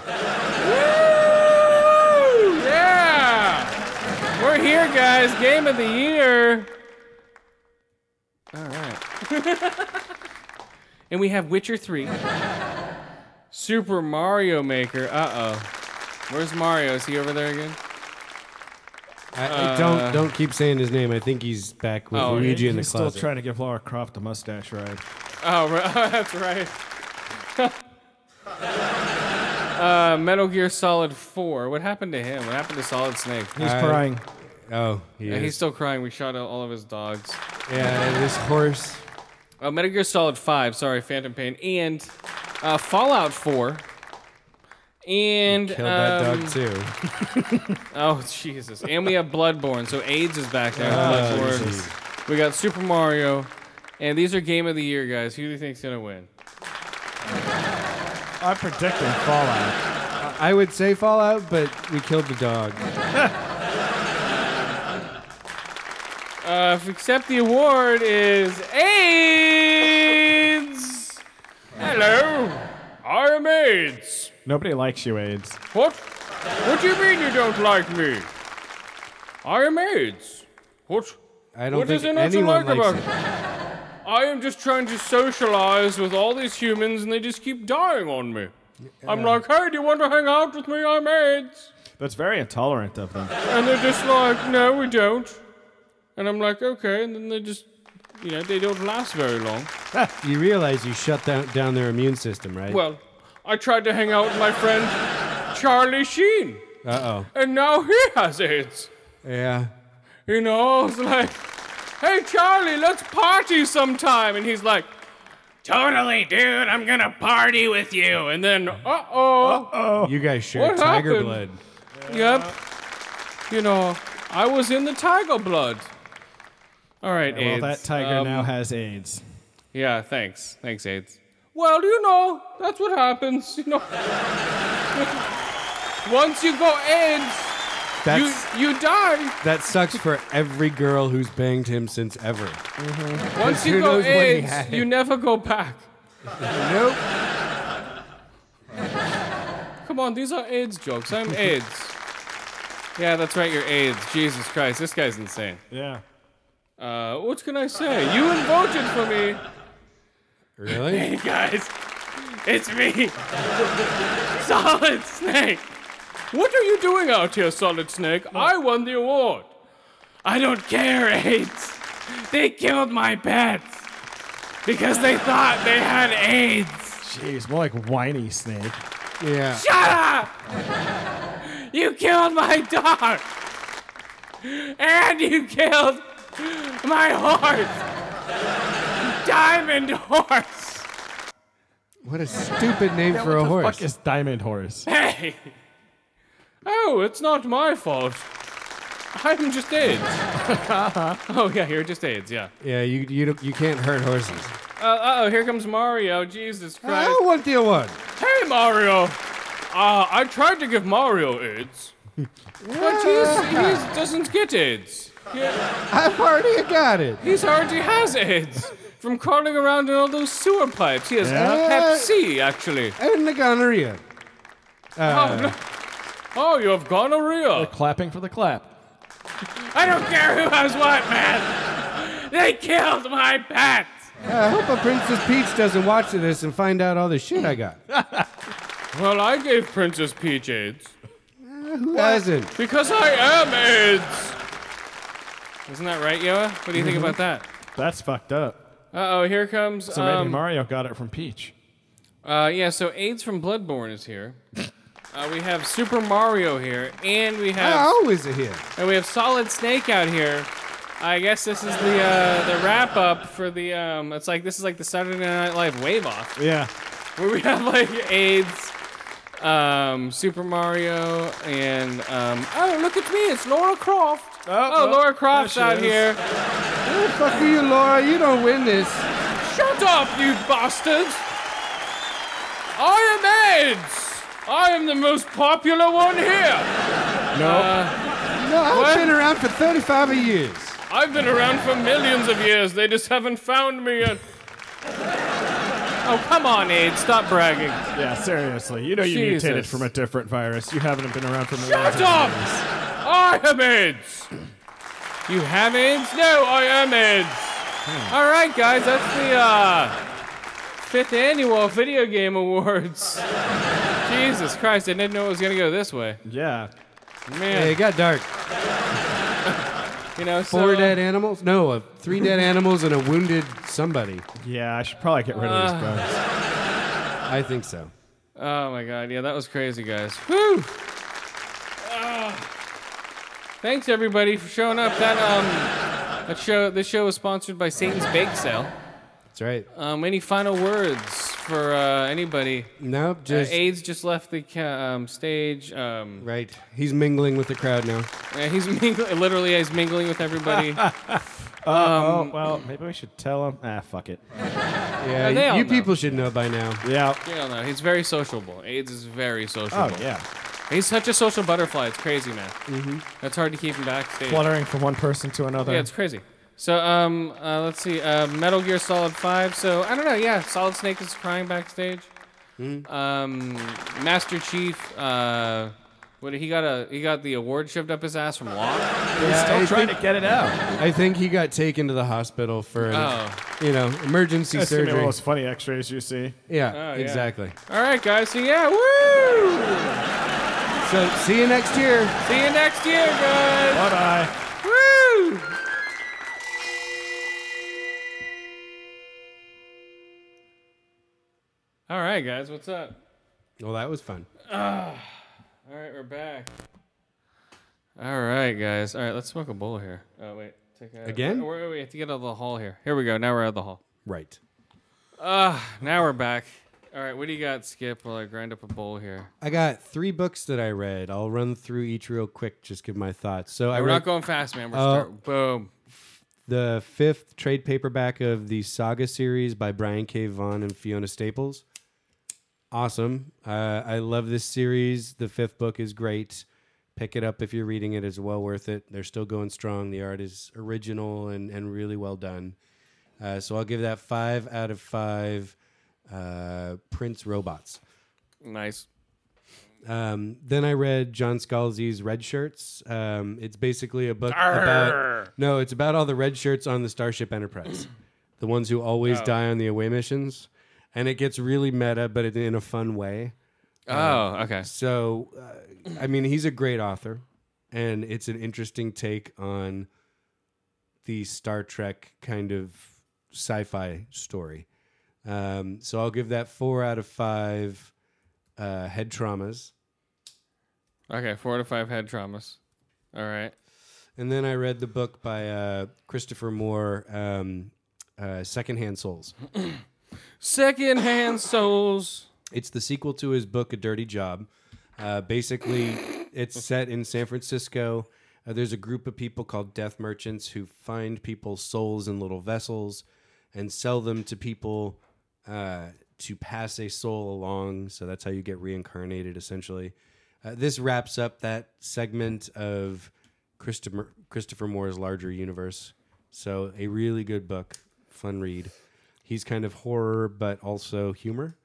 Speaker 1: Yeah! We're here, guys. Game of the year. All right. <laughs> and we have Witcher 3. Super Mario Maker. Uh oh. Where's Mario? Is he over there again?
Speaker 2: I, I don't don't keep saying his name. I think he's back with
Speaker 1: Oh,
Speaker 2: Luigi in the
Speaker 4: He's still
Speaker 2: closet.
Speaker 4: trying to give Laura Croft a mustache ride.
Speaker 1: Oh, <laughs> ri- that's right. uh, Metal Gear Solid 4. What happened to him? What happened to Solid Snake?
Speaker 4: He's
Speaker 2: I-
Speaker 4: crying.
Speaker 2: oh, he
Speaker 1: Yeah,
Speaker 2: is.
Speaker 1: he's still crying. We shot out all of his dogs.
Speaker 2: yeah, and this horse.
Speaker 1: Uh, Metal Gear Solid 5. Sorry, Phantom Pain. And uh, Fallout 4. And
Speaker 2: Killed that
Speaker 1: um,
Speaker 2: dog too.
Speaker 1: oh Jesus! And we have Bloodborne, so AIDS is back now. Bloodborne.
Speaker 2: Ah, Jesus.
Speaker 1: We got Super Mario, and these are Game of the Year guys. Who do you think's gonna win?
Speaker 4: I'm predicting Fallout.
Speaker 2: I would say Fallout, but we killed the dog.
Speaker 1: Uh, if accept the award is AIDS. Hello, I'm AIDS.
Speaker 4: Nobody likes you, AIDS.
Speaker 1: What? What do you mean you don't like me? I am AIDS. What?
Speaker 2: I don't
Speaker 1: What
Speaker 2: think
Speaker 1: is there not to
Speaker 2: anyone
Speaker 1: like
Speaker 2: likes
Speaker 1: about
Speaker 2: it.
Speaker 1: it? I am just trying to socialize with all these humans, and they just keep dying on me.
Speaker 2: um,
Speaker 1: I'm like, hey, do you want to hang out with me? I'm AIDS.
Speaker 4: That's very intolerant of them.
Speaker 1: And they're just like, no, we don't. And I'm like, okay. And then they just, you know, they don't last very long.
Speaker 2: You realize you shut down, down their immune system, right?
Speaker 1: Well, I tried to hang out with my friend Charlie Sheen,
Speaker 2: uh oh.
Speaker 1: and now he has AIDS.
Speaker 2: Yeah.
Speaker 1: You know, I was like, hey, Charlie, let's party sometime. And he's like,
Speaker 5: Totally, dude. I'm gonna party with you.
Speaker 1: and then, uh oh.
Speaker 2: You guys share
Speaker 1: What
Speaker 2: tiger
Speaker 1: happened?
Speaker 2: blood.
Speaker 1: Yep. You know, I was in the tiger blood. All right,
Speaker 4: Well,
Speaker 1: AIDS.
Speaker 4: that tiger
Speaker 1: Um,
Speaker 4: now has AIDS.
Speaker 1: Yeah, thanks. Thanks, AIDS. Well, you know, that's what happens, you know. <laughs> Once you go AIDS, you,
Speaker 2: That's,
Speaker 1: you die.
Speaker 2: that sucks for every girl who's banged him since ever.
Speaker 1: Once you
Speaker 2: who
Speaker 1: go
Speaker 2: knows when he
Speaker 1: AIDS,
Speaker 2: had it?
Speaker 1: you never go back.
Speaker 2: Nope.
Speaker 1: Come on, these are AIDS jokes. I'm AIDS. Yeah, that's right, you're AIDS. Jesus Christ, this guy's insane.
Speaker 4: Yeah.
Speaker 1: Uh, what can I say? You voted for me. <laughs>
Speaker 2: Really?
Speaker 5: Hey guys, it's me, Solid Snake.
Speaker 1: What are you doing out here, Solid Snake? I won the award.
Speaker 5: I don't care, AIDS. They killed my pets because they thought they had AIDS.
Speaker 4: Jeez, more like whiny snake.
Speaker 2: Yeah.
Speaker 5: Shut up! You killed my dog, and you killed my horse, Diamond Horse.
Speaker 2: What a stupid name for a
Speaker 4: what the
Speaker 2: horse.
Speaker 4: fuck is Diamond Horse?
Speaker 5: Hey,
Speaker 1: Oh, it's not my fault. I'm just AIDS. oh, yeah, you're just AIDS, yeah.
Speaker 2: yeah, you you don't, you can't hurt horses.
Speaker 1: Uh, uh-oh, here comes Mario. Jesus
Speaker 2: I
Speaker 1: Christ.
Speaker 2: don't want the one.
Speaker 1: Hey, Mario. Uh, I tried to give Mario AIDS, but he's, he doesn't get AIDS.
Speaker 2: I've already got it.
Speaker 1: He's already has AIDS from crawling around in all those sewer pipes. He has
Speaker 4: Yeah.
Speaker 1: Hep C, actually.
Speaker 2: And the gonorrhea.
Speaker 1: oh, no. oh, you have gonorrhea.
Speaker 4: Clapping for the clap.
Speaker 5: I don't care who has what, man. They killed my pets.
Speaker 2: I hope a Princess Peach doesn't watch this and find out all the shit I got.
Speaker 1: Well, I gave Princess Peach AIDS
Speaker 2: Who hasn't?
Speaker 1: because I am AIDS. Isn't that right, Yoa? What do you think about that?
Speaker 4: That's fucked up.
Speaker 1: Uh oh, here comes.
Speaker 4: So maybe
Speaker 1: um,
Speaker 4: Mario got it from Peach.
Speaker 1: Uh, yeah, so AIDS from Bloodborne is here. Uh, we have Super Mario here, and we have
Speaker 2: always a hit.
Speaker 1: and we have Solid Snake out here. I guess this is the uh, the wrap up for the um. It's like this is like the Saturday Night Live wave off
Speaker 4: Yeah.
Speaker 1: where we have like AIDS, um, Super Mario, and um. Oh look at me, it's Laura Croft.
Speaker 4: Oh,
Speaker 1: oh, Laura Croft's
Speaker 4: there she
Speaker 1: out
Speaker 4: is.
Speaker 1: here.
Speaker 2: Oh, fuck you, Laura. You don't win this.
Speaker 1: Shut up, you bastards! I am AIDS! I am the most popular one here! Uh,
Speaker 2: No, I've been around for 35 years.
Speaker 1: I've been around for millions of years, they just haven't found me yet. Oh, come on, AIDS, stop bragging.
Speaker 4: Yeah, seriously. You know you mutated
Speaker 1: Jesus.
Speaker 4: from a different virus. You haven't been around for
Speaker 1: Shut
Speaker 4: millions of
Speaker 1: up!
Speaker 4: years.
Speaker 1: I have AIDS! You have AIDS? No, I am AIDS! Alright, guys, that's the uh, fifth annual Video Game Awards. <laughs> Jesus Christ, I didn't know it was gonna go this way.
Speaker 4: Yeah.
Speaker 1: Man.
Speaker 2: Hey, it got dark.
Speaker 1: You know, so,
Speaker 2: Four dead animals? No, uh, three dead animals and a wounded somebody.
Speaker 4: Yeah, I should probably get rid of this guy.
Speaker 2: I think so.
Speaker 1: Oh my god, yeah, that was crazy, guys. Woo! Ah. thanks everybody for showing up. That um, that show this show was sponsored by Satan's Bake Sale.
Speaker 2: That's right.
Speaker 1: Um, any final words for uh, anybody?
Speaker 2: Nope,
Speaker 1: Uh,
Speaker 2: just
Speaker 1: AIDS just left the ca- um, stage. Um,
Speaker 2: right. He's mingling with the crowd now.
Speaker 1: yeah, he's mingling, literally he's mingling with
Speaker 4: <laughs>
Speaker 1: everybody. Uh,
Speaker 4: oh, well, maybe we should tell him. Ah, fuck it.
Speaker 2: Yeah,
Speaker 1: they
Speaker 2: you,
Speaker 1: all know.
Speaker 2: people should know by now.
Speaker 4: Yeah.
Speaker 1: you don't know, he's very sociable. AIDS is very
Speaker 4: Oh,
Speaker 1: sociable.
Speaker 4: yeah.
Speaker 1: He's such a social butterfly. It's crazy, man. Mm-hmm. It's hard to keep him backstage.
Speaker 4: Fluttering from one person to another.
Speaker 1: Yeah, it's crazy. So um, uh, let's see. Uh, Metal Gear Solid Five. So I don't know. Yeah, Solid Snake is crying backstage.
Speaker 4: Mm-hmm.
Speaker 1: Um, Master Chief. Uh, what he got a he got the award shoved up his ass from Law.
Speaker 4: He's still
Speaker 2: I
Speaker 4: trying
Speaker 2: think-
Speaker 4: to get it out.
Speaker 2: I think he got taken to the hospital for, an,
Speaker 1: Oh.
Speaker 2: you know, emergency
Speaker 4: That's gonna be one
Speaker 2: surgery.
Speaker 4: of those funny x-rays you see.
Speaker 2: Yeah,
Speaker 1: Oh, yeah.
Speaker 2: exactly.
Speaker 1: All right, guys. So yeah, woo!
Speaker 2: So see you next year.
Speaker 1: See you next year, guys.
Speaker 4: Bye-bye.
Speaker 1: Woo! All right, guys. What's up?
Speaker 2: Well, that was fun.
Speaker 1: All right, we're back. All right, guys. All right, let's smoke a bowl here. Oh wait, take a,
Speaker 2: Again?
Speaker 1: Wait, wait, we have to get out of the hall here. Here we go. Now we're out of the hall.
Speaker 2: Right.
Speaker 1: Now we're back. All right, what do you got, Skip? While I grind up a bowl here.
Speaker 2: I got three books that I read. I'll run through each real quick, just give my thoughts. So I
Speaker 1: We're
Speaker 2: read
Speaker 1: not going fast, man. We're
Speaker 2: Uh,
Speaker 1: start. Boom.
Speaker 2: the fifth trade paperback of the Saga series by Brian K. Vaughan and Fiona Staples. Awesome. Uh, I love this series. The fifth book is great. Pick it up if you're reading it. It's well worth it. They're still going strong. The art is original and, and really well done. Uh, so I'll give that five out of five uh, Prince Robots.
Speaker 1: Nice.
Speaker 2: Um, then I read John Scalzi's Red Shirts. Um, it's basically a book about no, it's about all the red shirts on the Starship Enterprise, the ones who always die on the away missions, and it gets really meta, but it, in a fun way. uh,
Speaker 1: Oh, okay.
Speaker 2: So, uh, I mean, he's a great author, and it's an interesting take on the Star Trek kind of sci-fi story. Um, so I'll give that four out of five uh, head traumas.
Speaker 1: Okay, four to five head traumas. All right.
Speaker 2: And then I read the book by uh, Christopher Moore, um, uh, Secondhand Souls.
Speaker 1: Secondhand souls.
Speaker 2: It's the sequel to his book, A Dirty Job. Uh, basically, it's set in San Francisco. Uh, there's a group of people called death merchants who find people's souls in little vessels and sell them to people uh, to pass a soul along. So that's how you get reincarnated, essentially. Uh, this wraps up that segment of Christopher, Christopher Moore's larger universe. So, a really good book, fun read. He's kind of horror, but also humor.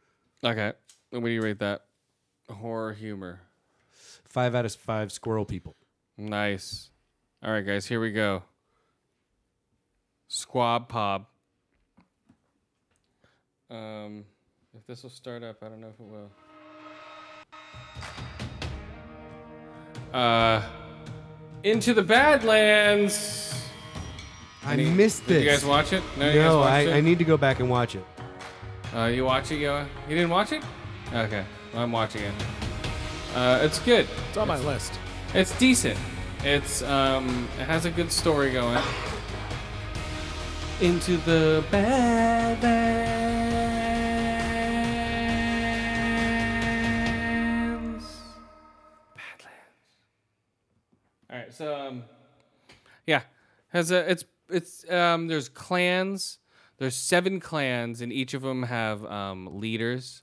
Speaker 1: Okay. What do you rate that? Horror humor.
Speaker 2: Five out of five squirrel people.
Speaker 1: Nice. All right, guys, here we go. Squab Pop. Um, if this will start up, I don't know if it will. Uh, into the Badlands.
Speaker 2: I missed this.
Speaker 1: Did you guys watch it? No, you guys
Speaker 2: no,
Speaker 1: watched
Speaker 2: I,
Speaker 1: it?
Speaker 2: I need to go back and watch it.
Speaker 1: Uh, you watch it, Yoa? You didn't watch it? Okay, well, I'm watching it. Uh, it's good.
Speaker 4: It's on my list.
Speaker 1: It's decent. It's um, it has a good story going. Into the bad, Badlands. Badlands. All right, so um, yeah, has a it's it's um, there's clans. There's seven clans, and each of them have um, leaders,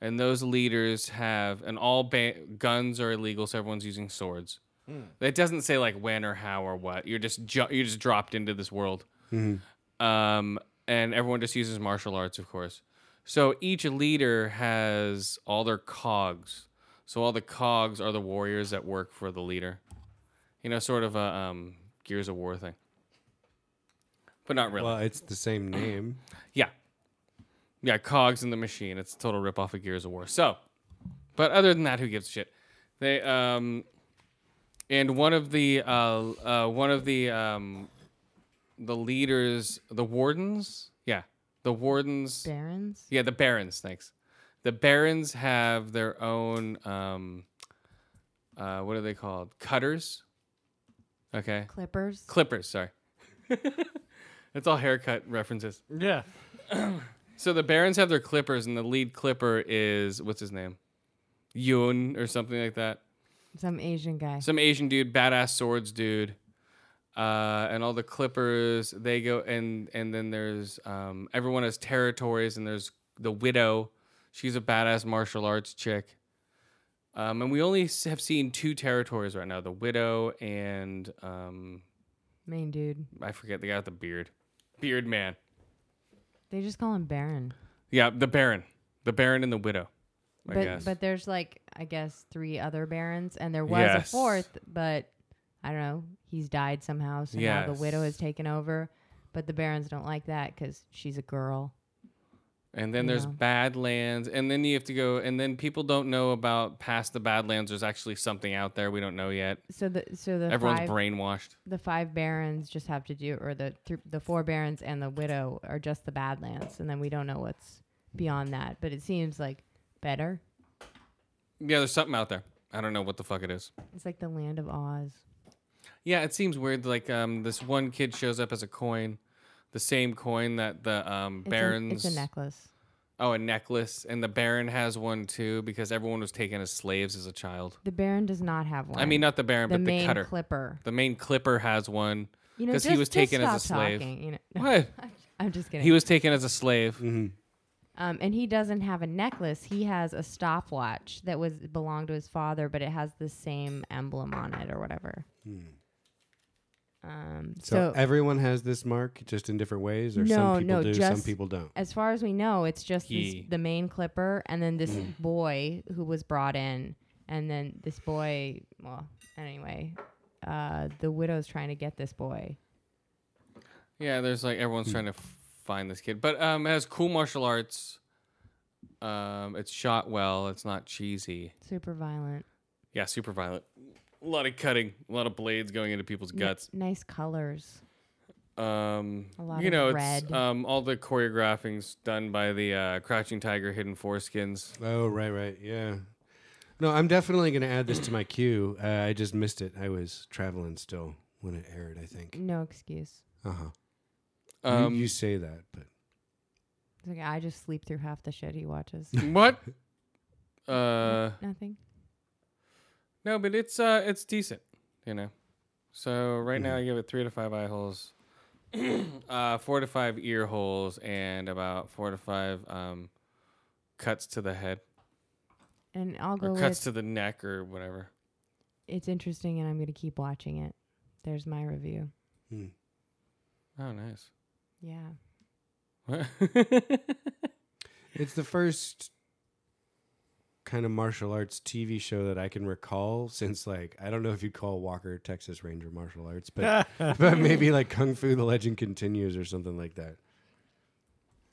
Speaker 1: and those leaders have and all ba- guns are illegal, so everyone's using swords. It doesn't say like when or how or what. You're just ju- you're just dropped into this world, um, and everyone just uses martial arts, of course. So each leader has all their cogs. So all the cogs are the warriors that work for the leader. You know, sort of a um, Gears of War thing, but not really.
Speaker 2: Well, it's the same name.
Speaker 6: <clears throat>
Speaker 1: Yeah. Yeah, cogs in the machine. It's a total rip off of Gears of War. So, but other than that, who gives a shit? They um and one of the uh, uh one of the um the leaders, the wardens? Yeah. The wardens.
Speaker 6: Barons.
Speaker 1: Yeah, the barons, thanks. The barons have their own um uh what are they called? Cutters. Okay.
Speaker 6: Clippers.
Speaker 1: Clippers, sorry. <laughs> That's all haircut references.
Speaker 4: Yeah.
Speaker 1: <clears throat> So the Barons have their clippers, and the lead clipper is what's his name, Yoon or something like that.
Speaker 6: Some Asian guy.
Speaker 1: Some Asian dude, badass swords dude, uh, and all the clippers. They go and and then there's um, everyone has territories, and there's the widow. She's a badass martial arts chick. Um, and we only s- have seen two territories right now: the widow and um,
Speaker 6: Main dude.
Speaker 1: I forget the guy with the beard, beard man.
Speaker 6: They just call him Baron.
Speaker 1: Yeah, the Baron, the Baron and the widow. I
Speaker 6: but
Speaker 1: guess.
Speaker 6: but there's like I guess three other barons, and there was
Speaker 1: Yes.
Speaker 6: a fourth, but I don't know. He's died somehow, so now the widow
Speaker 1: Yes.
Speaker 6: has taken over. But the barons don't like that because she's a girl.
Speaker 1: And then
Speaker 6: you
Speaker 1: there's
Speaker 6: know?
Speaker 1: Badlands, and then you have to go, and then people don't know about past the Badlands. There's actually something out there we don't know yet.
Speaker 6: So the so the
Speaker 1: Everyone's
Speaker 6: five
Speaker 1: brainwashed.
Speaker 6: the five barons just have to do, or the th- the four barons and the widow are just the Badlands, and then we don't know what's beyond that. But it seems like better.
Speaker 1: Yeah, there's something out there. I don't know what the fuck it is.
Speaker 6: It's like the land of Oz.
Speaker 1: Yeah, it seems weird. Like um, this one kid shows up as a coin, the same coin that the um,
Speaker 6: It's a,
Speaker 1: barons.
Speaker 6: it's a necklace.
Speaker 1: oh, a necklace, and the baron has one too because everyone was taken as slaves as a child.
Speaker 6: The baron does not have one.
Speaker 1: I mean, not the baron,
Speaker 6: the
Speaker 1: but the
Speaker 6: main
Speaker 1: cutter.
Speaker 6: clipper.
Speaker 1: the main clipper has one.
Speaker 6: You know,
Speaker 1: 'Cause he
Speaker 6: just-
Speaker 1: was
Speaker 6: just
Speaker 1: taken as a
Speaker 6: stop
Speaker 1: slave.
Speaker 6: talking, <laughs> you know.
Speaker 1: What?
Speaker 6: I'm just kidding.
Speaker 1: he was taken as a slave.
Speaker 6: um, and he doesn't have a necklace. He has a stopwatch that was belonged to his father, but it has the same emblem on it or whatever. Um,
Speaker 2: So,
Speaker 6: so,
Speaker 2: everyone has this mark, just in different ways, or
Speaker 6: No,
Speaker 2: some people
Speaker 6: no,
Speaker 2: do, some
Speaker 6: just- e-
Speaker 2: people don't.
Speaker 6: as far as we know, it's just this,
Speaker 1: He- Mm.
Speaker 6: the main clipper and then this boy who was brought in, and then this boy. Well, anyway, uh, the widow's trying to get this boy.
Speaker 1: Yeah, there's like everyone's trying to f- find this kid, but um, it has cool martial arts. Um, it's shot well. It's not cheesy.
Speaker 6: Super violent.
Speaker 1: Yeah, super violent. A lot of cutting, a lot of blades going into people's
Speaker 6: N-
Speaker 1: guts.
Speaker 6: nice colors.
Speaker 1: Um,
Speaker 6: A lot
Speaker 1: you
Speaker 6: of
Speaker 1: know, it's
Speaker 6: red.
Speaker 1: um, all the choreographing's done by the uh, Crouching Tiger, Hidden Foreskins.
Speaker 2: Oh, right, right, yeah. No, I'm definitely going to add this to my queue. Uh, I just missed it. I was traveling still when it aired. I think.
Speaker 6: No excuse.
Speaker 2: Uh huh.
Speaker 1: Um,
Speaker 2: you, you say that, but
Speaker 6: It's Like I just sleep through half the shit he watches.
Speaker 1: what? Uh,
Speaker 6: Nothing.
Speaker 1: no, but it's uh, it's decent. You know. So right
Speaker 2: Mm-hmm.
Speaker 1: now I give it three to five eye holes, <clears throat> uh, four to five ear holes, and about four to five um, cuts to the head
Speaker 6: And I'll go
Speaker 1: or
Speaker 6: with
Speaker 1: cuts to the neck or whatever.
Speaker 6: it's interesting and I'm gonna keep watching it. There's my review.
Speaker 1: Oh, nice. <laughs>
Speaker 6: Yeah.
Speaker 2: it's the first kind of martial arts TV show that I can recall since, like, I don't know if you'd call Walker Texas Ranger martial
Speaker 1: <laughs>
Speaker 2: arts, but but maybe like Kung Fu: The Legend Continues or something like that.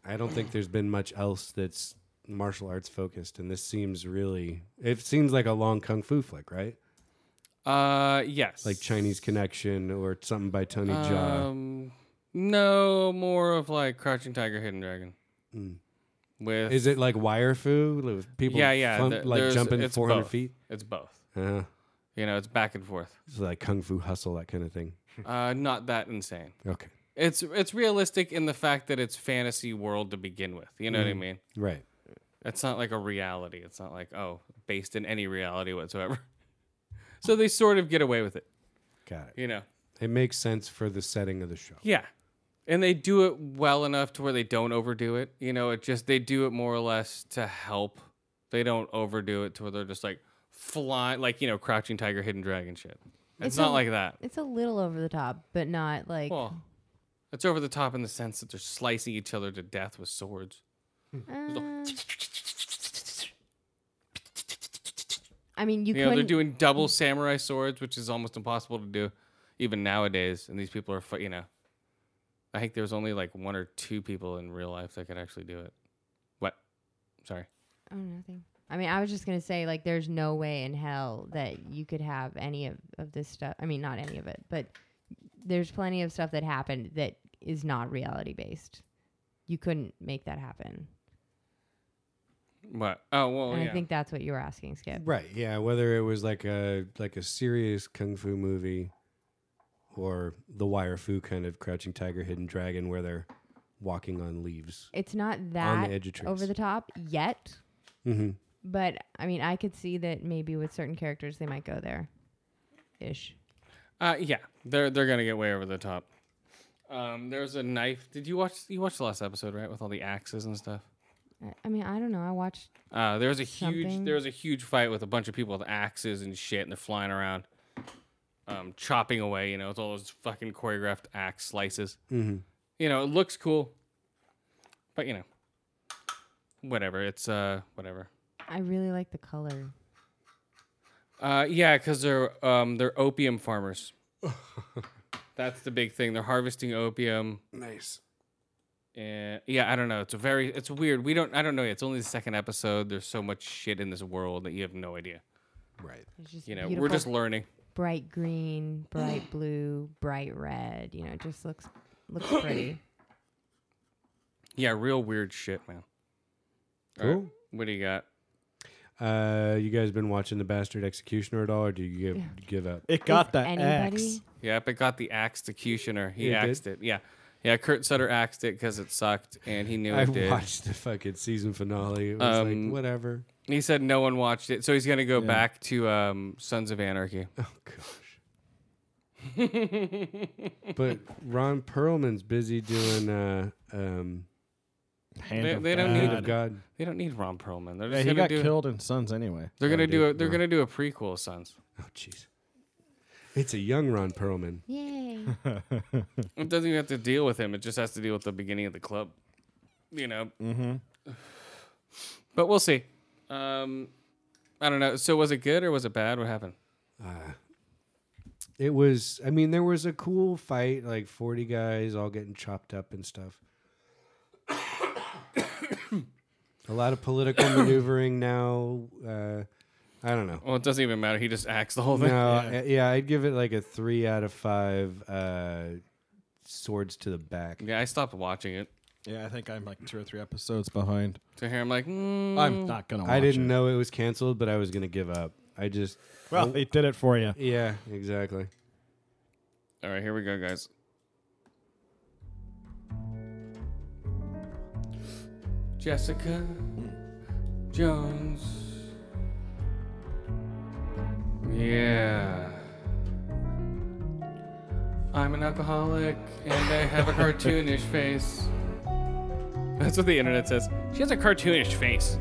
Speaker 2: I don't think there's been much else that's martial arts focused, and this seems really. It seems like a long kung fu flick, right?
Speaker 1: uh, yes.
Speaker 2: Like Chinese Connection or something by Tony Jaa.
Speaker 1: Um, No, more of like Crouching Tiger, Hidden Dragon. With
Speaker 2: Mm. Is it like wire food? With people
Speaker 1: yeah, yeah,
Speaker 2: flunk-
Speaker 1: th-
Speaker 2: like
Speaker 1: there's-
Speaker 2: jumping
Speaker 1: it's
Speaker 2: 400
Speaker 1: both.
Speaker 2: feet?
Speaker 1: It's both.
Speaker 2: Uh,
Speaker 1: You know, it's back and
Speaker 2: <laughs>
Speaker 1: forth.
Speaker 2: it's like kung fu hustle, that kind of thing.
Speaker 1: Uh, not that insane.
Speaker 2: Okay.
Speaker 1: It's it's realistic in the fact that it's fantasy world to begin with. You know what I mean?
Speaker 2: Right.
Speaker 1: It's not like a reality. It's not like oh, based in any reality whatsoever. <laughs> so they sort of get away with it.
Speaker 2: Got it.
Speaker 1: You know?
Speaker 2: It makes sense for the setting of the show.
Speaker 1: Yeah. And they do it well enough to where they don't overdo it. You know, it just they do it more or less to help. They don't overdo it to where they're just like fly like, you know, crouching tiger, hidden dragon shit. It's,
Speaker 6: It's
Speaker 1: not
Speaker 6: a-
Speaker 1: like that.
Speaker 6: It's a little over the top, but not like.
Speaker 1: Well, it's over the top in the sense that they're slicing each other to death with swords.
Speaker 6: uh, I mean,
Speaker 1: You
Speaker 6: you,
Speaker 1: know,
Speaker 6: couldn't.
Speaker 1: they're doing
Speaker 6: Mm.
Speaker 1: double samurai swords, which is almost impossible to do even nowadays. And these people are, fi- you know, I think there was only like one or two people in real life that could actually do it. What? Sorry.
Speaker 6: oh, nothing. I mean, I was just gonna say, like, there's no way in hell that you could have any of, of this stuff. I mean, not any of it, but there's plenty of stuff that happened that is not reality based. You couldn't make that happen,
Speaker 1: What? Oh, well,
Speaker 6: and
Speaker 1: yeah.
Speaker 6: I think that's what you were asking, Skip.
Speaker 2: Right. Yeah. Whether it was like a like a serious kung fu movie, or the wire fu kind of Crouching Tiger, Hidden Dragon, where they're walking on leaves.
Speaker 6: It's not that
Speaker 2: edge of
Speaker 6: over
Speaker 2: trees.
Speaker 6: the top yet,
Speaker 2: Mm-hmm.
Speaker 6: but I mean, I could see that maybe with certain characters they might go there, ish.
Speaker 1: Uh, yeah, they're they're gonna get way over the top. Um, there's a knife. Did you watch? You watched the last episode, right? With all the axes and stuff.
Speaker 6: I, I mean, I don't know. I watched.
Speaker 1: Uh, there was a huge
Speaker 6: Something.
Speaker 1: there was a huge fight with a bunch of people with axes and shit, and they're flying around, um, chopping away. You know, with all those fucking choreographed axe slices.
Speaker 2: Mhm.
Speaker 1: You know, it looks cool, but you know, whatever. It's uh, whatever.
Speaker 6: I really like the color.
Speaker 1: Uh, yeah, because they're um, they're opium farmers. That's the big thing. They're harvesting opium.
Speaker 2: Nice.
Speaker 1: Yeah, yeah, I don't know. It's a very, it's weird. We don't, I don't know. yet. It's only the second episode. There's so much shit in this world that you have no idea.
Speaker 2: Right.
Speaker 6: It's just
Speaker 1: You know, we're
Speaker 6: beautiful,
Speaker 1: just learning.
Speaker 6: bright green, bright blue, bright red. You know, it just looks looks pretty.
Speaker 1: Yeah, real weird shit, man. All right,
Speaker 2: Cool.
Speaker 1: what do you got?
Speaker 2: Uh, you guys been watching the Bastard Executioner at all, or do you give give up?
Speaker 4: It got
Speaker 6: Is
Speaker 4: that
Speaker 6: anybody?
Speaker 4: axe.
Speaker 1: Yep, it got the axe executioner. He
Speaker 2: It did?
Speaker 1: axed it. Yeah. Yeah, Kurt Sutter axed it because it sucked and he knew
Speaker 2: <laughs> I
Speaker 1: it did.
Speaker 2: watched the fucking season finale. It was
Speaker 1: Um,
Speaker 2: like whatever.
Speaker 1: He said no one watched it. So he's going to go back to um, Sons of Anarchy.
Speaker 2: Oh gosh. but Ron Perlman's busy doing uh um
Speaker 4: Hand
Speaker 1: They-
Speaker 4: of
Speaker 1: they don't
Speaker 4: God.
Speaker 1: need
Speaker 2: Hand
Speaker 1: him.
Speaker 2: of God.
Speaker 1: They don't need Ron Perlman. They're
Speaker 4: Yeah,
Speaker 1: just
Speaker 4: he
Speaker 1: going
Speaker 4: got
Speaker 1: to do
Speaker 4: killed in Sons anyway.
Speaker 1: They're going to
Speaker 2: Oh,
Speaker 1: do a,
Speaker 2: dude,
Speaker 1: they're
Speaker 2: no.
Speaker 1: going to do a prequel of Sons.
Speaker 2: Oh jeez. It's a young Ron Perlman.
Speaker 6: Yay!
Speaker 1: It doesn't even have to deal with him. It just has to deal with the beginning of the club. You know. Mm-hmm. But we'll see. Um, I don't know. So was it good or was it bad? What happened?
Speaker 2: It was I mean there was a cool fight like 40 guys all getting chopped up and stuff. a lot of
Speaker 4: <coughs>
Speaker 2: political maneuvering now uh I don't
Speaker 4: Oh,
Speaker 2: know.
Speaker 1: Well, it doesn't even matter. He just axed the whole
Speaker 2: No,
Speaker 1: thing.
Speaker 2: yeah. yeah, I'd give it like a 3 out of 5 uh swords to the back.
Speaker 1: Yeah, I stopped watching it.
Speaker 4: Yeah, I think I'm like two or three episodes behind.
Speaker 1: So here I'm like, mm,
Speaker 4: I'm not gonna. Watch
Speaker 2: I didn't
Speaker 4: it.
Speaker 2: know it was canceled, but I was gonna give up. I just
Speaker 4: Well, they did it for you.
Speaker 2: yeah, exactly.
Speaker 1: all right, here we go, guys. Jessica Jones. Yeah. I'm an alcoholic and I have a cartoonish face. That's what the internet says. She has a cartoonish face.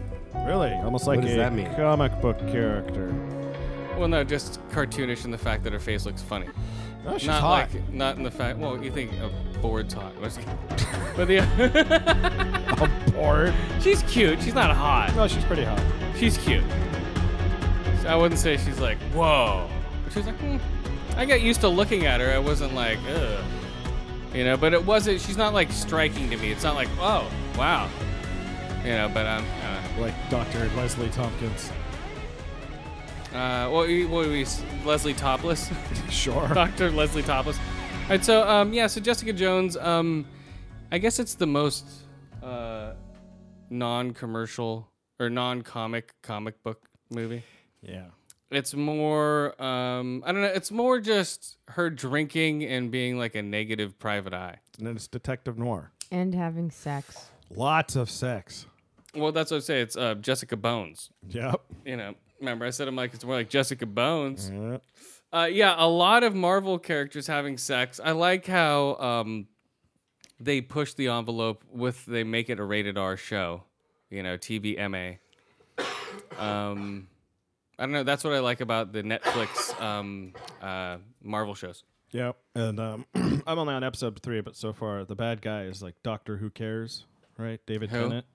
Speaker 4: Really, almost like
Speaker 2: What does
Speaker 4: a
Speaker 2: that mean?
Speaker 4: comic book character.
Speaker 1: Well, no, just cartoonish in the fact that her face looks funny.
Speaker 4: Oh, she's
Speaker 1: not
Speaker 4: hot.
Speaker 1: like not in the fact. Well, you think a board's hot, but but the <laughs>
Speaker 4: Or
Speaker 1: she's cute. She's not hot.
Speaker 4: no, she's pretty hot.
Speaker 1: She's cute. So I wouldn't say she's like whoa. But She was like, hmm. I got used to looking at her. I wasn't like, ugh, you know. But it wasn't. She's not like striking to me. It's not like, oh, wow, you know. But um, uh,
Speaker 4: Like Doctor Leslie Tompkins.
Speaker 1: uh, what? we- What? we- Leslie Topless. <laughs>
Speaker 4: Sure. <laughs>
Speaker 1: Dr. Leslie Topless. All right, so um, yeah, so Jessica Jones, um, I guess it's the most uh, non-commercial or non-comic comic book movie.
Speaker 4: Yeah.
Speaker 1: It's more, um, I don't know, it's more just her drinking and being like a negative private eye.
Speaker 4: And then it's Detective Noir.
Speaker 6: And having sex.
Speaker 4: Lots of sex.
Speaker 1: Well, that's what I say. It's uh, Jessica Bones.
Speaker 4: Yep.
Speaker 1: You know, remember I said I'm like it's more like Jessica Bones.
Speaker 4: Yeah.
Speaker 1: Uh, yeah, a lot of Marvel characters having sex. I like how um, they push the envelope with they make it a rated R show, you know, TVMA. Um, I don't know. That's what I like about the Netflix um, uh, Marvel shows.
Speaker 4: Yep. And um, <clears throat> I'm only on episode three, but so far the bad guy is like Doctor Who Cares, right? David
Speaker 1: Who?
Speaker 4: Tennant.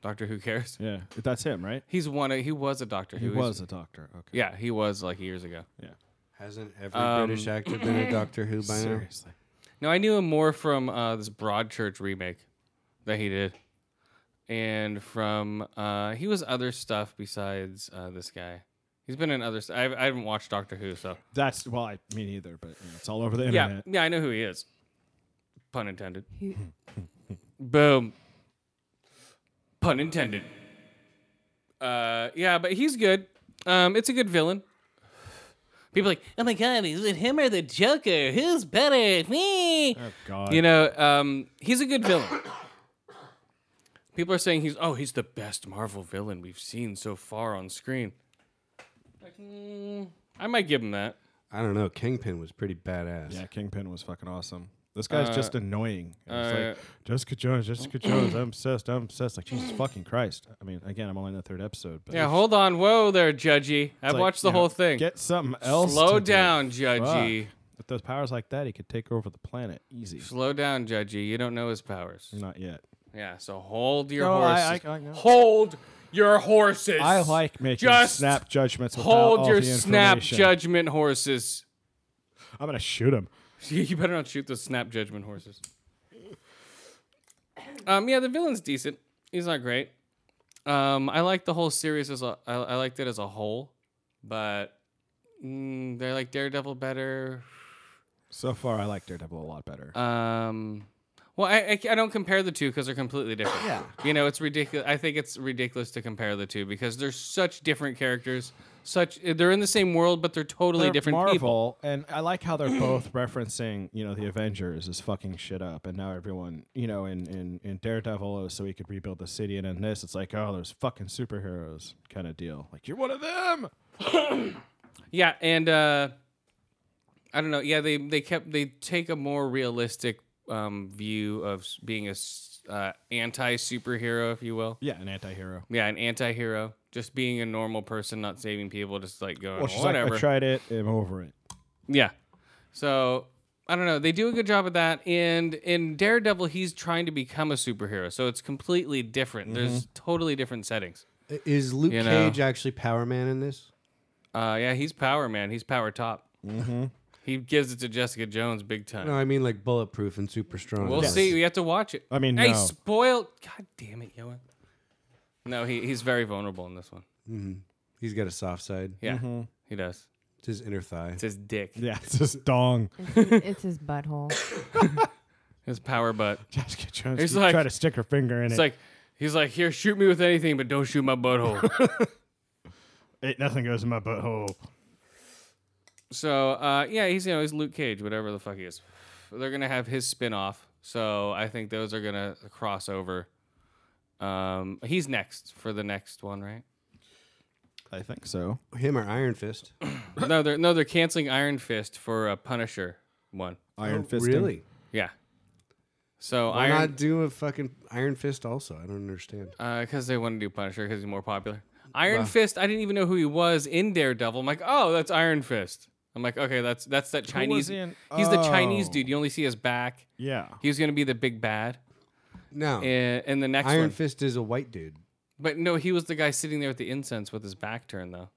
Speaker 1: Doctor Who cares?
Speaker 4: Yeah. That's him, right?
Speaker 1: He's one. Of, he was a Doctor
Speaker 4: He
Speaker 1: Who. He's-
Speaker 4: was a doctor. Okay.
Speaker 1: Yeah, he was like years ago.
Speaker 2: Hasn't every
Speaker 1: Um,
Speaker 2: British actor been
Speaker 4: <coughs>
Speaker 2: a Doctor Who by now?
Speaker 4: Seriously.
Speaker 1: No, I knew him more from uh, this Broadchurch remake that he did, and from uh, he was other stuff besides uh, this guy. He's been in other stuff. I I haven't watched Doctor Who, so
Speaker 4: That's well, I mean either, but you know, it's all over the
Speaker 1: yeah,
Speaker 4: internet.
Speaker 1: yeah, I know who he is. Pun intended.
Speaker 6: Who-
Speaker 1: <laughs> Boom. Pun intended. Uh, yeah, but he's good. Um, it's a good villain. People are like, oh my god, is it him or the Joker? Who's better? Me.
Speaker 4: Oh God.
Speaker 1: You know, um, he's a good villain. People are saying he's oh he's the best Marvel villain we've seen so far on screen. Like, mm, I might give him that.
Speaker 2: I don't know. Kingpin was pretty badass.
Speaker 4: yeah, Kingpin was fucking awesome. This guy's just annoying. It's
Speaker 1: uh,
Speaker 4: like Jessica Jones, Jessica Jones. I'm obsessed. I'm obsessed. Like Jesus fucking Christ. I mean, again, I'm only in the third episode. But
Speaker 1: Yeah,
Speaker 4: it's
Speaker 1: hold on, whoa there, Judgy. I've
Speaker 4: like,
Speaker 1: watched the
Speaker 4: you know,
Speaker 1: whole thing.
Speaker 4: Get something else.
Speaker 1: Slow
Speaker 4: to do.
Speaker 1: down,
Speaker 4: Fuck.
Speaker 1: Judgy.
Speaker 4: With those powers like that, he could take over the planet easy.
Speaker 1: Slow down, Judgy. You don't know his powers.
Speaker 4: Not yet.
Speaker 1: Yeah, so hold your
Speaker 4: No,
Speaker 1: horses.
Speaker 4: I- I- I know.
Speaker 1: Hold your horses.
Speaker 4: I like making
Speaker 1: Just
Speaker 4: snap judgments. without
Speaker 1: hold
Speaker 4: all
Speaker 1: your
Speaker 4: the
Speaker 1: snap
Speaker 4: information.
Speaker 1: judgment horses.
Speaker 4: I'm gonna shoot him.
Speaker 1: <laughs> you better not shoot those snap judgment horses. Um, yeah, the villain's decent. He's not great. Um, I like the whole series as a, I, I liked it as a whole, but mm, they like Daredevil better.
Speaker 4: So far, I like Daredevil a lot better.
Speaker 1: Um, well, I, I, I don't compare the two because they're completely different. Yeah. You know, it's ridiculous. I think it's ridiculous to compare the two because they're such different characters. Such they're in the same world, but they're totally
Speaker 4: They're
Speaker 1: different
Speaker 4: Marvel,
Speaker 1: people.
Speaker 4: and I like how they're both <coughs> referencing, you know, the Avengers is fucking shit up, and now everyone, you know, in in, in Daredevil, oh, so he could rebuild the city, and in this, it's like, oh, there's fucking superheroes kind of deal. Like you're one of them.
Speaker 1: Yeah, and uh, I don't know. Yeah, they they kept they take a more realistic um, view of s- being a s- uh, anti superhero, if you will.
Speaker 4: Yeah, an anti-hero.
Speaker 1: Yeah, an anti hero, just being a normal person, not saving people, just like going
Speaker 4: Well, she's
Speaker 1: whatever.
Speaker 4: like, I tried it. I'm over it. <laughs>
Speaker 1: Yeah. So I don't know. They do a good job of that. And in Daredevil, he's trying to become a superhero, so it's completely different. There's
Speaker 4: Mm-hmm.
Speaker 1: totally different settings.
Speaker 2: I- Is Luke
Speaker 1: You know.
Speaker 2: Cage actually Power Man in this?
Speaker 1: Uh, yeah, he's power man. He's power top. Mm-hmm. He gives it to Jessica Jones big time.
Speaker 2: No, I mean like bulletproof and super strong.
Speaker 1: We'll
Speaker 2: Yes.
Speaker 1: see. We have to watch it.
Speaker 4: I mean,
Speaker 1: hey,
Speaker 4: no.
Speaker 1: spoiled. God damn it, Yoan. No, he, he's very vulnerable in this one.
Speaker 2: He's got a soft side.
Speaker 1: Yeah, he does.
Speaker 2: It's his inner thigh.
Speaker 1: It's his dick,
Speaker 4: Mm-hmm. Yeah, it's
Speaker 1: <laughs>
Speaker 4: just dong.
Speaker 6: it's his butthole.
Speaker 1: his power butt.
Speaker 4: Jessica Jones
Speaker 1: He's
Speaker 4: keeps
Speaker 1: like-
Speaker 4: trying to stick her finger in
Speaker 1: It's
Speaker 4: it.
Speaker 1: like he's like, here, shoot me with anything, but don't shoot my butthole. <laughs>
Speaker 4: Ain't nothing goes in my butthole.
Speaker 1: So uh, yeah, he's you know he's Luke Cage, whatever the fuck he is. They're gonna have his spin off. So I think those are gonna cross over. Um, he's next for the next one,
Speaker 4: <coughs>
Speaker 1: right?
Speaker 4: I think so.
Speaker 2: Him or Iron Fist?
Speaker 1: no, they're no, they're canceling Iron Fist for a Punisher one.
Speaker 4: <gasps> Iron Fist.
Speaker 2: Oh, Really?
Speaker 1: Yeah. So
Speaker 2: Why
Speaker 1: Iron Uh,
Speaker 2: not do a fucking Iron Fist also? I don't understand.
Speaker 1: because they want to do Punisher because he's more popular. Iron Fist, I didn't even know who he was in Daredevil. I'm like, oh, that's Iron Fist. I'm like, okay, that's that's that
Speaker 4: Who was
Speaker 1: Chinese.
Speaker 4: he in-
Speaker 1: He's the Chinese
Speaker 4: Oh.
Speaker 1: dude. You only see his back.
Speaker 4: Yeah.
Speaker 1: He was gonna be the big bad.
Speaker 2: No.
Speaker 1: in, in the next
Speaker 2: Iron
Speaker 1: one.
Speaker 2: Fist is a white dude.
Speaker 1: But no, he was the guy sitting there with the incense with his back turned though.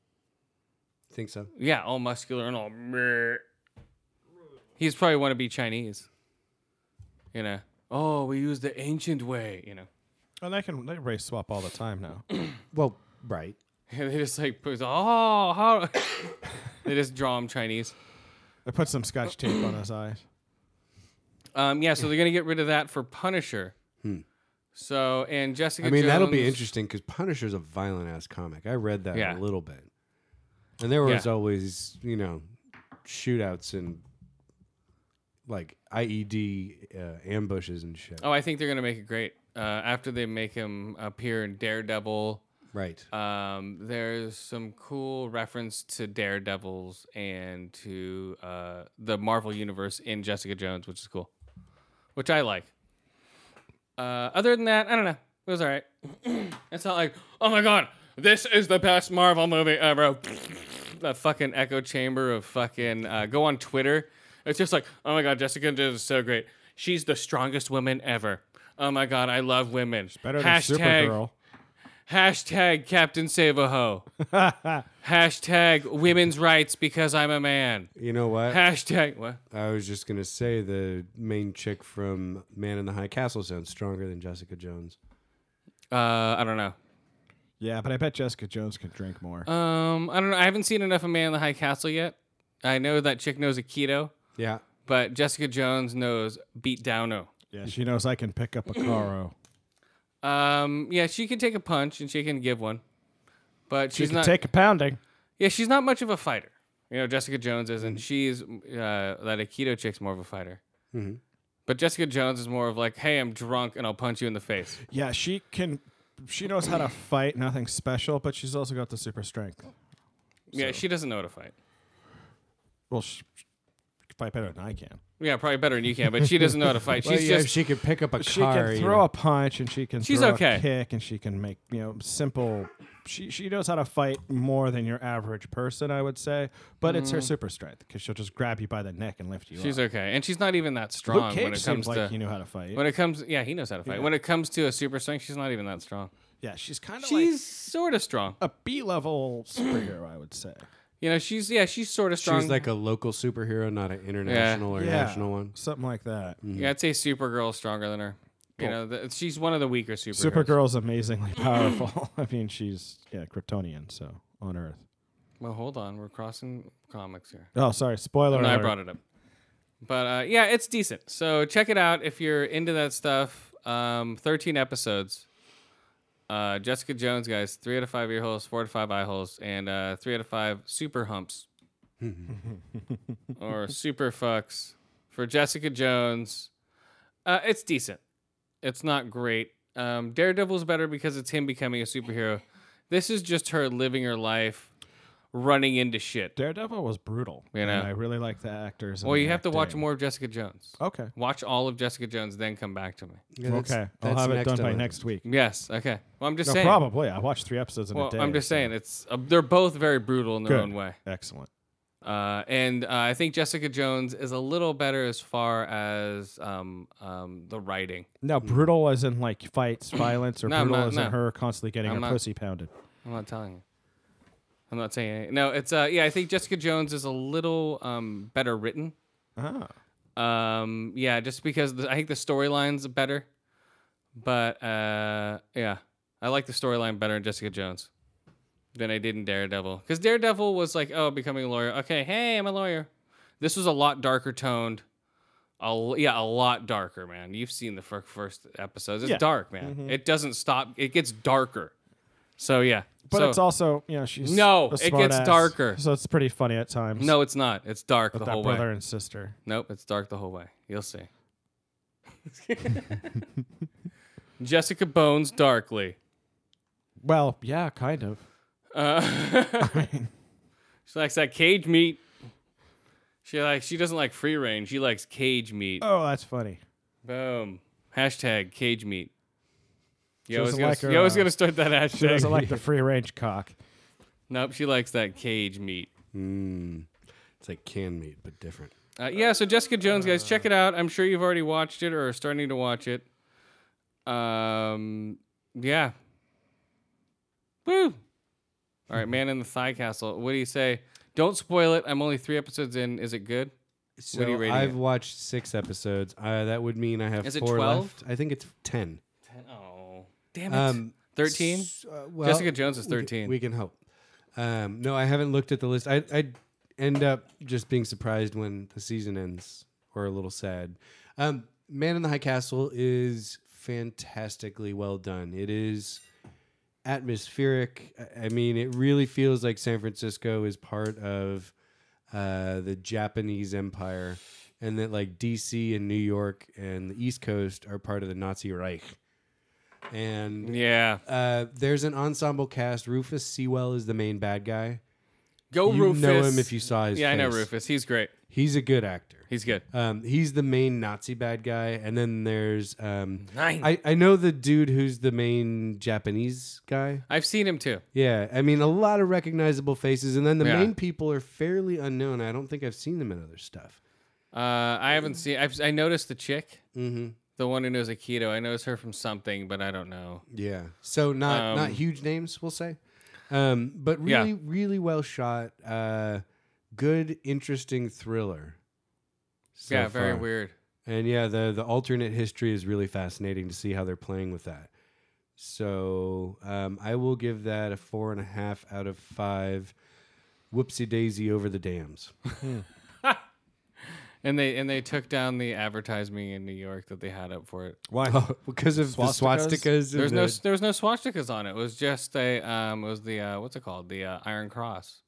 Speaker 2: Think so?
Speaker 1: Yeah, all muscular and all. meh. He's probably want to be Chinese. You know. Oh, we use the ancient way. You know. <laughs>
Speaker 4: And Oh, they can they race swap all the time now.
Speaker 2: Well, right.
Speaker 1: And they just like put, oh <laughs> how. they just draw him Chinese.
Speaker 4: They put some scotch tape on his eyes.
Speaker 1: Um, yeah, so they're gonna get rid of that for Punisher. So and Jessica.
Speaker 2: Hmm. I mean, that'll be
Speaker 1: Jones-
Speaker 2: interesting because Punisher's a violent ass comic. I read that
Speaker 1: Yeah.
Speaker 2: a little bit, and there was
Speaker 1: Yeah.
Speaker 2: always you know shootouts and like IED uh, ambushes and shit.
Speaker 1: Oh, I think they're gonna make it great. Uh, after they make him appear in Daredevil,
Speaker 2: Right.
Speaker 1: um, there's some cool reference to Daredevils and to uh, the Marvel universe in Jessica Jones, which is cool, which I like. Uh, other than that, I don't know. It was all right. <clears throat> it's not like, oh my god, this is the best Marvel movie ever. <sniffs> the fucking echo chamber of fucking uh, go on Twitter. It's just like, oh my god, Jessica Jones is so great. She's the strongest woman ever. Oh my god, I love women.
Speaker 4: Better
Speaker 1: Hashtag,
Speaker 4: than Supergirl.
Speaker 1: Hashtag Captain Save a
Speaker 4: <laughs>
Speaker 1: Ho. Hashtag women's rights because I'm a man.
Speaker 2: You know what?
Speaker 1: Hashtag what?
Speaker 2: I was just gonna say the main chick from Man in the High Castle sounds stronger than Jessica Jones.
Speaker 1: Uh, I don't know.
Speaker 4: Yeah, but I bet Jessica Jones could drink more.
Speaker 1: Um, I don't know. I haven't seen enough of Man in the High Castle yet. I know that chick knows Aikido,
Speaker 2: Yeah.
Speaker 1: but Jessica Jones knows Beat Downo.
Speaker 4: yeah, she knows I can
Speaker 1: <clears throat>
Speaker 4: pick up a Caro.
Speaker 1: Um, yeah, she can take a punch and she can give one, but
Speaker 4: She
Speaker 1: she's
Speaker 4: can
Speaker 1: not.
Speaker 4: take a pounding.
Speaker 1: yeah, she's not much of a fighter. You know, Jessica Jones
Speaker 4: Mm-hmm.
Speaker 1: isn't. She's uh, that Aikido chick's more of a fighter.
Speaker 4: Mm-hmm.
Speaker 1: But Jessica Jones is more of like, hey, I'm drunk and I'll punch you in the face.
Speaker 4: Yeah, she can. She knows how to fight. Nothing special, but she's also got the super strength.
Speaker 1: Yeah, she doesn't know how to fight.
Speaker 4: Well, she, she can fight better than I can.
Speaker 1: Yeah, probably better than you can, but she doesn't know how to fight.
Speaker 2: Well,
Speaker 1: She's
Speaker 2: yeah, if
Speaker 1: just
Speaker 2: she could pick up a
Speaker 4: She
Speaker 2: car.
Speaker 4: can
Speaker 2: you
Speaker 4: throw
Speaker 2: know.
Speaker 4: a punch, and she can
Speaker 1: She's
Speaker 4: throw
Speaker 1: okay.
Speaker 4: a kick, and she can make you know simple. She she knows how to fight more than your average person, I would say. But it's her super strength because she'll just grab you by the neck and lift you
Speaker 1: <laughs> Mm. she's
Speaker 4: up.
Speaker 1: okay, and she's not even that strong when
Speaker 4: Luke Cage
Speaker 1: it
Speaker 4: seems
Speaker 1: comes
Speaker 4: like
Speaker 1: to
Speaker 4: he knew how to fight.
Speaker 1: when it comes. Yeah, he knows how to fight. When it comes to a super strength, she's not even that strong.
Speaker 4: yeah, she's kind of
Speaker 1: She's
Speaker 4: like
Speaker 1: sort of strong.
Speaker 4: a B level superhero, I would say.
Speaker 1: You know, she's yeah, she's sort of strong.
Speaker 2: She's like a local superhero, not an international or national one. Mm,
Speaker 4: something like that.
Speaker 1: yeah, I'd say Supergirl's stronger than her. You know, the, she's one of the weaker superheroes.
Speaker 4: Supergirl's amazingly powerful. <laughs> I mean, she's yeah Kryptonian, so on Earth.
Speaker 1: Well, hold on, we're crossing comics here.
Speaker 4: Oh, sorry, spoiler.
Speaker 1: No, I
Speaker 4: alert.
Speaker 1: brought it up. But uh, yeah, it's decent. So check it out if you're into that stuff. Um, 13 episodes. Uh, Jessica Jones, guys, three out of five ear holes, four out of five eye holes, and uh, three out of five super humps or super fucks for Jessica Jones. Uh, it's decent. It's not great. Um, Daredevil's better because it's him becoming a superhero. This is just her living her life, running into shit.
Speaker 4: Daredevil was brutal.
Speaker 1: You know.
Speaker 4: and I really like the actors. and
Speaker 1: Well,
Speaker 4: the
Speaker 1: you have to watch
Speaker 4: acting.
Speaker 1: more of Jessica Jones.
Speaker 4: Okay.
Speaker 1: Watch all of Jessica Jones, then come back to me.
Speaker 2: Yeah, that's-
Speaker 4: Okay, I'll
Speaker 2: that's
Speaker 4: have it
Speaker 2: next
Speaker 4: done by
Speaker 2: on.
Speaker 4: next week.
Speaker 1: Yes. Okay. Well, I'm just
Speaker 4: No,
Speaker 1: saying.
Speaker 4: probably. I watched three episodes in
Speaker 1: Well,
Speaker 4: a day.
Speaker 1: I'm just saying it's uh, they're both very brutal in their
Speaker 4: Good.
Speaker 1: own way,
Speaker 4: Excellent.
Speaker 1: uh, and uh, I think Jessica Jones is a little better as far as um, um, the writing.
Speaker 4: Now, brutal as in like
Speaker 1: <coughs>
Speaker 4: fights, violence, or
Speaker 1: No, I'm
Speaker 4: brutal
Speaker 1: not-
Speaker 4: as in
Speaker 1: no.
Speaker 4: her constantly getting
Speaker 1: I'm
Speaker 4: her
Speaker 1: not-
Speaker 4: pussy pounded.
Speaker 1: I'm not telling you. I'm not saying any. No, it's uh, yeah. I think Jessica Jones is a little um, better written.
Speaker 4: Ah,
Speaker 1: Um, yeah, just because the, I think the storyline's better, but uh, yeah, I like the storyline better in Jessica Jones than I did in Daredevil because Daredevil was like, oh, becoming a lawyer. Okay, hey, I'm a lawyer. This was a lot darker toned. A, l- yeah, a lot darker, man. You've seen the fir- first episodes. It's
Speaker 4: Yeah. Mm-hmm.
Speaker 1: dark, man. It doesn't stop. It gets darker. So yeah,
Speaker 4: but
Speaker 1: So-
Speaker 4: it's also you know she's
Speaker 1: No,
Speaker 4: a
Speaker 1: it
Speaker 4: smart
Speaker 1: gets
Speaker 4: ass,
Speaker 1: darker.
Speaker 4: So it's pretty funny at times.
Speaker 1: no, it's not. It's dark the
Speaker 4: that
Speaker 1: whole
Speaker 4: brother
Speaker 1: way.
Speaker 4: and sister.
Speaker 1: Nope, it's dark the whole way. You'll
Speaker 4: <laughs>
Speaker 1: see. <laughs> Jessica Bones darkly.
Speaker 4: Well, yeah, kind of.
Speaker 1: Uh, <laughs> she likes that cage meat. She likes. She doesn't like free range. She likes cage meat.
Speaker 4: Oh, that's funny.
Speaker 1: Boom. Hashtag cage meat. You always
Speaker 4: doesn't
Speaker 1: gonna,
Speaker 4: like her,
Speaker 1: you always
Speaker 4: uh,
Speaker 1: gonna start that
Speaker 4: She doesn't
Speaker 1: hashtag.
Speaker 4: like the free range cock.
Speaker 1: nope, she likes that cage meat.
Speaker 2: Mm. It's like canned meat, but different.
Speaker 1: Uh, yeah, so Jessica Jones, guys, check it out. I'm sure you've already watched it or are starting to watch it. Um, yeah. Woo! All right, Man in the Thigh Castle. What do you say? Don't spoil it. I'm only three episodes in. Is it good?
Speaker 2: So
Speaker 1: are you rating
Speaker 2: I've
Speaker 1: it?
Speaker 2: watched six episodes. Uh, that would mean I have
Speaker 1: Is it
Speaker 2: four
Speaker 1: 12?
Speaker 2: left. I think it's ten.
Speaker 1: Oh, damn it.
Speaker 2: Um,
Speaker 1: 13?
Speaker 2: s- uh, well,
Speaker 1: Jessica Jones is
Speaker 2: we can-
Speaker 1: 13.
Speaker 2: We can, hope. Um, no, I haven't looked at the list. I I end up just being surprised when the season ends, or a little sad. Um, Man in the High Castle is fantastically well done. It is atmospheric. I- I mean, it really feels like San Francisco is part of uh, the Japanese Empire, and that like DC and New York and the East Coast are part of the Nazi Reich. And
Speaker 1: Yeah.
Speaker 2: uh, there's an ensemble cast. Rufus Sewell is the main bad guy.
Speaker 1: Go
Speaker 2: you
Speaker 1: Oh, Rufus.
Speaker 2: know him if you saw his.
Speaker 1: yeah, I know
Speaker 2: face.
Speaker 1: Rufus. He's great.
Speaker 2: He's a good actor.
Speaker 1: He's good.
Speaker 2: Um, he's the main Nazi bad guy, and then there's um,
Speaker 1: Nine.
Speaker 2: I I know the dude who's the main Japanese guy.
Speaker 1: I've seen him too.
Speaker 2: Yeah, I mean a lot of recognizable faces, and then the
Speaker 1: Yeah.
Speaker 2: main people are fairly unknown. I don't think I've seen them in other stuff.
Speaker 1: Uh, I haven't seen. I've, I noticed the chick,
Speaker 2: Mm-hmm.
Speaker 1: the one who knows Aikido. I noticed her from something, but I don't know.
Speaker 2: Yeah, so not not
Speaker 1: Um,
Speaker 2: huge names, we'll say, um, but
Speaker 1: Yeah.
Speaker 2: really really well shot. Uh, good, interesting thriller. so
Speaker 1: yeah, very
Speaker 2: far.
Speaker 1: weird.
Speaker 2: And yeah, the the alternate history is really fascinating to see how they're playing with that. So um, I will give that a four and a half out of five. Whoopsie daisy over the dams.
Speaker 1: And they and they took down the advertisement in New York that they had up for it.
Speaker 4: Why?
Speaker 2: <laughs> because of
Speaker 4: Swastikas?
Speaker 2: the swastikas. and
Speaker 1: There's no
Speaker 2: the-
Speaker 1: there was no swastikas on it. It was just a um. It was the uh, what's it called? The uh, Iron Cross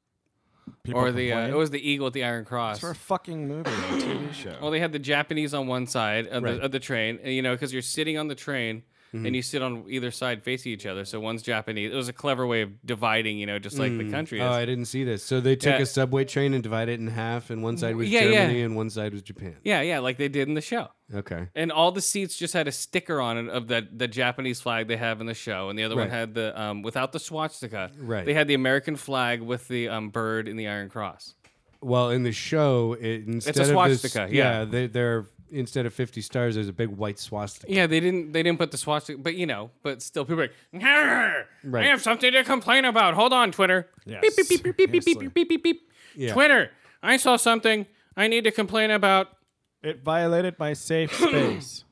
Speaker 4: People
Speaker 1: or the uh,
Speaker 4: complain?
Speaker 1: it was the eagle with the Iron Cross.
Speaker 4: It's for a fucking movie, <coughs> and a TV show.
Speaker 1: Well, they had the Japanese on one side of, the, of the train, and, you know, because you're sitting on the train
Speaker 2: Mm-hmm.
Speaker 1: and you sit on either side facing each other. So one's Japanese. It was a clever way of dividing, you know, just like the country is.
Speaker 2: Oh, I didn't see this. So they took
Speaker 1: Yeah.
Speaker 2: a subway train and divided it in half, and one side was
Speaker 1: Yeah, yeah.
Speaker 2: Germany and one side was Japan.
Speaker 1: yeah, yeah, like they did in the show.
Speaker 2: Okay.
Speaker 1: And all the seats just had a sticker on it of the, the Japanese flag they have in the show, and the other one
Speaker 2: Right.
Speaker 1: had the um, without the swastika.
Speaker 2: Right.
Speaker 1: They had the American flag with the um, bird and the Iron Cross.
Speaker 2: Well, in the show, it, instead
Speaker 1: swastika,
Speaker 2: of this,
Speaker 1: yeah.
Speaker 2: they, they're instead of fifty stars, there's a big white swastika.
Speaker 1: Yeah, they didn't. They didn't put the swastika, but you know, but still, people are like, "Grr,
Speaker 2: Right.
Speaker 1: I have something to complain about. Hold on, Twitter.
Speaker 4: Yes.
Speaker 1: Beep beep beep beep beep beep
Speaker 4: Seriously.
Speaker 1: beep beep beep beep. Twitter. I saw something I need to complain about.
Speaker 4: It violated my safe <coughs> space.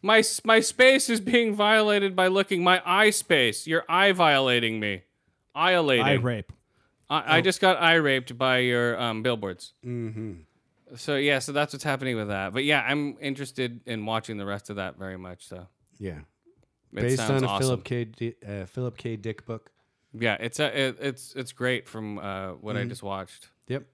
Speaker 1: My s- my space is being violated by looking my eye space. Your eye violating me. Iolating.
Speaker 4: I
Speaker 1: I,
Speaker 4: rape.
Speaker 2: Oh.
Speaker 1: I, just got eye raped by your um, billboards. Mm-hmm. So yeah, so that's what's happening with that. But yeah, I'm interested in watching the rest of that very much. So
Speaker 2: Yeah.
Speaker 1: it
Speaker 2: based
Speaker 1: sounds
Speaker 2: on a
Speaker 1: awesome.
Speaker 2: Philip K. D, uh, Philip K. Mm. Dick book.
Speaker 1: Yeah, it's a, it, it's it's great from uh, what I just watched.
Speaker 2: Yep.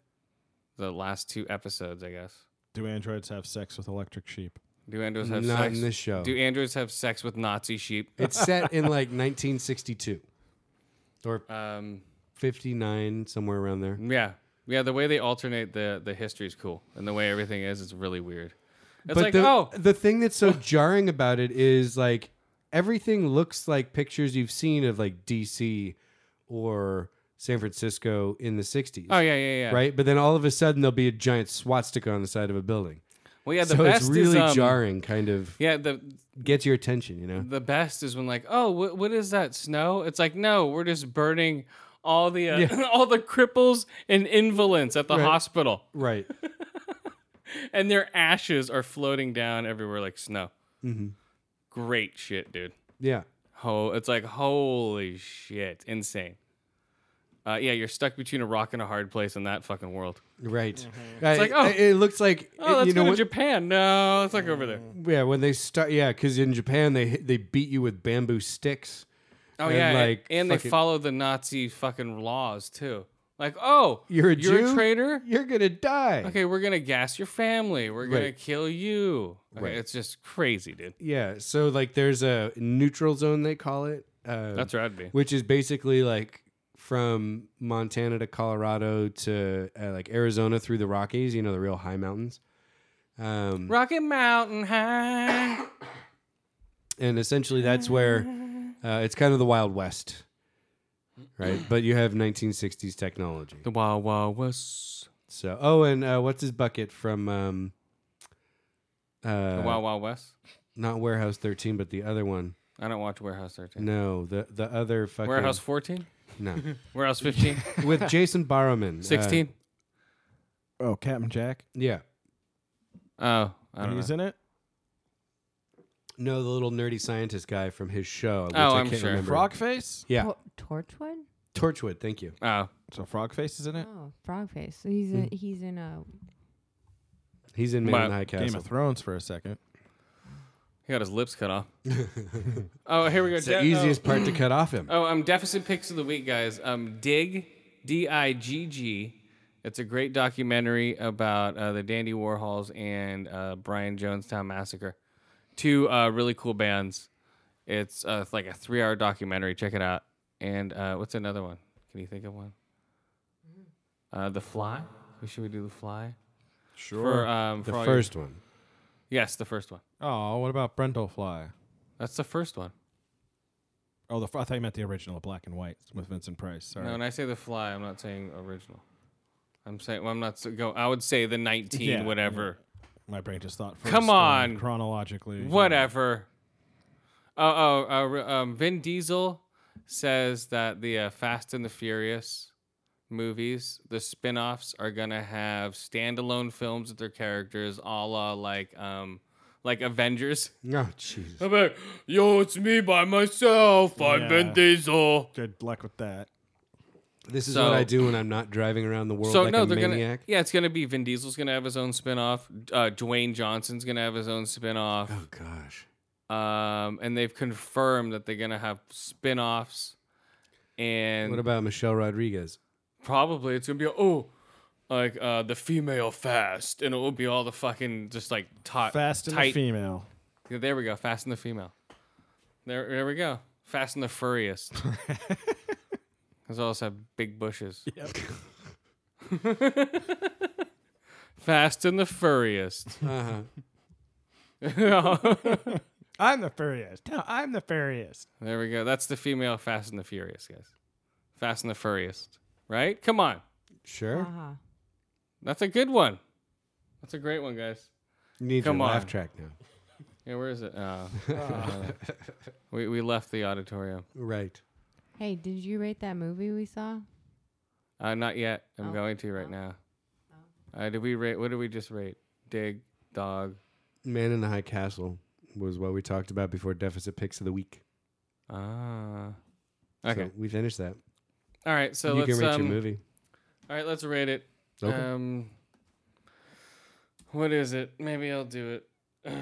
Speaker 1: The last two episodes, I guess.
Speaker 4: Do androids have sex with electric sheep?
Speaker 1: Do androids have
Speaker 2: Not
Speaker 1: sex?
Speaker 2: in this show.
Speaker 1: Do androids have sex with Nazi sheep?
Speaker 2: It's set <laughs> in like 1962 or
Speaker 1: Um,
Speaker 2: 59, somewhere around there.
Speaker 1: yeah, yeah. The way they alternate the the history is cool, and the way everything is is really weird. It's
Speaker 2: but
Speaker 1: like
Speaker 2: the, <laughs>
Speaker 1: oh,
Speaker 2: the thing
Speaker 1: <laughs>
Speaker 2: that's so jarring about it is like everything looks like pictures you've seen of like DC or San Francisco in the 60s.
Speaker 1: oh yeah, yeah, yeah.
Speaker 2: Right, but then all of a sudden there'll be a giant swastika on the side of a building.
Speaker 1: Well, yeah. The
Speaker 2: so
Speaker 1: best
Speaker 2: it's really
Speaker 1: is, um,
Speaker 2: jarring, kind of
Speaker 1: Yeah, the
Speaker 2: gets your attention, you know.
Speaker 1: the best is when like oh, wh- what is that snow? It's like no, we're just burning all the uh,
Speaker 2: Yeah.
Speaker 1: <laughs> all the cripples and invalids at the
Speaker 2: Right.
Speaker 1: hospital.
Speaker 2: Right.
Speaker 1: and their ashes are floating down everywhere like snow.
Speaker 2: Mm-hmm.
Speaker 1: Great shit, dude.
Speaker 2: Yeah.
Speaker 1: Ho, it's like holy shit, insane. Uh, yeah, you're stuck between a rock and a hard place in that fucking world.
Speaker 2: Right. I-
Speaker 1: like, oh.
Speaker 2: I- it looks like
Speaker 1: Oh, let's
Speaker 2: you know
Speaker 1: go to
Speaker 2: what- Mm.
Speaker 1: Japan. No, let's not go over there.
Speaker 2: Yeah, when they start, yeah, because in Japan they hit- they beat you with bamboo sticks.
Speaker 1: Oh
Speaker 2: And,
Speaker 1: yeah, and-
Speaker 2: like,
Speaker 1: and, they
Speaker 2: fucking-
Speaker 1: follow the Nazi fucking laws too. Like, oh,
Speaker 2: You're a
Speaker 1: you're
Speaker 2: Jew?
Speaker 1: a traitor.
Speaker 2: You're gonna die.
Speaker 1: Okay, we're gonna gas your family. We're gonna
Speaker 2: Right.
Speaker 1: kill you. Okay,
Speaker 2: Right.
Speaker 1: It's just crazy, dude.
Speaker 2: Yeah, so like there's a neutral zone they call it. Uh,
Speaker 1: That's where I'd be.
Speaker 2: Which is basically like from Montana to Colorado to uh, like Arizona through the Rockies. You know the real high mountains. Um,
Speaker 1: Rocky Mountain High.
Speaker 2: and essentially that's where uh, it's kind of the Wild West, right? But you have 1960s technology.
Speaker 1: the Wild Wild West.
Speaker 2: So, oh, and uh, what's his bucket from? Um, uh,
Speaker 1: The Wild Wild West.
Speaker 2: not Warehouse 13, but the other one.
Speaker 1: I don't watch Warehouse 13.
Speaker 2: No, the the other fucking
Speaker 1: Warehouse 14? <laughs>
Speaker 2: No,
Speaker 1: Warehouse
Speaker 2: <laughs>
Speaker 1: 15?
Speaker 2: with Jason Barrowman. uh,
Speaker 1: 16?
Speaker 4: Oh, Captain Jack.
Speaker 2: yeah.
Speaker 1: oh, I don't
Speaker 4: He's
Speaker 1: know.
Speaker 4: in it.
Speaker 2: No, the little nerdy scientist guy from his show. which
Speaker 1: Oh,
Speaker 2: I
Speaker 1: I'm
Speaker 2: can't
Speaker 1: sure.
Speaker 2: remember.
Speaker 4: Frogface.
Speaker 2: Yeah,
Speaker 6: Tor- Torchwood?
Speaker 2: Torchwood. Thank you.
Speaker 1: Oh,
Speaker 4: So Frogface is in it.
Speaker 6: Oh, Frogface. So he's in, he's in a
Speaker 2: He's in Man
Speaker 1: My-
Speaker 2: in the High
Speaker 4: Game
Speaker 2: Castle.
Speaker 4: of Thrones for a second.
Speaker 1: He got his lips cut
Speaker 2: <laughs>
Speaker 1: off. oh, here we go.
Speaker 2: It's the
Speaker 1: De-
Speaker 2: easiest
Speaker 1: <laughs>
Speaker 2: part to cut off him.
Speaker 1: Oh, um, deficit picks of the week, guys. Um, Dig, D I G G. It's a great documentary about uh, the Dandy Warhols and uh, Brian Jonestown Massacre. Two uh, really cool bands. It's uh, like a three-hour documentary. Check it out. And uh, what's another one? Can you think of one?
Speaker 2: Mm-hmm.
Speaker 1: Uh, the Fly. Should we do The Fly? Sure. For, um,
Speaker 2: the
Speaker 1: for all your-
Speaker 2: first one.
Speaker 1: yes, the first one.
Speaker 4: Oh, what about Brendel Fly?
Speaker 1: That's the first one.
Speaker 4: Oh, the, I thought you meant the original, black and white, with Vincent Price. Sorry.
Speaker 1: No, when I say the fly, I'm not saying original. I'm saying well, I'm not so go. I would say the 19
Speaker 4: Yeah,
Speaker 1: whatever,
Speaker 4: My brain just thought. First
Speaker 1: Come
Speaker 4: then
Speaker 1: on.
Speaker 4: Chronologically.
Speaker 1: whatever. Oh, oh, uh, re- um, Vin Diesel says that the uh, Fast and the Furious movies, the spin-offs are gonna have standalone films with their characters, a la like um, like Avengers.
Speaker 2: Oh, Jesus.
Speaker 1: I'm like, yo, it's me by myself. I'm
Speaker 4: Yeah.
Speaker 1: Vin Diesel.
Speaker 4: Good luck with that.
Speaker 2: This is
Speaker 1: So-
Speaker 2: what I do when I'm not driving around the world
Speaker 1: So
Speaker 2: like
Speaker 1: no,
Speaker 2: a
Speaker 1: they're
Speaker 2: maniac.
Speaker 1: gonna yeah, it's gonna be Vin Diesel's gonna have his own spinoff. Uh, Dwayne Johnson's gonna have his own
Speaker 2: <sighs>
Speaker 1: spinoff.
Speaker 2: Oh gosh.
Speaker 1: Um, and they've confirmed that they're gonna have spinoffs. And
Speaker 2: What about Michelle Rodriguez?
Speaker 1: probably it's gonna be oh, like uh, the female fast, and it will be all the fucking just like tight,
Speaker 4: Fast and the
Speaker 1: tight.
Speaker 4: female.
Speaker 1: Yeah, there we go, fast and the female. There, there we go, fast and the furriest.
Speaker 2: <laughs>
Speaker 1: Because all also have big bushes. fast and the furriest.
Speaker 2: <laughs>
Speaker 1: <laughs>
Speaker 2: Uh-huh.
Speaker 4: I'm the furriest. No, I'm the furriest.
Speaker 1: There we go. That's the female Fast and the Furious, guys. Fast and the Furriest, right? Come on.
Speaker 2: <laughs> Sure.
Speaker 6: Uh-huh.
Speaker 1: That's a good one. That's a great one, guys.
Speaker 2: You need
Speaker 1: Come
Speaker 2: your laugh
Speaker 1: on.
Speaker 2: track now.
Speaker 1: Yeah, where is it?
Speaker 2: <laughs>
Speaker 1: Oh. Uh, we, we left the auditorium.
Speaker 2: Right.
Speaker 6: Hey, did you rate that movie we saw?
Speaker 1: Uh, not yet. I'm
Speaker 6: Oh,
Speaker 1: going to right now. Uh, did we rate? What did we just rate? Dig, dog.
Speaker 2: Man in the High Castle was what we talked about before deficit picks of the week.
Speaker 1: Ah. Okay.
Speaker 2: So we finished that.
Speaker 1: all right. So
Speaker 2: you
Speaker 1: let's
Speaker 2: can rate
Speaker 1: um,
Speaker 2: your movie.
Speaker 1: All right, let's rate it.
Speaker 2: Okay.
Speaker 1: Um, what is it? Maybe I'll do it. <sighs> all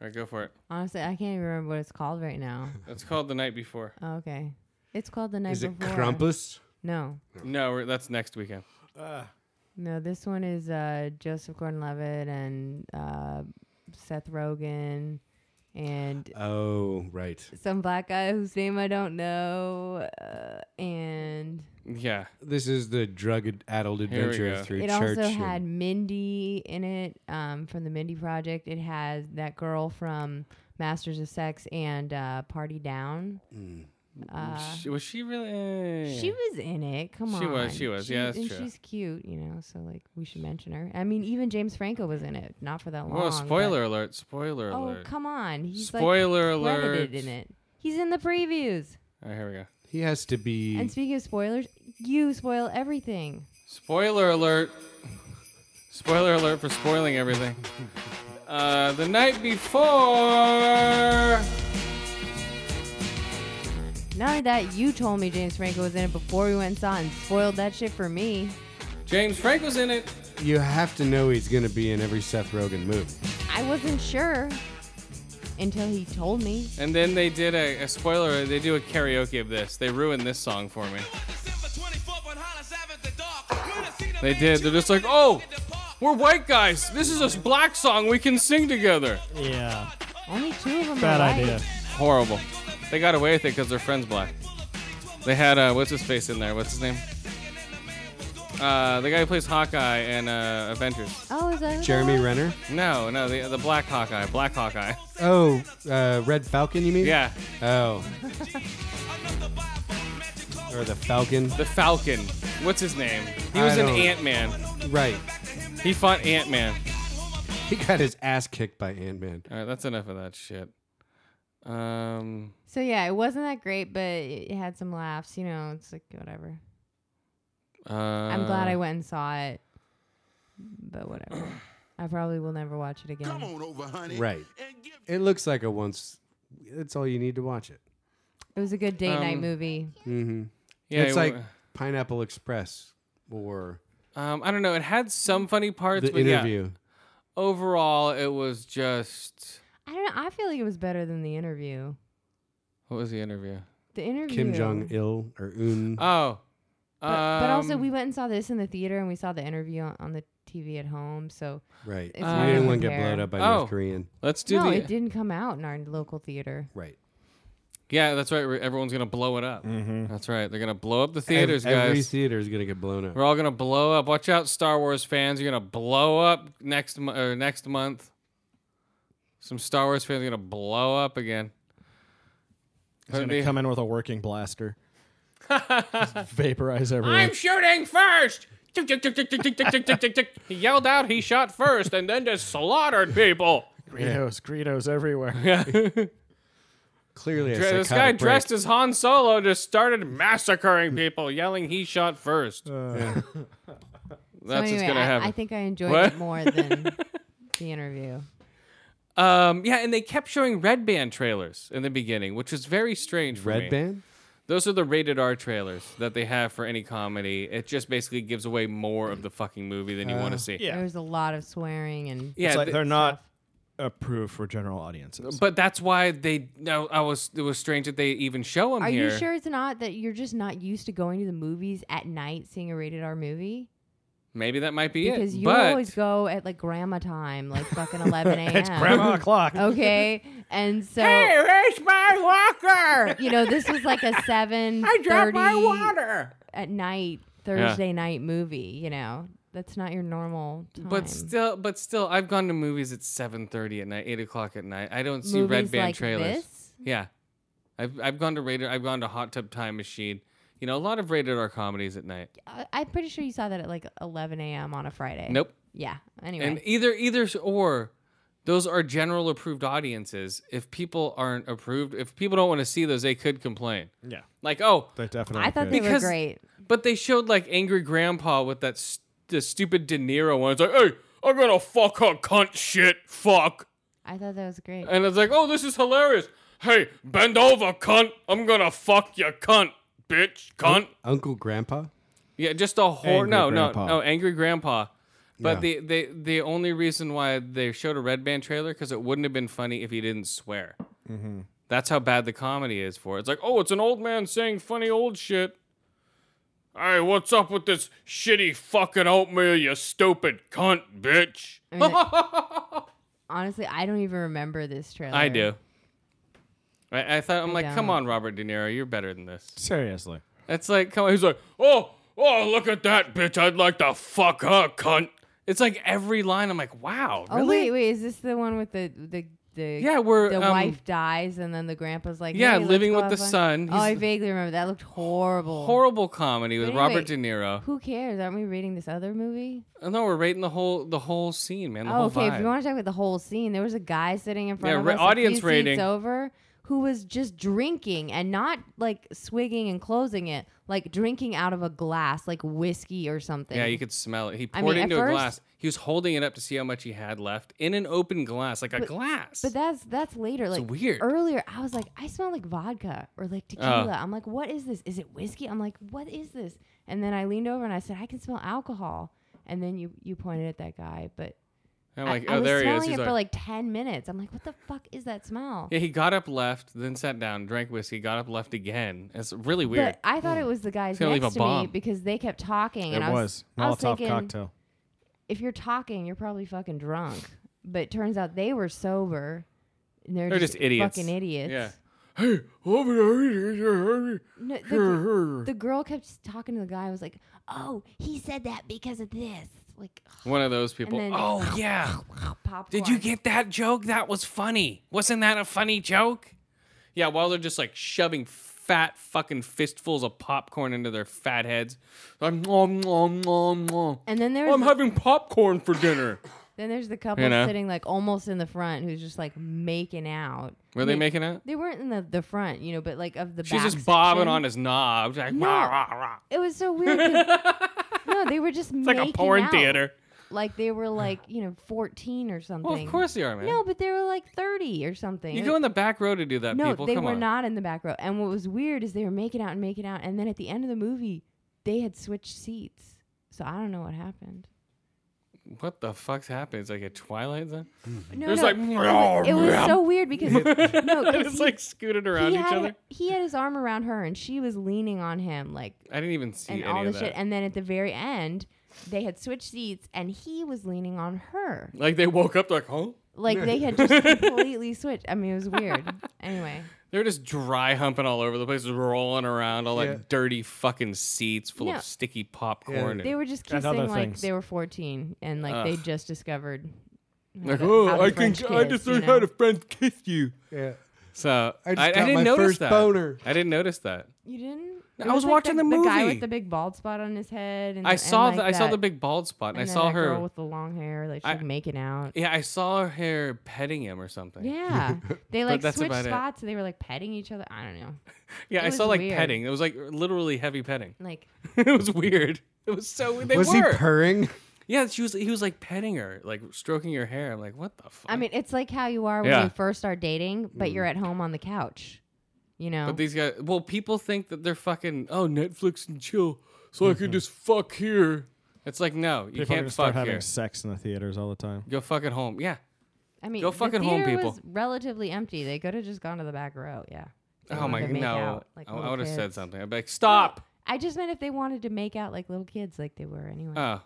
Speaker 1: right, go for it.
Speaker 6: Honestly, I can't even remember what it's called
Speaker 2: <laughs>
Speaker 6: right now.
Speaker 1: It's called the night before.
Speaker 6: Oh, okay. It's called The Night
Speaker 2: Is it
Speaker 6: Before.
Speaker 2: Krampus?
Speaker 6: No.
Speaker 1: No, we're, that's next weekend.
Speaker 6: No, this one is uh, Joseph Gordon-Levitt and uh, Seth Rogen and
Speaker 2: Oh, right.
Speaker 6: some black guy whose name I don't know. Uh, and
Speaker 1: Yeah,
Speaker 2: This is the drug ad- addled
Speaker 1: we
Speaker 2: adventure
Speaker 1: go.
Speaker 2: through
Speaker 6: it
Speaker 2: church.
Speaker 6: also
Speaker 2: and-
Speaker 6: had Mindy in it um, from the Mindy Project. It has that girl from Masters of Sex and uh, Party Down.
Speaker 2: Mm.
Speaker 6: Uh,
Speaker 1: she, was she really?
Speaker 6: She was in it. Come on.
Speaker 1: She was, she was. Yeah, that's
Speaker 6: and
Speaker 1: true.
Speaker 6: she's cute, you know. So like, we should mention her. I mean, even James Franco was in it. Not for that long.
Speaker 1: Well,
Speaker 6: but-
Speaker 1: spoiler alert! Spoiler
Speaker 6: Oh
Speaker 1: alert!
Speaker 6: come on. He's
Speaker 1: Spoiler
Speaker 6: like, credited
Speaker 1: alert.
Speaker 6: in it. He's in the previews.
Speaker 1: All right, here we go.
Speaker 2: He has to be.
Speaker 6: And speaking of spoilers, you spoil everything.
Speaker 1: Spoiler alert! Spoiler alert for spoiling everything. Uh, the night before.
Speaker 6: Not only that, you told me James Franco was in it before we went and saw it and spoiled that shit for me.
Speaker 1: James Franco's in it.
Speaker 2: you have to know he's going to be in every Seth Rogen movie.
Speaker 6: I wasn't sure until he told me.
Speaker 1: And then they did a, a spoiler. They do a karaoke of this. They ruined this song for me.
Speaker 7: They did. They're just like, oh,
Speaker 1: We're white guys. This is a black song we can sing together.
Speaker 4: Yeah.
Speaker 6: Only two of them.
Speaker 4: Bad
Speaker 6: are white.
Speaker 4: idea.
Speaker 1: Horrible. They got away with it because their friend's black. They had uh, what's his face in there? What's his name? Uh, the guy who plays Hawkeye in uh, Avengers.
Speaker 6: Oh, is that
Speaker 2: Jeremy Renner?
Speaker 1: No, no, the the black Hawkeye, black Hawkeye.
Speaker 2: Oh, uh, Red Falcon, you mean?
Speaker 1: Yeah,
Speaker 2: Oh. or the Falcon.
Speaker 1: the Falcon. What's his name? He was
Speaker 2: I
Speaker 1: in
Speaker 2: don't-
Speaker 1: Ant Man.
Speaker 2: Right.
Speaker 1: He fought Ant Man.
Speaker 2: He got his ass kicked by Ant Man.
Speaker 1: All right, that's enough of that shit. Um,
Speaker 6: So yeah, it wasn't that great, but it it had some laughs. You know, it's like whatever.
Speaker 1: uh,
Speaker 6: I'm glad I went and saw it,
Speaker 1: <clears throat>
Speaker 6: but whatever. I probably will never watch it again.
Speaker 2: Right. It looks like a once. That's all you need to watch it.
Speaker 6: It was a good date night
Speaker 1: Um,
Speaker 6: movie.
Speaker 2: Mm-hmm.
Speaker 1: Yeah,
Speaker 2: it's
Speaker 1: it wa-
Speaker 2: like Pineapple Express or
Speaker 1: Um, I don't know. It had some funny parts,
Speaker 2: The
Speaker 1: but yeah,
Speaker 2: interview.
Speaker 1: overall it was just
Speaker 6: I don't know. I feel like it was better than the interview.
Speaker 1: what was the interview?
Speaker 6: The interview.
Speaker 2: Kim Jong Il or Un.
Speaker 1: Oh,
Speaker 6: But, but also,
Speaker 1: um,
Speaker 6: we went and saw this in the theater, and we saw the interview on, on the TV at home. So
Speaker 2: right.
Speaker 6: it's
Speaker 2: You
Speaker 1: not
Speaker 2: didn't
Speaker 1: gonna
Speaker 2: want to get
Speaker 6: compare.
Speaker 2: blown up by
Speaker 1: Uh, Oh.
Speaker 2: North Korean.
Speaker 1: let's do
Speaker 6: no,
Speaker 1: the
Speaker 6: it didn't come out in our local theater.
Speaker 2: Right.
Speaker 1: yeah. That's right. we're- Everyone's gonna blow it up. That's right. They're gonna blow up the theaters,
Speaker 2: Mm-hmm. Ev- Every
Speaker 1: guys.
Speaker 2: theater is going to get blown up.
Speaker 1: We're all gonna blow up. Watch out, Star Wars fans. You're gonna blow up next mo- or next month. Some Star Wars fans are gonna blow up again.
Speaker 4: He's gonna
Speaker 1: Maybe-
Speaker 4: come in with a
Speaker 1: <laughs>
Speaker 4: working blaster. Just vaporize everyone.
Speaker 5: I'm shooting first. Tick, tick, tick, tick, tick, tick, tick, tick, tick, tick, tick. He yelled out he shot first and then just slaughtered people.
Speaker 4: Greedos, Greedos everywhere.
Speaker 1: <laughs>
Speaker 2: Clearly, a
Speaker 1: Dre- This guy
Speaker 2: psychotic break.
Speaker 1: dressed as Han Solo just started massacring people, yelling he shot first.
Speaker 6: So
Speaker 1: That's what's
Speaker 6: anyway,
Speaker 1: gonna
Speaker 6: I,
Speaker 1: happen.
Speaker 6: I think I enjoyed
Speaker 1: What?
Speaker 6: it
Speaker 1: <laughs>
Speaker 6: more than the interview.
Speaker 1: Um, yeah, and they kept showing Red Band trailers in the beginning, which was very strange. For me.
Speaker 2: Red Band?
Speaker 1: Those are the rated R trailers that they have for any comedy. It just basically gives away more of the fucking movie than you want to see.
Speaker 6: There was a lot of swearing and
Speaker 1: yeah.
Speaker 4: It's like
Speaker 1: th-
Speaker 4: they're not approved for general audiences.
Speaker 1: but that's why they. No, I was. It was strange that they even show him
Speaker 6: Are
Speaker 1: here.
Speaker 6: you sure it's not that you're just not used to going to the movies at night seeing a rated R movie?
Speaker 1: Maybe that might be
Speaker 6: Because
Speaker 1: it.
Speaker 6: you
Speaker 1: but
Speaker 6: always go at like grandma time, like
Speaker 1: <laughs>
Speaker 6: fucking 11 a.m.
Speaker 4: it's <laughs> grandma o'clock.
Speaker 6: Okay. And so,
Speaker 2: oh.
Speaker 5: where's my walker?
Speaker 6: you know, this
Speaker 1: <laughs>
Speaker 6: was like a 7
Speaker 5: I dropped my
Speaker 6: 30
Speaker 5: water.
Speaker 6: at night, Thursday night movie, you know? That's not your normal time.
Speaker 1: But still, but still, I've gone to movies at seven thirty at night, eight o'clock at night. I don't see red
Speaker 6: Movies
Speaker 1: band
Speaker 6: like
Speaker 1: trailers.
Speaker 6: this?
Speaker 1: Yeah, I've I've gone to rated. I've gone to Hot Tub Time Machine. You know, a lot of rated R comedies at night.
Speaker 6: I- I'm pretty sure you saw that at like 11 a.m. on a Friday.
Speaker 1: Nope.
Speaker 6: Yeah. Anyway.
Speaker 1: And either either s- or, those are general approved audiences. If people aren't approved, if people don't want to see those, they could complain.
Speaker 4: Yeah.
Speaker 1: Like oh,
Speaker 4: They definitely
Speaker 6: I thought
Speaker 4: could.
Speaker 6: they
Speaker 1: Because-
Speaker 6: were great.
Speaker 1: but they showed like angry grandpa with that st- the stupid De Niro one. It's like hey, I'm gonna fuck her cunt shit fuck.
Speaker 6: I thought that was great.
Speaker 1: And it's like, oh, this is hilarious. Hey, bend over, cunt. I'm gonna fuck you, cunt, bitch, cunt.
Speaker 2: Uncle Grandpa?
Speaker 1: Yeah, just a whole
Speaker 4: Angry
Speaker 1: no,
Speaker 4: grandpa.
Speaker 1: no, no, angry grandpa. But the,
Speaker 2: Yeah.
Speaker 1: the the only reason why they showed a red band trailer because it wouldn't have been funny if he didn't swear.
Speaker 4: Mm-hmm.
Speaker 1: That's how bad the comedy is for. it. It's like, oh, it's an old man saying funny old shit.
Speaker 5: Hey, what's up with this shitty fucking oatmeal, you stupid cunt, bitch?
Speaker 6: I mean, it- honestly, I don't even remember this
Speaker 1: <laughs>
Speaker 6: trailer.
Speaker 1: I do. I, I thought I'm
Speaker 6: I
Speaker 1: like, come
Speaker 6: don't.
Speaker 1: on, Robert De Niro, you're better than this.
Speaker 4: Seriously.
Speaker 1: It's like, come on. He's like, oh, oh, look at that bitch. I'd like to fuck her, cunt. It's like every line. I'm like, wow,
Speaker 6: Oh
Speaker 1: really?
Speaker 6: wait, wait, is this the one with the the the
Speaker 1: Yeah, where,
Speaker 6: the
Speaker 1: um,
Speaker 6: wife dies and then the grandpa's like
Speaker 1: Yeah,
Speaker 6: "Hey, let's
Speaker 1: Living
Speaker 6: go
Speaker 1: with
Speaker 6: have
Speaker 1: the
Speaker 6: fun."
Speaker 1: Sun.
Speaker 6: Oh, I
Speaker 1: He's-
Speaker 6: vaguely remember that. Looked horrible.
Speaker 1: Horrible comedy with
Speaker 6: But anyway-
Speaker 1: Robert De Niro.
Speaker 6: Who cares? Aren't we reading this other movie?
Speaker 1: Oh, no, we're rating the whole the whole scene, man. The
Speaker 6: Oh,
Speaker 1: whole
Speaker 6: okay. If
Speaker 1: vibe.
Speaker 6: you want to talk about the whole scene, there was a guy sitting in front
Speaker 1: Yeah,
Speaker 6: of
Speaker 1: ra-
Speaker 6: us
Speaker 1: audience
Speaker 6: a few
Speaker 1: rating.
Speaker 6: seats over who was just drinking and not like swigging and closing it, like drinking out of a glass, like whiskey or something.
Speaker 1: yeah, you could smell it. He
Speaker 6: I
Speaker 1: poured
Speaker 6: mean, at
Speaker 1: into a
Speaker 6: first-
Speaker 1: glass. He was holding it up to see how much he had left in an open glass, like a glass.
Speaker 6: But that's that's later. Like
Speaker 1: weird. Uh.
Speaker 6: Earlier, I was like, I smell like vodka or like tequila. I'm like, what is this? Is it whiskey? I'm like, what is this? And then I leaned over and I said, I can smell alcohol. And then you you pointed at that guy, but
Speaker 1: I'm
Speaker 6: I-
Speaker 1: like,
Speaker 6: I,
Speaker 1: oh,
Speaker 6: was
Speaker 1: there he
Speaker 6: smelling
Speaker 1: is. He's
Speaker 6: it
Speaker 1: like,
Speaker 6: for like ten minutes. I'm like, what the fuck is that smell?
Speaker 1: yeah, he got up, left, then sat down, drank whiskey, got up, left again. It's really weird.
Speaker 6: But I thought it was the guys
Speaker 1: gonna leave
Speaker 6: next
Speaker 1: a
Speaker 6: to me
Speaker 1: bomb.
Speaker 6: because they kept talking. and
Speaker 4: it
Speaker 6: I
Speaker 4: was.
Speaker 6: was, I was
Speaker 4: Molotov
Speaker 6: thinking,
Speaker 4: cocktail.
Speaker 6: if you're talking, you're probably fucking drunk. But it turns out they were sober. And they're,
Speaker 1: They're just idiots.
Speaker 6: Fucking idiots.
Speaker 1: Yeah.
Speaker 5: Hey, over
Speaker 4: <laughs>
Speaker 6: No, the, gr- the girl kept talking to the guy. I was like, "Oh, he said that because of this." Like,
Speaker 1: One of those people.
Speaker 6: then- <laughs>
Speaker 1: oh yeah.
Speaker 6: popcorn.
Speaker 1: Did you get that joke? That was funny. Wasn't that a funny joke? Yeah, while they're just like shoving fat fucking fistfuls of popcorn into their fat heads. I'm, um, nom, nom, nom, nom.
Speaker 6: And then there's
Speaker 1: um. I'm having popcorn for dinner.
Speaker 6: then there's the couple
Speaker 1: You know?
Speaker 6: sitting like almost in the front who's just like making out.
Speaker 1: Were they making out?
Speaker 6: They weren't in the, the front, you know, but like of the
Speaker 1: She's
Speaker 6: back
Speaker 1: just bobbing
Speaker 6: section.
Speaker 1: on his knob. She's Like,
Speaker 6: No.
Speaker 1: rah, rah, rah.
Speaker 6: It was so weird.
Speaker 1: <laughs>
Speaker 6: 'cause- no, they were just
Speaker 1: It's like a porn theater.
Speaker 6: Like
Speaker 1: <sighs>
Speaker 6: they were like you know 14 or something.
Speaker 1: Well, of course they are, man.
Speaker 6: No, but they were like 30 or something.
Speaker 1: you go in the back row to do that,
Speaker 6: No,
Speaker 1: people.
Speaker 6: they
Speaker 1: Come
Speaker 6: were
Speaker 1: on.
Speaker 6: not in the back row. And what was weird is they were making out and making out, and then at the end of the movie, they had switched seats. So I don't know what happened.
Speaker 1: What the fuck's happened? It's like a Twilight Zone.
Speaker 6: No,
Speaker 1: It was
Speaker 6: no,
Speaker 1: like "Oh,
Speaker 6: it was so
Speaker 1: <laughs>
Speaker 6: weird because no, 'cause
Speaker 1: it's
Speaker 6: he-
Speaker 1: like scooted around
Speaker 6: he
Speaker 1: each
Speaker 6: had,
Speaker 1: other.
Speaker 6: her- He had his arm around her, and she was leaning on him, like
Speaker 1: I didn't even see
Speaker 6: and
Speaker 1: any
Speaker 6: all
Speaker 1: of
Speaker 6: this
Speaker 1: that.
Speaker 6: shit. And then at the very end, they had switched seats, and he was leaning on her.
Speaker 1: like they woke up like, huh?
Speaker 6: Like they
Speaker 1: <laughs>
Speaker 6: had just completely switched. I mean, it was weird. Anyway,
Speaker 1: They were just dry humping all over the place, just rolling around, all
Speaker 2: Yeah.
Speaker 1: that dirty fucking seats full
Speaker 6: No.
Speaker 1: of sticky popcorn.
Speaker 6: they were just
Speaker 4: And other
Speaker 6: kissing like
Speaker 4: things.
Speaker 6: they were 14, and like they just discovered. how
Speaker 1: like,
Speaker 6: to- how
Speaker 1: oh,
Speaker 6: to
Speaker 1: I can,
Speaker 6: French
Speaker 1: I
Speaker 6: kiss,
Speaker 1: just
Speaker 6: you
Speaker 1: learned
Speaker 6: know?
Speaker 1: how to French kiss you.
Speaker 2: Yeah.
Speaker 1: So
Speaker 2: I
Speaker 1: I,
Speaker 2: just
Speaker 1: I,
Speaker 2: got
Speaker 1: didn't
Speaker 2: my
Speaker 1: notice
Speaker 2: first
Speaker 1: that.
Speaker 2: boner.
Speaker 1: I didn't notice that.
Speaker 6: You didn't?
Speaker 1: No,
Speaker 6: It
Speaker 1: I was
Speaker 6: like
Speaker 1: watching
Speaker 6: the,
Speaker 1: the
Speaker 6: guy
Speaker 1: movie.
Speaker 6: with the big bald spot on his head. And
Speaker 1: I
Speaker 6: and,
Speaker 1: saw
Speaker 6: like
Speaker 1: the I saw
Speaker 6: that-
Speaker 1: the big bald spot, and,
Speaker 6: and
Speaker 1: I
Speaker 6: then
Speaker 1: saw
Speaker 6: that
Speaker 1: her.
Speaker 6: girl with the long hair, like she's
Speaker 1: I-
Speaker 6: like,
Speaker 1: <laughs>
Speaker 6: making out.
Speaker 1: yeah, I saw her petting him or something.
Speaker 6: Yeah, they like
Speaker 1: that's
Speaker 6: switched
Speaker 1: about it.
Speaker 6: spots. So they were like petting each other. I don't know.
Speaker 1: Yeah, I
Speaker 6: was
Speaker 1: saw like
Speaker 6: weird.
Speaker 1: petting. It was like literally heavy petting. <laughs>
Speaker 6: Like
Speaker 1: it was weird. It was so weird. They
Speaker 2: was
Speaker 1: were.
Speaker 2: he <laughs> purring?
Speaker 1: yeah, she was. He was like petting her, like stroking her hair. I'm like, what the fuck?
Speaker 6: I mean, it's like how you are when
Speaker 1: Yeah. Mm-hmm.
Speaker 6: you first start dating, but you're at home on the couch. You know,
Speaker 1: But these guys, well, people think that they're fucking oh Netflix and chill, so I can just fuck here. It's like no, you
Speaker 4: Mm-hmm. People are
Speaker 1: can't
Speaker 4: gonna start
Speaker 1: fuck
Speaker 4: having
Speaker 1: here.
Speaker 4: sex in the theaters all the time.
Speaker 1: Go fuck at home. Yeah.
Speaker 6: I mean,
Speaker 1: go
Speaker 6: the
Speaker 1: fucking home,
Speaker 6: theater
Speaker 1: people.
Speaker 6: Was relatively empty. They could have just gone to the back row. Yeah. If they
Speaker 1: Oh
Speaker 6: wanted
Speaker 1: my
Speaker 6: to make
Speaker 1: no,
Speaker 6: out like
Speaker 1: I,
Speaker 6: little
Speaker 1: would have said
Speaker 6: kids.
Speaker 1: something. I'd be like, stop.
Speaker 6: I just meant if they wanted to make out like little kids, like they were anyway.
Speaker 1: Oh.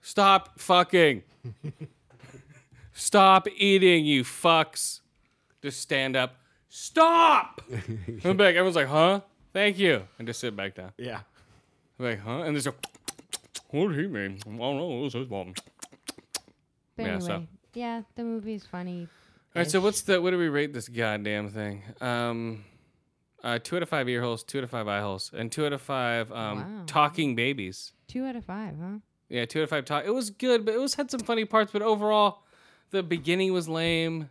Speaker 1: Stop fucking. Stop eating, you fucks. Just stand up. <laughs> Stop. I'm back. Everyone's like, huh? Thank you. And just sit back down.
Speaker 4: Yeah.
Speaker 1: I'm like, huh? And there's a. What did he mean? I don't know. It was his mom.
Speaker 6: but
Speaker 1: yeah,
Speaker 6: anyway,
Speaker 1: so-
Speaker 6: yeah, the movie's funny.
Speaker 1: All right, so what's the what do we rate this goddamn thing? Um, uh, two out of five ear holes, two out of five eye holes, and two out of five um
Speaker 6: Wow.
Speaker 1: talking babies.
Speaker 6: Two out of five, huh?
Speaker 1: Yeah, two out of five talk. It was good, but it was had some funny parts. But overall, the beginning was lame,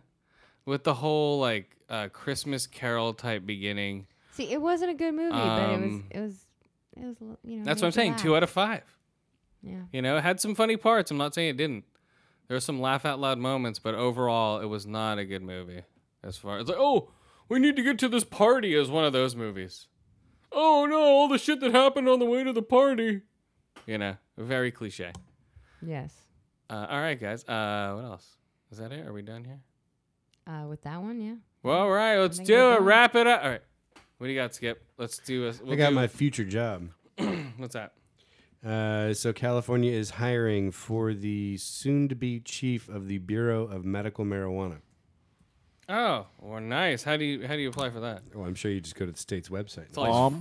Speaker 1: with the whole like uh, Christmas Carol type beginning.
Speaker 6: See, it wasn't a good movie, but it was,
Speaker 1: Um,
Speaker 6: it was, it was, l- you know.
Speaker 1: That's what I'm saying. Two out of five.
Speaker 6: Yeah.
Speaker 1: You know, it had some funny parts. I'm not saying it didn't. There were some laugh out loud moments, but overall, it was not a good movie. As far as like, oh, we need to get to this party is one of those movies. Oh no, all the shit that happened on the way to the party. You know, very cliche.
Speaker 6: Yes.
Speaker 1: Uh, all right, guys. Uh, what else? Is that it? Are we done here?
Speaker 6: Uh, with that one, yeah.
Speaker 1: Well, all right, let's
Speaker 6: think
Speaker 1: do
Speaker 6: we're
Speaker 1: it.
Speaker 6: done.
Speaker 1: Wrap it up. All right. What do you got, Skip? Let's do a. We'll
Speaker 2: I got
Speaker 1: do,
Speaker 2: my future job.
Speaker 1: <clears throat> What's that?
Speaker 2: Uh, so California is hiring for the soon-to-be chief of the Bureau of Medical Marijuana.
Speaker 1: Oh, well, nice. How do you how do you apply for that?
Speaker 2: Oh, I'm sure you just go to the state's website.
Speaker 1: It's like,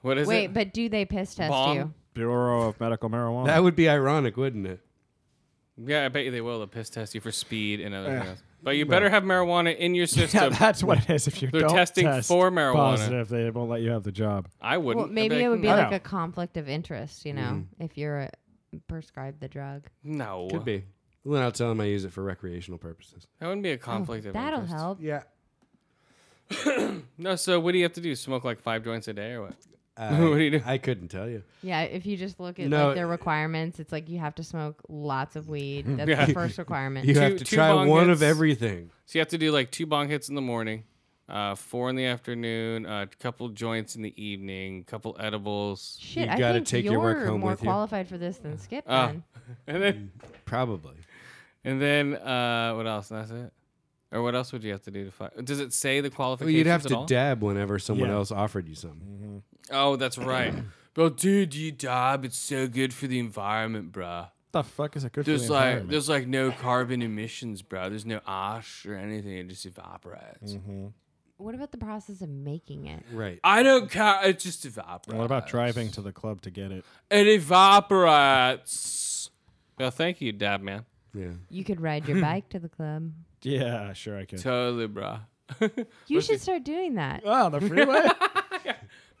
Speaker 1: what is
Speaker 6: Wait,
Speaker 1: it?
Speaker 6: but do they piss test
Speaker 1: Bomb?
Speaker 6: you?
Speaker 4: Bureau of Medical Marijuana. <laughs>
Speaker 2: That would be ironic, wouldn't it?
Speaker 1: Yeah, I bet you they will. They'll piss test you for speed and other things. But you better have marijuana in
Speaker 6: <laughs>
Speaker 1: your
Speaker 4: yeah,
Speaker 1: system.
Speaker 4: that's what it is. If you
Speaker 1: They're
Speaker 4: don't
Speaker 1: testing
Speaker 4: test
Speaker 1: for marijuana.
Speaker 4: positive, they won't let you have the job.
Speaker 1: I Mm-hmm. wouldn't.
Speaker 6: Well, maybe
Speaker 1: I'd
Speaker 6: it would be
Speaker 1: "No."
Speaker 6: like
Speaker 4: know.
Speaker 6: a conflict of interest, you know, if you're uh prescribed the drug.
Speaker 1: no.
Speaker 2: Could be. Well, then I'll tell them I use it for recreational purposes.
Speaker 1: That wouldn't be a conflict of
Speaker 6: Oh, That'll
Speaker 1: interest.
Speaker 6: help.
Speaker 2: Yeah.
Speaker 1: No. So what do you have to do? Smoke like five joints a day or what?
Speaker 2: Uh,
Speaker 1: <laughs> <laughs> What do you do?
Speaker 2: I couldn't tell you.
Speaker 6: Yeah, if you just look at
Speaker 2: No,
Speaker 6: like their requirements, it's like you have to smoke lots of
Speaker 1: <laughs>
Speaker 6: weed. That's the first requirement.
Speaker 2: You
Speaker 1: Two-
Speaker 2: have to
Speaker 1: two
Speaker 2: try
Speaker 1: bong
Speaker 2: one of
Speaker 1: hits.
Speaker 2: everything.
Speaker 1: So you have to do like two bong hits in the morning, uh, four in the afternoon, uh, a couple joints in the evening, couple edibles,
Speaker 6: Shit,
Speaker 2: You
Speaker 6: I
Speaker 2: gotta
Speaker 6: think
Speaker 2: take
Speaker 6: you're
Speaker 2: your work home
Speaker 6: more
Speaker 2: with you.
Speaker 6: qualified for this than Skip.
Speaker 1: Ah.
Speaker 6: then.
Speaker 1: and then
Speaker 2: Probably.
Speaker 1: and then uh, what else? That's it. Or what else would you have to do to fight? Does it say the
Speaker 2: Well,
Speaker 1: qualifications
Speaker 2: you'd have
Speaker 1: at
Speaker 2: to
Speaker 1: all?
Speaker 2: dab whenever someone
Speaker 4: Yeah.
Speaker 2: else offered you something.
Speaker 1: oh, that's right. Bro, dude, you dab. It's so good for the environment, bruh.
Speaker 4: The fuck is it good
Speaker 1: There's
Speaker 4: for the
Speaker 1: like
Speaker 4: environment?
Speaker 1: there's like no carbon emissions, bro. There's no ash or anything. It just evaporates.
Speaker 6: What about the process of making it?
Speaker 2: Right.
Speaker 1: I don't care. It just evaporates.
Speaker 4: What about driving to the club to get it?
Speaker 1: It evaporates. Well, thank you, Dab man.
Speaker 2: Yeah.
Speaker 6: You could ride
Speaker 1: <laughs>
Speaker 6: your bike to the club.
Speaker 4: Yeah, sure I can.
Speaker 1: Totally, <laughs> bro.
Speaker 6: You should start doing that.
Speaker 1: Uh.
Speaker 4: oh, the freeway.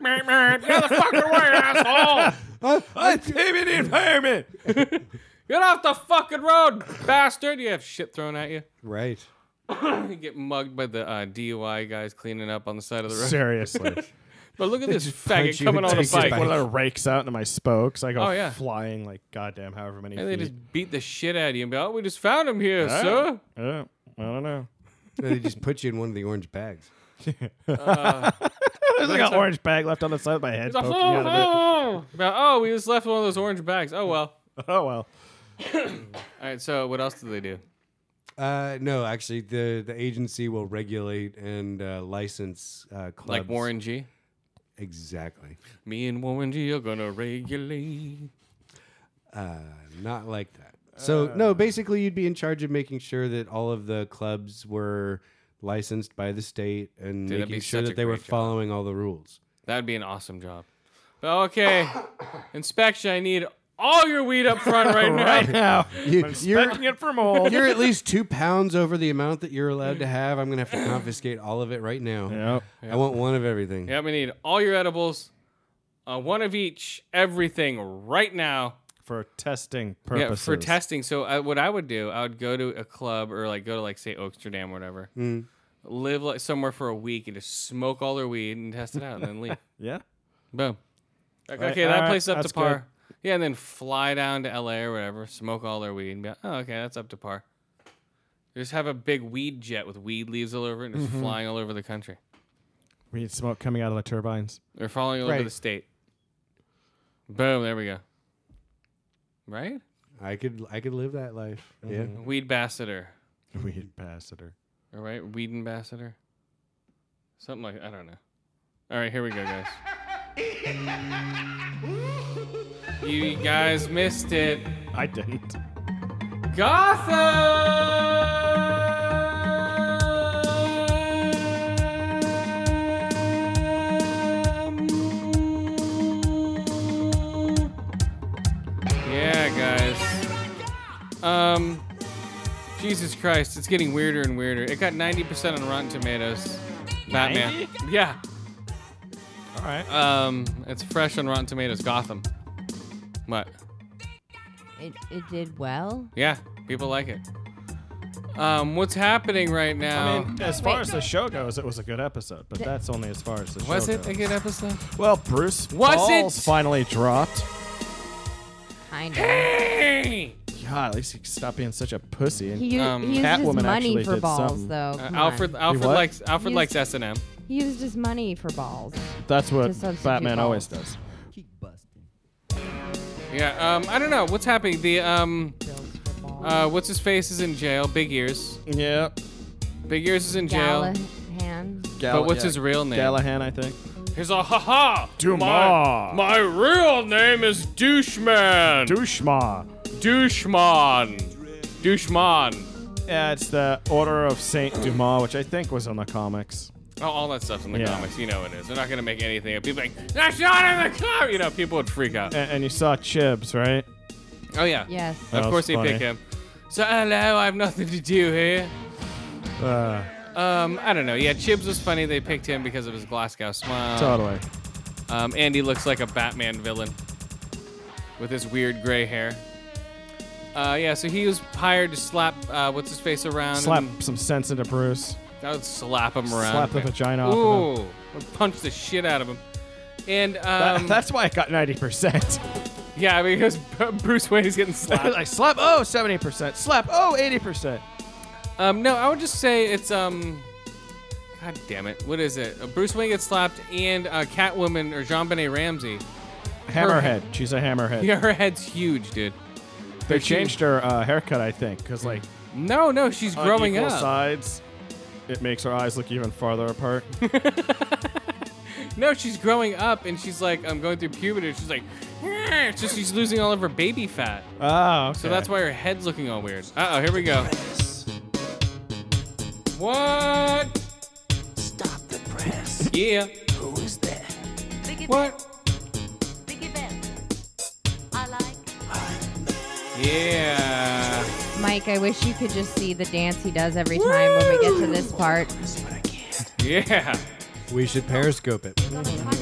Speaker 5: Meep, meep. Get the fuck away, asshole!
Speaker 2: I saving the environment.
Speaker 1: <laughs> Get off the fucking road, bastard! You have shit thrown at you.
Speaker 2: Right.
Speaker 1: You get mugged by the uh, DUI guys cleaning up on the side of the road.
Speaker 4: <laughs> Seriously,
Speaker 1: But look at this
Speaker 2: punch
Speaker 1: faggot
Speaker 2: you
Speaker 1: coming
Speaker 2: and
Speaker 1: on a
Speaker 2: take your
Speaker 1: bike.
Speaker 2: bike.
Speaker 4: one of the rakes out into my spokes. I go
Speaker 1: Oh, yeah.
Speaker 4: flying like goddamn however many
Speaker 1: And they
Speaker 4: feet.
Speaker 1: just beat the shit out of you and be like, oh, we just found him here,
Speaker 4: Yeah.
Speaker 1: sir.
Speaker 4: Yeah, Uh, I don't know.
Speaker 2: No, <laughs> they just put you in one of the orange bags.
Speaker 4: There's like an orange bag left on the side of my head.
Speaker 1: He's like,
Speaker 4: Poking out of it.
Speaker 1: "Oh, oh, oh." about, oh, we just left one of those orange bags. Oh, well.
Speaker 4: Oh well.
Speaker 1: All right, so what else do they do?
Speaker 2: Uh, no, actually, the the agency will regulate and uh, license uh, clubs.
Speaker 1: Like Warren G?
Speaker 2: Exactly.
Speaker 1: Me and Warren G are going to regulate.
Speaker 2: Uh, not like that. So no, basically, you'd be in charge of making sure that all of the clubs were licensed by the state and
Speaker 1: Dude, that'd
Speaker 2: making
Speaker 1: be
Speaker 2: sure
Speaker 1: such
Speaker 2: that
Speaker 1: a
Speaker 2: they were
Speaker 1: great job.
Speaker 2: following all the rules.
Speaker 1: That would be an awesome job. But okay, <coughs> inspection, I need all your weed up front right now.
Speaker 4: Now
Speaker 2: <laughs> You, you're,
Speaker 4: inspecting it from old.
Speaker 2: you're at least two pounds over the amount that you're
Speaker 1: <laughs>
Speaker 2: allowed to have. I'm gonna have to confiscate all of it right now.
Speaker 4: <laughs> Yep.
Speaker 2: I want one of everything.
Speaker 1: Yeah, we need all your edibles, uh, one of each, everything right now.
Speaker 4: For testing
Speaker 1: Yeah,
Speaker 4: purposes.
Speaker 1: for testing. So I, what I would do, I would go to a club or like go to like say Amsterdam or whatever, live like somewhere for a week and just smoke all their weed and test it out and then leave.
Speaker 4: Yeah.
Speaker 1: Boom. Like,
Speaker 4: right,
Speaker 1: okay,
Speaker 4: all
Speaker 1: that
Speaker 4: right,
Speaker 1: place is up to
Speaker 4: that's good.
Speaker 1: par. Yeah, and then fly down to LA or whatever, smoke all their weed, and be like, oh, okay, that's up to par. Just have a big weed jet with weed leaves all over it and
Speaker 4: Mm-hmm.
Speaker 1: just flying all over the country.
Speaker 4: We need smoke coming out of the turbines. <laughs>
Speaker 1: They're falling all over
Speaker 2: Right.
Speaker 1: the state. Boom, there we go. Right?
Speaker 2: I could I could live that life.
Speaker 1: Mm-hmm.
Speaker 2: Yeah.
Speaker 1: Weed ambassador.
Speaker 4: We ambassador.
Speaker 1: All right, weed ambassador. Something like I don't know. All right, here we go, guys. you guys missed it.
Speaker 4: I didn't.
Speaker 1: Gotham. Yeah, guys. Um, Jesus Christ, it's getting weirder and weirder. It got 90% on Rotten Tomatoes. Batman. Yeah.
Speaker 4: All right.
Speaker 1: Um, it's fresh on Rotten Tomatoes. Gotham. What?
Speaker 6: It, it did well.
Speaker 1: Yeah, people like it. Um, what's happening right now?
Speaker 4: I mean, as far
Speaker 6: Wait.
Speaker 4: as the show goes, it was a good episode, but that's only as far as the
Speaker 1: was
Speaker 4: show
Speaker 1: it a
Speaker 4: goes.
Speaker 1: good episode?
Speaker 4: Well, Bruce
Speaker 1: Was
Speaker 4: Falls
Speaker 1: it?
Speaker 4: finally dropped.
Speaker 1: <laughs>
Speaker 6: Kind of.
Speaker 1: Hey!
Speaker 4: God, at least he could stop being such a pussy. And
Speaker 6: He, u-
Speaker 1: Um,
Speaker 6: he used his
Speaker 4: Catwoman
Speaker 6: money
Speaker 4: actually
Speaker 6: for
Speaker 4: did
Speaker 6: balls,
Speaker 4: something.
Speaker 6: though.
Speaker 1: Uh,
Speaker 6: Come
Speaker 1: Alfred uh
Speaker 6: on.
Speaker 1: Alfred
Speaker 4: what?
Speaker 1: likes Alfred
Speaker 6: He's-
Speaker 1: likes S and M.
Speaker 6: He used his money for balls.
Speaker 4: that's what
Speaker 6: to substitute
Speaker 4: Batman
Speaker 6: balls.
Speaker 4: always does.
Speaker 1: Yeah. Um, I don't know what's happening. The um,
Speaker 6: Bills for balls.
Speaker 1: uh, what's his face is in jail. Big ears.
Speaker 4: Yeah.
Speaker 1: Big ears is in jail.
Speaker 6: Gallahan.
Speaker 1: But what's his real name?
Speaker 4: Gallahan, I think.
Speaker 1: He's all ha ha.
Speaker 4: Dumas.
Speaker 1: My, my real name is Doucheman.
Speaker 4: Dushma.
Speaker 1: Doucheman. Doucheman.
Speaker 4: Yeah, it's the Order of Saint Dumas, which I think was on the comics.
Speaker 1: Oh, all that stuff's in the
Speaker 4: Yeah.
Speaker 1: comics. You know it is. They're not gonna make anything. up. People are like that's not in the comic. You know, people would freak out.
Speaker 4: A- And, you saw Chibs, right?
Speaker 1: Oh yeah.
Speaker 6: Yes.
Speaker 1: Of
Speaker 4: That
Speaker 1: course
Speaker 4: was
Speaker 1: they
Speaker 4: funny.
Speaker 1: pick him. So hello, I have nothing to do here.
Speaker 4: Uh,
Speaker 1: Um, I don't know. Yeah, Chibs was funny. They picked him because of his Glasgow smile.
Speaker 4: totally.
Speaker 1: Um, Andy looks like a Batman villain with his weird gray hair. Uh, yeah, so he was hired to slap uh, what's his face around.
Speaker 4: Slap
Speaker 1: and-
Speaker 4: some sense into Bruce.
Speaker 1: I would slap him around.
Speaker 4: Slap the vagina off
Speaker 1: Ooh,
Speaker 4: of
Speaker 1: I'd punch the shit out of him. And
Speaker 4: That-
Speaker 1: um,
Speaker 4: <laughs> that's why I got 90%.
Speaker 1: yeah, because Bruce Wayne is getting slapped.
Speaker 4: <laughs> like, slap, oh, 70%. Slap, oh, 80%.
Speaker 1: Um, no, I would just say it's um. God damn it! What is it? Uh, Bruce Wayne gets slapped, and uh, Catwoman or Jean Benet Ramsey. <laughs>
Speaker 4: Hammerhead. She's a hammerhead.
Speaker 1: Yeah, her head's huge, dude.
Speaker 4: They changed her uh, haircut, I think, because, like,
Speaker 1: No, no, she's growing
Speaker 4: unequal
Speaker 1: up.
Speaker 4: sides, it makes her eyes look even
Speaker 1: <laughs>
Speaker 4: farther apart.
Speaker 1: No, she's growing up, and she's like, I'm going through puberty. and She's like, "Grr." it's just she's losing all of her baby fat.
Speaker 4: oh, okay.
Speaker 1: So that's why her head's looking all weird. Uh oh, here we go. What?
Speaker 8: Stop the press.
Speaker 1: Yeah.
Speaker 8: Who is there?
Speaker 1: What? Yeah.
Speaker 6: Mike, I wish you could just see the dance he does every time when we get to this part.
Speaker 8: But I can't.
Speaker 1: Yeah.
Speaker 2: We should periscope it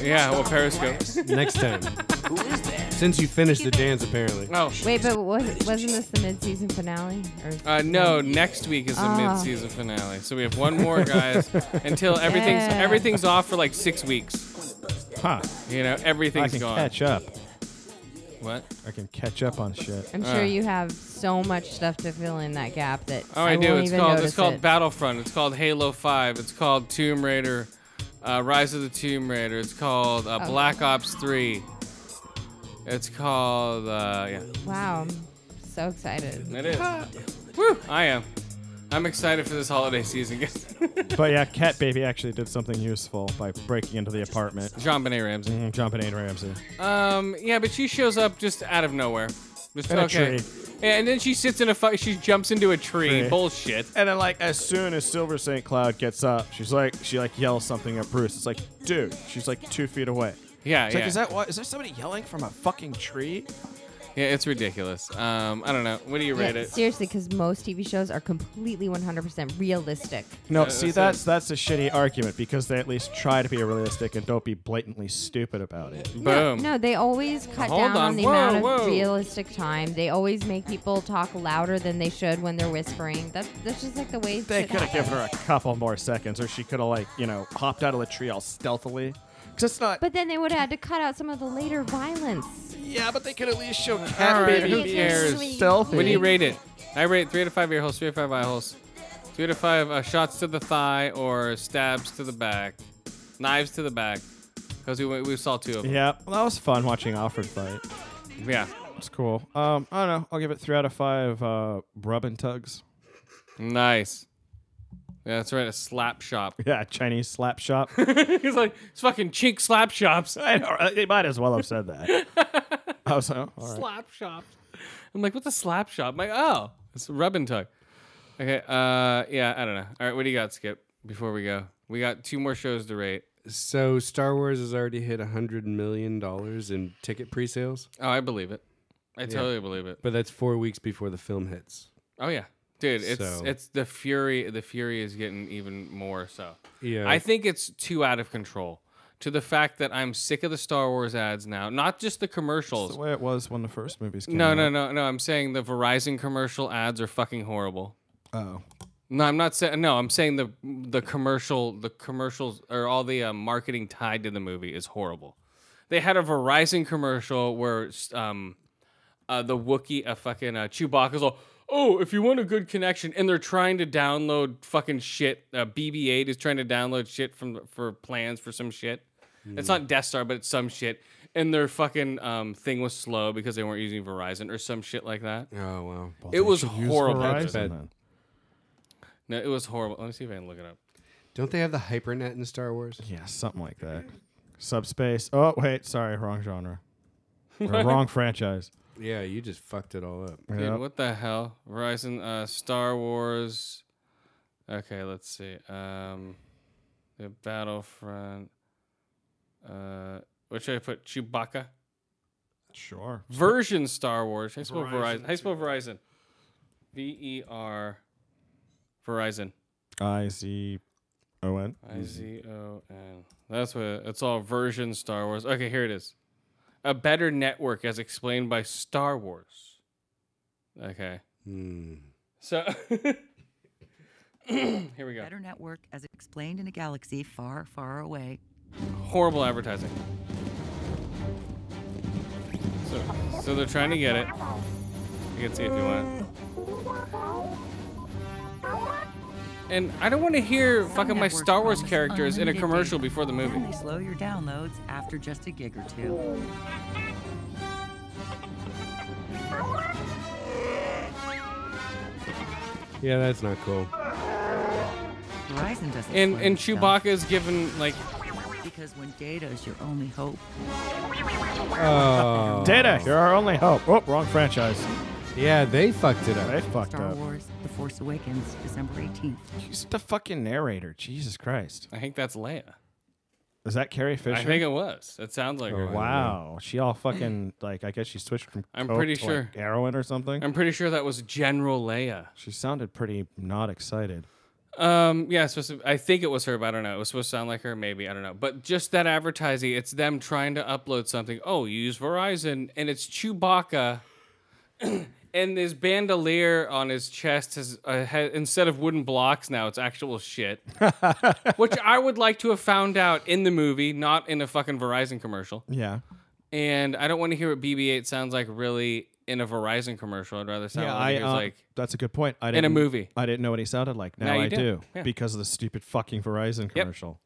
Speaker 1: Yeah. Well, Periscope.
Speaker 2: next time.
Speaker 8: Who is there?
Speaker 2: Since you finished the dance, apparently.
Speaker 1: Oh.
Speaker 6: Wait, but was, wasn't this the mid-season finale? Or
Speaker 1: Uh, no, next week is the
Speaker 6: Ah.
Speaker 1: mid-season finale, so we have one more, guys, until everything's
Speaker 6: Yeah.
Speaker 1: everything's off for like six weeks.
Speaker 4: Huh.
Speaker 1: You know,
Speaker 4: I
Speaker 1: everything's
Speaker 4: can
Speaker 1: gone.
Speaker 4: catch up.
Speaker 1: What?
Speaker 4: I can catch up on shit.
Speaker 6: I'm sure you have so much stuff to fill in that gap that
Speaker 1: Oh, I,
Speaker 6: I,
Speaker 1: do.
Speaker 6: won't
Speaker 1: It's
Speaker 6: even
Speaker 1: called it's
Speaker 6: notice
Speaker 1: called
Speaker 6: it.
Speaker 1: Battlefront. It's called Halo Five. It's called Tomb Raider,
Speaker 6: Oh.
Speaker 1: uh, Rise of the Tomb Raider. It's called uh, Black Ops Three. It's called. Uh, yeah,
Speaker 6: Wow. I'm so excited.
Speaker 1: it is. Woo! I am. I'm excited for this holiday season, <laughs> guys.
Speaker 4: But yeah, Cat Baby actually did something useful by breaking into the apartment.
Speaker 1: John Benet Ramsey.
Speaker 4: Mm, Jumping Aid Ramsey.
Speaker 1: Um, yeah, but she shows up just out of nowhere. Just
Speaker 4: In a
Speaker 1: okay.
Speaker 4: tree.
Speaker 1: Yeah, and then she sits in a fu- she jumps into a tree.
Speaker 4: Tree.
Speaker 1: Bullshit.
Speaker 4: And then, like, as soon as Silver St. Cloud gets up, she's like, she like yells something at Bruce. It's like, dude, she's like two feet away.
Speaker 1: Yeah,
Speaker 4: It's
Speaker 1: yeah.
Speaker 4: like, is that what? Is there somebody yelling from a fucking tree?
Speaker 1: yeah, it's ridiculous. Um, I don't know. What do you rate
Speaker 6: Yeah,
Speaker 1: it?
Speaker 6: seriously, because most TV shows are completely 100% realistic.
Speaker 4: No,
Speaker 1: Uh,
Speaker 4: see,
Speaker 1: that's
Speaker 4: that's that's a shitty argument because they at least try to be realistic and don't be blatantly stupid about it.
Speaker 6: No,
Speaker 1: Boom.
Speaker 6: No, they always cut
Speaker 1: Hold
Speaker 6: down on,
Speaker 1: on.
Speaker 6: the
Speaker 1: Whoa,
Speaker 6: amount of
Speaker 1: whoa.
Speaker 6: realistic time. They always make people talk louder than they should when they're whispering. That's that's just like the way
Speaker 4: They
Speaker 6: shit
Speaker 4: could have
Speaker 6: happens.
Speaker 4: given her a couple more seconds, or she could have like you know hopped out of the tree all stealthily. Cause it's not.
Speaker 6: But then they would have had to cut out some of the later violence.
Speaker 4: yeah, but they could at least show
Speaker 1: All
Speaker 4: cat
Speaker 1: right,
Speaker 4: baby
Speaker 1: who
Speaker 4: being
Speaker 1: cares?
Speaker 4: stealthy.
Speaker 1: What do you rate it? I rate three out of five ear holes, three out of five eye holes, three out of five uh, shots to the thigh or stabs to the back, knives to the back, because we, went- we saw two of them.
Speaker 4: Yeah, well, that was fun watching Alfred fight.
Speaker 1: Yeah.
Speaker 4: It's cool. Um, I don't know. I'll give it three out of five. Uh, rub and tugs. <laughs>
Speaker 1: Nice. Yeah, that's right. A slap shop. <laughs>
Speaker 4: Yeah, Chinese slap shop. <laughs>
Speaker 1: He's like, it's fucking chink slap shops.
Speaker 4: I don't, they might as well have said that.
Speaker 1: <laughs>
Speaker 4: I was like, oh, all right.
Speaker 1: Slap shops. I'm like, what's a slap shop? I'm like, oh, it's a rub and tug. Okay. Uh, yeah, I don't know. All right, what do you got, Skip? Before we go, we got two more shows to rate.
Speaker 2: So Star Wars has already hit hundred million dollars in ticket pre-sales,
Speaker 1: Oh, I believe it. I totally believe it.
Speaker 2: but that's four weeks before the film hits.
Speaker 1: Oh yeah, dude. It's
Speaker 2: So-
Speaker 1: it's the fury. The fury is getting even more so.
Speaker 2: Yeah,
Speaker 1: I think it's too out of control to the fact that I'm sick of the Star Wars ads now. Not just the commercials.
Speaker 4: That's the way it was when the first movies came
Speaker 1: No,
Speaker 4: out.
Speaker 1: no, no, no. I'm saying the Verizon commercial ads are fucking horrible.
Speaker 4: Oh.
Speaker 1: No, I'm not saying. No, I'm saying the the commercial, the commercials, or all the uh, marketing tied to the movie is horrible. They had a Verizon commercial where um, uh, the Wookiee, uh, fucking uh, Chewbacca's all, oh, if you want a good connection, and they're trying to download fucking shit. Uh, BB-8 is trying to download shit from for plans for some shit. It's
Speaker 4: Mm.
Speaker 1: not Death Star, but it's some shit. And their fucking um, thing was slow because they weren't using Verizon or some shit like that.
Speaker 2: Oh wow.
Speaker 1: it was horrible.
Speaker 4: Verizon,
Speaker 2: bad.
Speaker 4: then.
Speaker 1: No, it was horrible. Let me see if I can look it up.
Speaker 2: Don't they have the hypernet in Star Wars?
Speaker 4: Yeah, something like that. Subspace. Oh, wait. Sorry.
Speaker 1: <laughs>
Speaker 4: Wrong genre. Or wrong franchise.
Speaker 2: Yeah, you just fucked it all up.
Speaker 1: Dude,
Speaker 4: Yep.
Speaker 1: what the hell? Verizon, uh, Star Wars. Okay, let's see. Um, the Battlefront. Uh, what should I put? Chewbacca
Speaker 4: Sure.
Speaker 1: version Star Wars. I spell Verizon. I spell Verizon. V E R. Verizon.
Speaker 4: I Z O N.
Speaker 1: I Z O N. That's what it's all version Star Wars. Okay, here it is. A better network as explained by Star Wars. Okay.
Speaker 2: Hmm.
Speaker 1: So <laughs> here we go.
Speaker 9: Better network as explained in a galaxy far, far away.
Speaker 1: horrible advertising. So, so they're trying to get it. You can see if you want. And I don't want to hear
Speaker 9: Some
Speaker 1: fucking my
Speaker 9: networks
Speaker 1: Star Wars
Speaker 9: promise
Speaker 1: characters in a
Speaker 9: unlimited
Speaker 1: commercial
Speaker 9: data,
Speaker 1: before the
Speaker 9: And
Speaker 1: movie.
Speaker 9: they slow your downloads after just a gig or two.
Speaker 2: Yeah, that's not cool.
Speaker 9: Verizon doesn't.
Speaker 1: And
Speaker 9: slow
Speaker 1: and
Speaker 9: itself
Speaker 1: Chewbacca is given like
Speaker 9: Because when data is your only hope,
Speaker 2: Oh.
Speaker 4: Data, you're our only hope. Oh, wrong franchise.
Speaker 2: Yeah, they fucked it
Speaker 4: They
Speaker 2: up.
Speaker 4: fucked
Speaker 9: Star
Speaker 4: up.
Speaker 9: Wars: The Force Awakens, December 18th.
Speaker 4: He's the fucking narrator. Jesus Christ.
Speaker 1: I think that's Leia.
Speaker 4: Is that Carrie Fisher?
Speaker 1: I think it was. That sounds like her.
Speaker 4: Wow. She all fucking, like, I guess she switched from
Speaker 1: I'm
Speaker 4: coke
Speaker 1: pretty
Speaker 4: to, like,
Speaker 1: sure.
Speaker 4: heroin or something.
Speaker 1: I'm pretty sure that was General Leia.
Speaker 4: she sounded pretty not excited.
Speaker 1: Um, yeah, it's supposed to, I think it was her, but I don't know. It was supposed to sound like her, maybe. I don't know. But just that advertising, it's them trying to upload something. Oh, you use Verizon, and it's Chewbacca, <clears throat> and his bandolier on his chest has, uh, ha instead of wooden blocks now, it's actual shit. Which I would like to have found out in the movie, not in a fucking Verizon commercial.
Speaker 4: Yeah.
Speaker 1: And I don't want to hear what BB 8 sounds like really in a Verizon commercial. I'd rather sound
Speaker 4: Yeah,
Speaker 1: like
Speaker 4: I,
Speaker 1: it was
Speaker 4: uh,
Speaker 1: like.
Speaker 4: that's a good point. I
Speaker 1: in a
Speaker 4: didn't,
Speaker 1: movie.
Speaker 4: I didn't know what he sounded like. Now,
Speaker 1: Now you
Speaker 4: I
Speaker 1: do.
Speaker 4: do,
Speaker 1: Yeah.
Speaker 4: because of the stupid fucking Verizon commercial.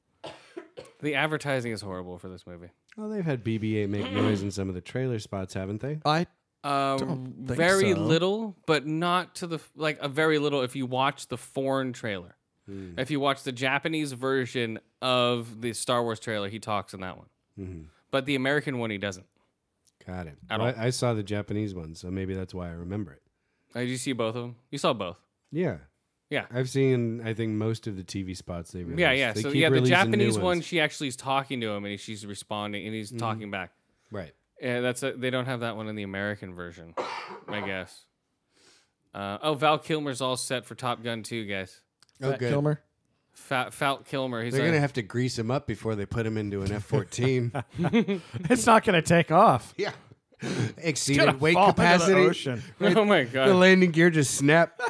Speaker 1: The advertising is horrible for this movie.
Speaker 2: Oh, they've had BB-8 make noise in some of the trailer spots, haven't they?
Speaker 10: I
Speaker 1: Uh,
Speaker 10: Don't think
Speaker 1: very
Speaker 10: so.
Speaker 1: little, but not to the f- like a very little. If you watch the foreign trailer,
Speaker 2: Hmm.
Speaker 1: if you watch the Japanese version of the Star Wars trailer, he talks in that one.
Speaker 2: Mm-hmm.
Speaker 1: But the American one, he doesn't.
Speaker 2: Got it.
Speaker 1: I
Speaker 2: Well,
Speaker 1: don't-
Speaker 2: I, I saw the Japanese one, so maybe that's why I remember it.
Speaker 1: Uh, Did you see both of them? You saw both.
Speaker 2: Yeah.
Speaker 1: Yeah.
Speaker 2: I've seen, I think, most of the TV spots they released.
Speaker 1: Yeah, yeah.
Speaker 2: They
Speaker 1: so
Speaker 2: keep
Speaker 1: yeah, the
Speaker 2: releasing new
Speaker 1: Japanese one,
Speaker 2: ones. Mm-hmm.
Speaker 1: she actually is talking to him, and he, she's responding, and he's talking back.
Speaker 2: Right.
Speaker 1: Yeah, that's a, they don't have that one in the American version, I guess. Uh, oh, Val Kilmer's all set for Top Gun 2, guys.
Speaker 2: Oh,
Speaker 4: Fat Kilmer.
Speaker 1: Fat, Fat Kilmer. He's
Speaker 2: They're
Speaker 1: like,
Speaker 2: gonna have to grease him up before they put him into an F-14.
Speaker 4: It's not going to take off.
Speaker 2: yeah. Exceeded weight
Speaker 4: Fall into the
Speaker 2: capacity.
Speaker 4: ocean.
Speaker 1: <laughs> oh my
Speaker 2: <laughs> The
Speaker 1: god.
Speaker 2: landing gear just
Speaker 4: <laughs>
Speaker 2: snapped.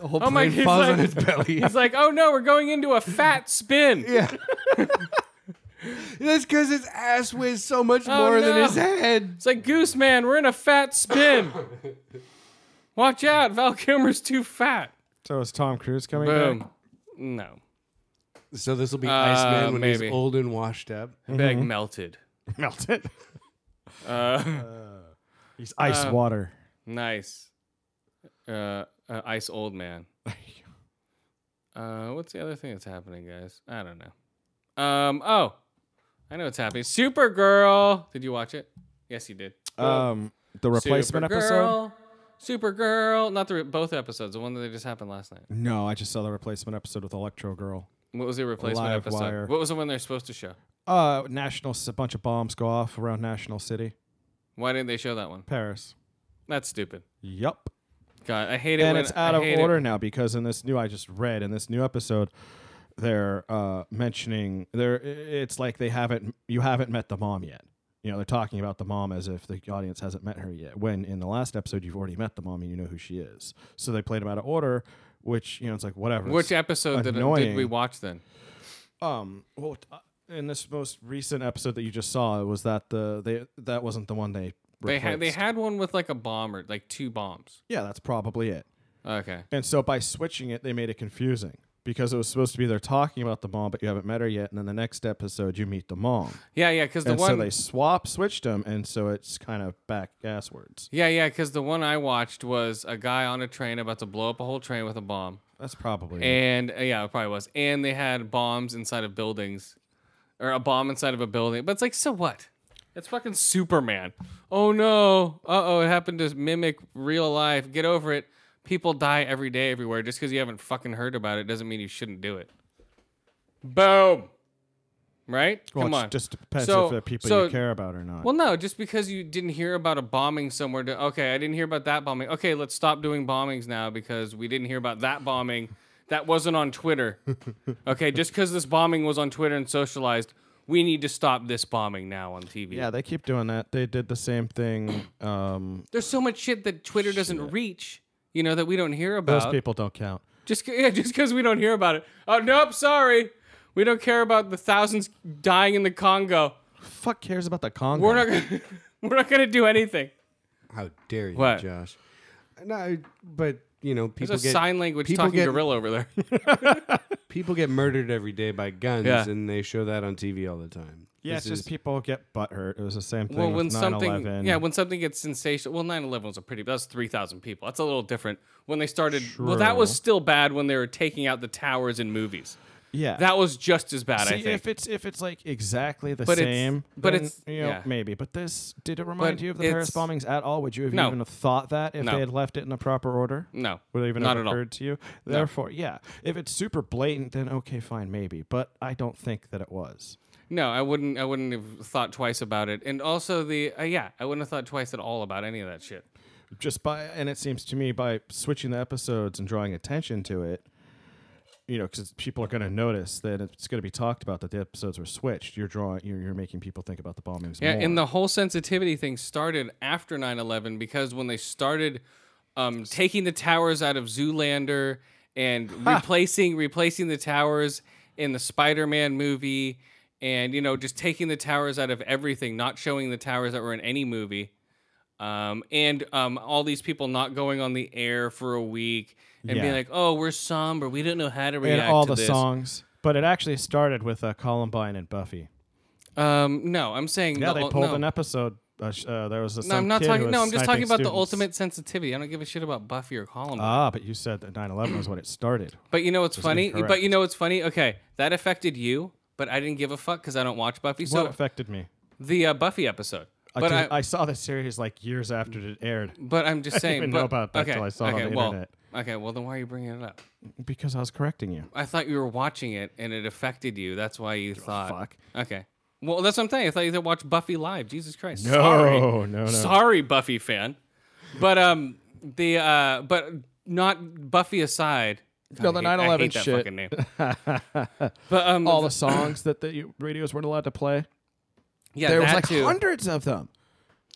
Speaker 2: The whole
Speaker 1: Oh my-
Speaker 2: plane
Speaker 1: he's
Speaker 2: falls
Speaker 1: like-
Speaker 2: on its belly.
Speaker 1: He's like, oh no, we're going into a fat spin.
Speaker 2: yeah. <laughs> That's because his ass weighs so much
Speaker 1: Oh,
Speaker 2: more than
Speaker 1: no.
Speaker 2: his head.
Speaker 1: It's like Goose Man, we're in a fat spin. Watch out, Val Kilmer's too fat.
Speaker 4: So is Tom Cruise coming
Speaker 1: Boom.
Speaker 4: back?
Speaker 1: No.
Speaker 2: So this will be
Speaker 1: Uh,
Speaker 2: Iceman when
Speaker 1: maybe.
Speaker 2: he's old and washed up.
Speaker 1: Bag melted.
Speaker 4: Melt it.
Speaker 1: <laughs> Uh,
Speaker 4: <laughs> He's ice
Speaker 1: Uh,
Speaker 4: water.
Speaker 1: nice. Uh, uh, ice old man.
Speaker 4: <laughs>
Speaker 1: Uh, what's the other thing that's happening, guys? I don't know. Um, oh, I know what's happening. Supergirl. Did you watch it? Yes, you did.
Speaker 4: Um, the replacement episode.
Speaker 1: Supergirl. Supergirl. Not the re- both episodes. The one that just happened last night.
Speaker 4: No, I just saw the replacement episode with Electro Girl.
Speaker 1: What was the replacement
Speaker 4: Live
Speaker 1: episode?
Speaker 4: wire.
Speaker 1: What was the one they're supposed to show?
Speaker 4: Uh, national. A bunch of bombs go off around National City,
Speaker 1: Why didn't they show that one?
Speaker 4: Paris.
Speaker 1: That's stupid.
Speaker 4: Yup.
Speaker 1: God, I hate it.
Speaker 4: and
Speaker 1: when-
Speaker 4: it's out
Speaker 1: I
Speaker 4: of
Speaker 1: hate it-
Speaker 4: order now because in this new I just read in this new episode they're uh, mentioning they're it's like they haven't you haven't met the mom yet. You know, they're talking about the mom as if the audience hasn't met her yet. When in the last episode you've already met the mom and you know who she is. So they played them out of order, which you know it's like whatever.
Speaker 1: Which
Speaker 4: It's-
Speaker 1: episode did, did we
Speaker 4: annoying.
Speaker 1: watch then?
Speaker 4: um well t- uh, in this most recent episode that you just saw it was that the they that wasn't the one they
Speaker 1: They had they
Speaker 4: replaced.
Speaker 1: had one with like a bomber, like two bombs.
Speaker 4: yeah that's probably it.
Speaker 1: Okay.
Speaker 4: And so by switching it, they made it confusing because it was supposed to be they're talking about the mom, but you haven't met her yet. And then the next episode, you meet the mom.
Speaker 1: Yeah, yeah, because the
Speaker 4: and
Speaker 1: one.
Speaker 4: so they swap switched them, and so it's kind of back asswards.
Speaker 1: yeah, yeah, because the one I watched was a guy on a train about to blow up a whole train with a bomb,
Speaker 4: That's probably
Speaker 1: and uh, yeah, it probably was. And they had bombs inside of buildings, or a bomb inside of a building. But it's like, so what? It's fucking Superman. Oh no! Uh oh! It happened to mimic real life. Get over it. People die every day everywhere. Just because you haven't fucking heard about it doesn't mean you shouldn't do it. Boom. Right?
Speaker 4: Well,
Speaker 1: Come
Speaker 4: it's
Speaker 1: on.
Speaker 4: just depends
Speaker 1: So-
Speaker 4: if the people
Speaker 1: so-
Speaker 4: you care about or not.
Speaker 1: Well, no, just because you didn't hear about a bombing somewhere. To, okay, I didn't hear about that bombing. Okay, let's stop doing bombings now because we didn't hear about that bombing. That wasn't on
Speaker 2: <laughs>
Speaker 1: Twitter. Okay, just because this bombing was on Twitter and socialized, we need to stop this bombing now on TV.
Speaker 4: yeah, they keep doing that. They did the same thing.
Speaker 1: <coughs>
Speaker 4: Um,
Speaker 1: There's so much shit that Twitter doesn't reach, you know, that we don't hear
Speaker 4: those
Speaker 1: about.
Speaker 4: people don't count.
Speaker 1: Just 'ca- yeah, just because we don't hear about it. Oh nope, sorry, we don't care about the thousands dying in the Congo.
Speaker 4: Fuck cares about the Congo.
Speaker 1: We're not gonna, <laughs> we're not gonna do anything.
Speaker 2: How dare you,
Speaker 1: What?
Speaker 2: Josh? No, but you know, people
Speaker 1: There's a
Speaker 2: get
Speaker 1: sign language
Speaker 2: people
Speaker 1: talking
Speaker 2: get-
Speaker 1: gorilla over there.
Speaker 2: people get murdered every day by guns,
Speaker 1: Yeah.
Speaker 2: and they show that on TV all the time.
Speaker 4: yeah,
Speaker 2: This
Speaker 4: it's just
Speaker 2: is-
Speaker 4: people get butthurt. It was the same thing.
Speaker 1: well,
Speaker 4: with
Speaker 1: when
Speaker 4: 9/11.
Speaker 1: something, yeah, when something gets sensational. Well, 9/11 was a pretty. That's 3,000 people. That's a little different. When they started, well, that was
Speaker 4: True.
Speaker 1: still bad when they were taking out the towers in movies.
Speaker 4: yeah,
Speaker 1: That was just as bad,
Speaker 4: See,
Speaker 1: I think.
Speaker 4: if it's if it's like exactly the
Speaker 1: But it's-
Speaker 4: same,
Speaker 1: but
Speaker 4: then,
Speaker 1: it's-
Speaker 4: you know,
Speaker 1: yeah.
Speaker 4: maybe. But this did it remind
Speaker 1: But
Speaker 4: you of the Paris
Speaker 1: it's-
Speaker 4: bombings at all? Would you have
Speaker 1: No.
Speaker 4: even have thought that if
Speaker 1: No.
Speaker 4: they had left it in the proper order?
Speaker 1: no,
Speaker 4: Would it even
Speaker 1: not at
Speaker 4: have
Speaker 1: all.
Speaker 4: occurred to you? Therefore, yeah, if it's super blatant, then okay, fine, maybe. But I don't think that it was.
Speaker 1: No, I wouldn't. I wouldn't have thought twice about it. And also the uh, yeah, I wouldn't have thought twice at all about any of that shit.
Speaker 4: Just by and it seems to me by switching the episodes and drawing attention to it, you know, because people are going to notice that it's going to be talked about that the episodes were switched. You're drawing, you're, you're making people think about the bombings.
Speaker 1: Yeah,
Speaker 4: more.
Speaker 1: and the whole sensitivity thing started after 9/11 because when they started um, taking the towers out of Zoolander and replacing replacing the towers in the Spider-Man movie and you know just taking the towers out of everything, not showing the towers that were in any movie. Um, and um, all these people not going on the air for a week and being
Speaker 4: Yeah.
Speaker 1: like, "Oh, we're somber. We didn't know how to react
Speaker 4: and all
Speaker 1: to
Speaker 4: the
Speaker 1: this."
Speaker 4: songs. But it actually started with uh, Columbine and Buffy.
Speaker 1: Um, no, I'm saying
Speaker 4: Yeah,
Speaker 1: the
Speaker 4: they
Speaker 1: ul-
Speaker 4: pulled
Speaker 1: no.
Speaker 4: an episode. Uh, sh- uh, there was this.
Speaker 1: No, I'm not talking. No, I'm just talking about the ultimate sensitivity. I don't give a shit about Buffy or Columbine.
Speaker 4: Ah, but you said that 9/11 was when
Speaker 1: <clears throat>
Speaker 4: it started.
Speaker 1: But you know what's
Speaker 4: Just
Speaker 1: funny? But
Speaker 4: incorrect.
Speaker 1: you know what's funny? Okay, that affected you, but I didn't give a fuck because I don't watch Buffy.
Speaker 4: what
Speaker 1: So
Speaker 4: affected me?
Speaker 1: the uh, Buffy episode.
Speaker 4: I,
Speaker 1: But I,
Speaker 4: didn't- I saw the series like years after it aired
Speaker 1: but I'm just
Speaker 4: <laughs> I didn't
Speaker 1: saying.
Speaker 4: even
Speaker 1: but,
Speaker 4: know about that
Speaker 1: okay,
Speaker 4: till I saw it on
Speaker 1: okay,
Speaker 4: the
Speaker 1: well,
Speaker 4: internet.
Speaker 1: Okay, well then why are you bringing it up?
Speaker 4: because I was correcting you.
Speaker 1: I thought you were watching it and it affected you. That's why you thought.
Speaker 4: fuck.
Speaker 1: Okay. Well, that's what I'm saying. I thought you said watch Buffy live. Jesus Christ. Sorry.
Speaker 4: no, no.
Speaker 1: Sorry, Buffy fan. But um, the uh, but not Buffy aside. God,
Speaker 4: No,
Speaker 1: I
Speaker 4: the
Speaker 1: hate- I
Speaker 4: 9/11
Speaker 1: hate that
Speaker 4: shit.
Speaker 1: fucking name. But um, <clears throat>
Speaker 4: All the songs that the radios weren't allowed to play.
Speaker 1: yeah,
Speaker 4: there was
Speaker 1: that
Speaker 4: like
Speaker 1: too.
Speaker 4: hundreds of them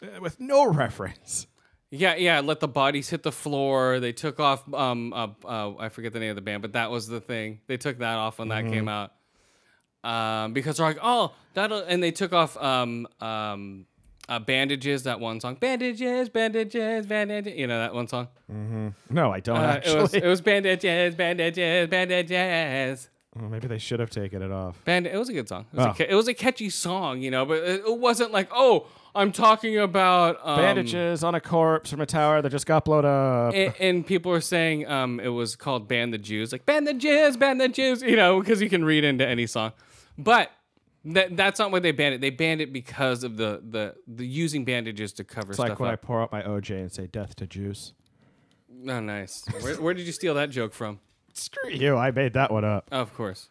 Speaker 4: uh, with no reference.
Speaker 1: Yeah, yeah. Let the bodies hit the floor. They took off. Um, uh, uh, I forget the name of the band, but that was the thing. They took that off when
Speaker 4: Mm-hmm.
Speaker 1: that came out. Um, because they're like, oh, that'll, and they took off um, um, uh, bandages. That one song, bandages, bandages, bandages. You know that one song.
Speaker 4: No, I don't
Speaker 1: Uh, it
Speaker 4: actually.
Speaker 1: was it was bandages, bandages, bandages.
Speaker 4: Well, maybe they should have taken it off.
Speaker 1: Band. It was a good song. It was, a,
Speaker 4: Oh.
Speaker 1: ca- it was a catchy song, you know, but it, it wasn't like, oh, I'm talking about um,
Speaker 4: Bandages on a corpse from a tower that just got blown up.
Speaker 1: and, and people were saying um, it was called "Ban the Jews," like "Ban the Jews," "Ban the Jews," you know, because you can read into any song. But that, that's not why they banned it. They banned it because of the the, the using bandages to cover
Speaker 4: it's
Speaker 1: stuff
Speaker 4: like when I
Speaker 1: up.
Speaker 4: pour out my OJ and say "Death to Juice."
Speaker 1: oh, nice. Where, where did you steal that joke from?
Speaker 4: Screw you! I made that one up.
Speaker 1: of course.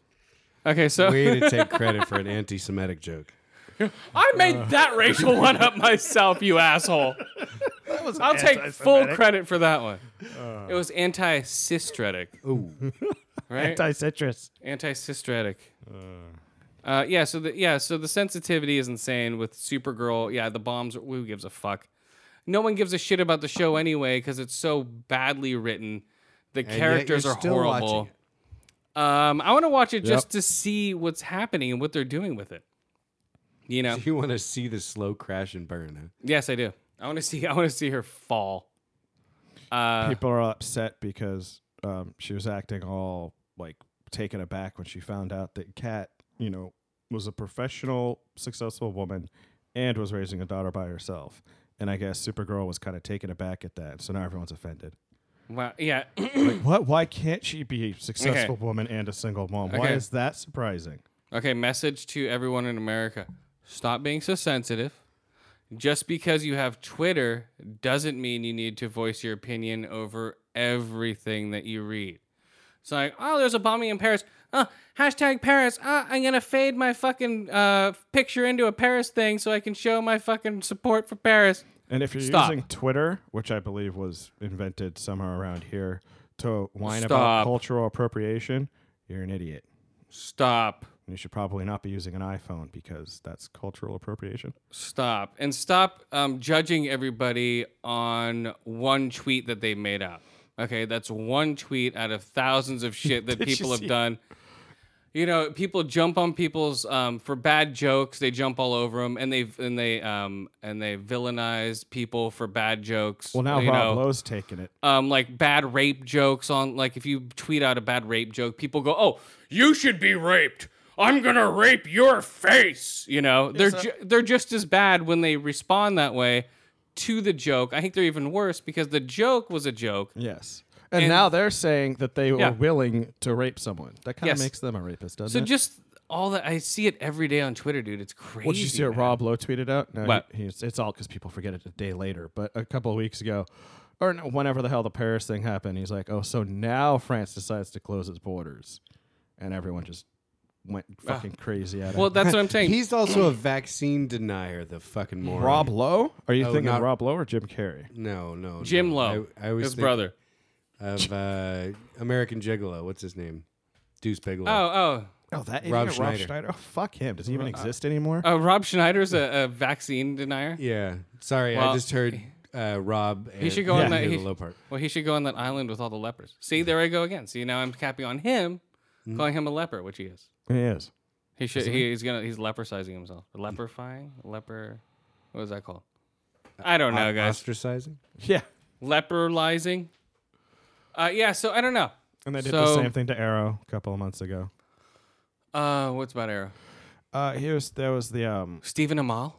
Speaker 1: Okay, so
Speaker 2: Way
Speaker 1: <laughs>
Speaker 2: to take credit for an anti-Semitic joke.
Speaker 1: I
Speaker 4: uh,
Speaker 1: made that racial one up myself, you asshole. I'll take full credit for that one.
Speaker 4: Uh.
Speaker 1: it was anti-cistretic. Ooh, right?
Speaker 4: Anti-citrus.
Speaker 1: Anti-cistretic. Uh, yeah. So the yeah. So the sensitivity is insane with Supergirl. Yeah. The bombs. Who gives a fuck? No one gives a shit about the show anyway because it's so badly written. The
Speaker 2: yet
Speaker 1: characters
Speaker 2: you're
Speaker 1: are
Speaker 2: still watching
Speaker 1: horrible. Um, I want to watch it just to see what's happening and what they're doing with it. You know.
Speaker 2: You want to see the slow crash and burn, huh?
Speaker 1: Yes, I do. I want to see. I want to see her fall. Uh,
Speaker 4: People are upset because um, she was acting all like taken aback when she found out that Kat, you know, was a professional, successful woman, and was raising a daughter by herself. And I guess Supergirl was kind of taken aback at that, so now everyone's offended.
Speaker 1: wow, yeah. <clears throat>
Speaker 4: Like, what? Why can't she be a successful woman and a single mom? Why
Speaker 1: Okay.
Speaker 4: is that surprising?
Speaker 1: okay. Message to everyone in America: Stop being so sensitive. Just because you have Twitter doesn't mean you need to voice your opinion over everything that you read. It's like, oh, there's a bombing in Paris. Uh, hashtag Paris. Uh, I'm gonna fade my fucking uh, picture into a Paris thing so I can show my fucking support for Paris.
Speaker 4: And if you're
Speaker 1: Stop.
Speaker 4: using Twitter, which I believe was invented somewhere around here, to whine
Speaker 1: Stop.
Speaker 4: about cultural appropriation, you're an idiot.
Speaker 1: Stop.
Speaker 4: And you should probably not be using an iPhone because that's cultural appropriation.
Speaker 1: Stop and stop um, judging everybody on one tweet that they made out. Okay, that's one tweet out of thousands of shit that
Speaker 4: <laughs> Did you
Speaker 1: people have
Speaker 4: see-
Speaker 1: done. You know, people jump on people's um, for bad jokes. They jump all over them, and they and they um, and they villainize people for bad jokes.
Speaker 4: Well, now
Speaker 1: you
Speaker 4: Rob
Speaker 1: know,
Speaker 4: Lowe's taking it.
Speaker 1: um, like bad rape jokes on like if you tweet out a bad rape joke, people go, "Oh, you should be raped. I'm gonna rape your face." You know, they're ju- they're just as bad when they respond that way to the joke. I think they're even worse because the joke was a joke.
Speaker 4: Yes. And, now they're saying that they
Speaker 1: Yeah.
Speaker 4: were willing to rape someone. That kind of
Speaker 1: Yes.
Speaker 4: makes them a rapist, doesn't
Speaker 1: So
Speaker 4: it?
Speaker 1: just all that I see it every day on Twitter, dude. It's crazy.
Speaker 4: Well, did you see what
Speaker 1: man.
Speaker 4: Rob Lowe tweeted out? No,
Speaker 1: What?
Speaker 4: he- he's- it's all because people forget it a day later. But a couple of weeks ago, or no, whenever the hell the Paris thing happened, he's like, "Oh, so now France decides to close its borders," and everyone just went fucking crazy at it.
Speaker 1: Well, that's what
Speaker 4: <laughs>
Speaker 1: I'm saying.
Speaker 2: He's also a vaccine denier, the fucking moron.
Speaker 4: Rob Lowe? Are you
Speaker 2: Oh,
Speaker 4: thinking
Speaker 2: not-
Speaker 4: Rob Lowe or Jim Carrey?
Speaker 2: No, no.
Speaker 1: Jim
Speaker 2: no.
Speaker 1: Lowe,
Speaker 2: I, I was
Speaker 1: his
Speaker 2: thinking
Speaker 1: brother.
Speaker 2: of uh, American Gigolo. What's his name? Deuce Bigelow.
Speaker 1: Oh, oh.
Speaker 4: Oh, that
Speaker 2: Rob
Speaker 4: idiot,
Speaker 2: Schneider.
Speaker 4: Rob Schneider. Oh, fuck him. Does he even exist anymore?
Speaker 1: Uh, Rob Schneider's a, a vaccine denier.
Speaker 2: Yeah. Sorry,
Speaker 1: Well,
Speaker 2: I just heard uh, Rob. And
Speaker 1: should go on that- he-
Speaker 2: the low part.
Speaker 1: Well, he should go on that island with all the lepers. See, there I go again. See, now I'm capping on him, calling him a leper, which he is.
Speaker 4: he is.
Speaker 1: He should. He, he's gonna. He's lepersizing himself. Leperfying. Leper. What is that called? I don't
Speaker 2: uh,
Speaker 1: know, guys.
Speaker 2: Ostracizing.
Speaker 4: Yeah.
Speaker 1: Leperlizing. Uh, yeah. So I don't know.
Speaker 4: And they did
Speaker 1: So-
Speaker 4: the same thing to Arrow a couple of months ago.
Speaker 1: Uh, what's about Arrow?
Speaker 4: Uh, here's there was the um
Speaker 1: Stephen Amal.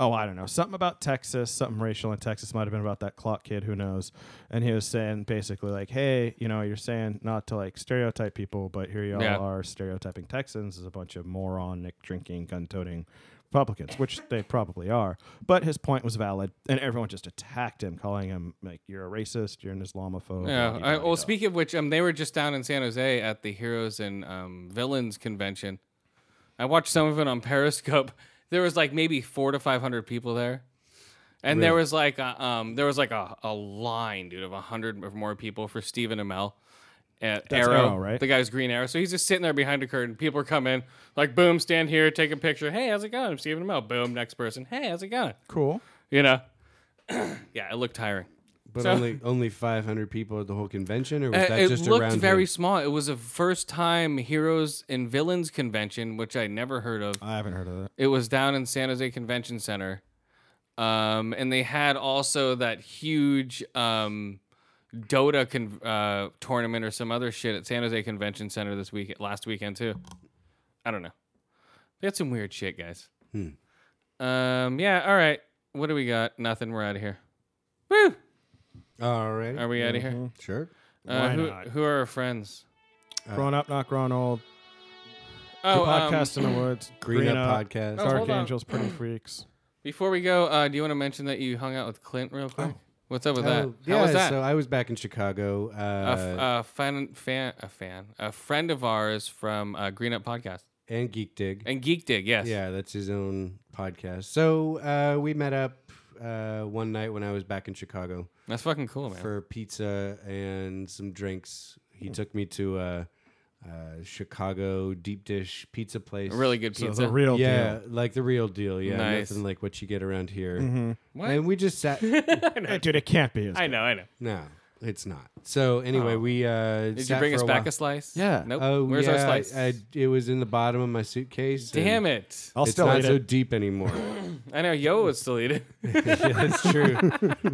Speaker 4: oh, I don't know, something about Texas, something racial in Texas might have been about that clock kid, who knows? And he was saying basically like, hey, you know, you're saying not to like stereotype people, but here y'all
Speaker 1: Yeah.
Speaker 4: are stereotyping Texans as a bunch of moronic, drinking, gun toting Republicans, which they probably are. But his point was valid, and everyone just attacked him, calling him like, you're a racist, you're an Islamophobe.
Speaker 1: Yeah. I, well,
Speaker 4: will speak.
Speaker 1: speaking of which, um, they were just down in San Jose at the Heroes and um, Villains convention. I watched some of it on Periscope. <laughs> There was like maybe four to five hundred people there, and there was like a, um, there was like a, a line, dude, of hundred or more people for Stephen Amell. At
Speaker 4: That's
Speaker 1: Arrow,
Speaker 4: Arrow, right?
Speaker 1: The guy's Green Arrow. So he's just sitting there behind a curtain. People are coming, like, boom, stand here, take a picture. Hey, how's it going? I'm Stephen Amell. Boom, next person. Hey, how's it going?
Speaker 4: Cool.
Speaker 1: You know? <clears throat> yeah, it looked tiring.
Speaker 2: But
Speaker 1: So-
Speaker 2: only only 500 people at the whole convention, or was
Speaker 1: Uh,
Speaker 2: that
Speaker 1: it
Speaker 2: just
Speaker 1: looked
Speaker 2: around?
Speaker 1: very
Speaker 2: him?
Speaker 1: small. It was a first time heroes and villains convention, which I never heard of.
Speaker 2: Uh.
Speaker 4: I haven't heard of that.
Speaker 1: It was down in San Jose Convention Center, um, and they had also that huge um, Dota con- uh, tournament or some other shit at San Jose Convention Center this week, last weekend too. I don't know. They had some weird shit, guys. Um, yeah. All right. What do we got? Nothing. We're out of here. Woo.
Speaker 2: All right.
Speaker 1: Are we out of here?
Speaker 2: Sure.
Speaker 1: Uh,
Speaker 4: Why
Speaker 1: who,
Speaker 4: not?
Speaker 1: who are our friends?
Speaker 4: Growing up, not growing old.
Speaker 1: Oh,
Speaker 4: the
Speaker 1: um,
Speaker 4: podcast in the woods.
Speaker 2: Green Up Podcast. Oh,
Speaker 4: Dark
Speaker 1: hold on.
Speaker 4: Angels, Pretty Freaks.
Speaker 1: Before we go, uh, do you want to mention that you hung out with Clint real quick? What's up with that?
Speaker 2: Oh, yeah,
Speaker 1: How was that?
Speaker 2: so I was back in Chicago. Uh,
Speaker 1: a, f- a fan, fan, a fan, a friend of ours from uh, Green Up Podcast
Speaker 2: and Geek Dig.
Speaker 1: and Geek Dig. Yes.
Speaker 2: Yeah, that's his own podcast. So uh, we met up uh, one night when I was back in Chicago
Speaker 1: That's fucking cool, man.
Speaker 2: for pizza and some drinks. He took me to a, a Chicago deep dish pizza place.
Speaker 1: a really good
Speaker 4: So
Speaker 1: pizza.
Speaker 4: the real
Speaker 2: yeah,
Speaker 4: deal.
Speaker 2: like the real deal. Yeah,
Speaker 1: Nice.
Speaker 2: nothing like what you get around here.
Speaker 4: Mm-hmm.
Speaker 1: What?
Speaker 2: And we just
Speaker 1: <laughs>
Speaker 2: sat.
Speaker 4: Hey, dude, it can't be. as
Speaker 1: I know, I know.
Speaker 2: no, it's not. So anyway, we uh,
Speaker 1: Oh. Did you bring us back a slice?
Speaker 4: Yeah.
Speaker 1: Nope.
Speaker 2: Oh,
Speaker 1: Where's
Speaker 2: yeah,
Speaker 1: our slice?
Speaker 2: I, I- it was in the bottom of my suitcase. and
Speaker 1: Damn it!
Speaker 4: I'll
Speaker 2: It's
Speaker 4: still
Speaker 2: not
Speaker 4: eat
Speaker 2: so
Speaker 4: it.
Speaker 2: deep
Speaker 4: <laughs>
Speaker 2: anymore.
Speaker 1: I know Yo was still eating.
Speaker 2: yeah, that's true.
Speaker 1: <laughs>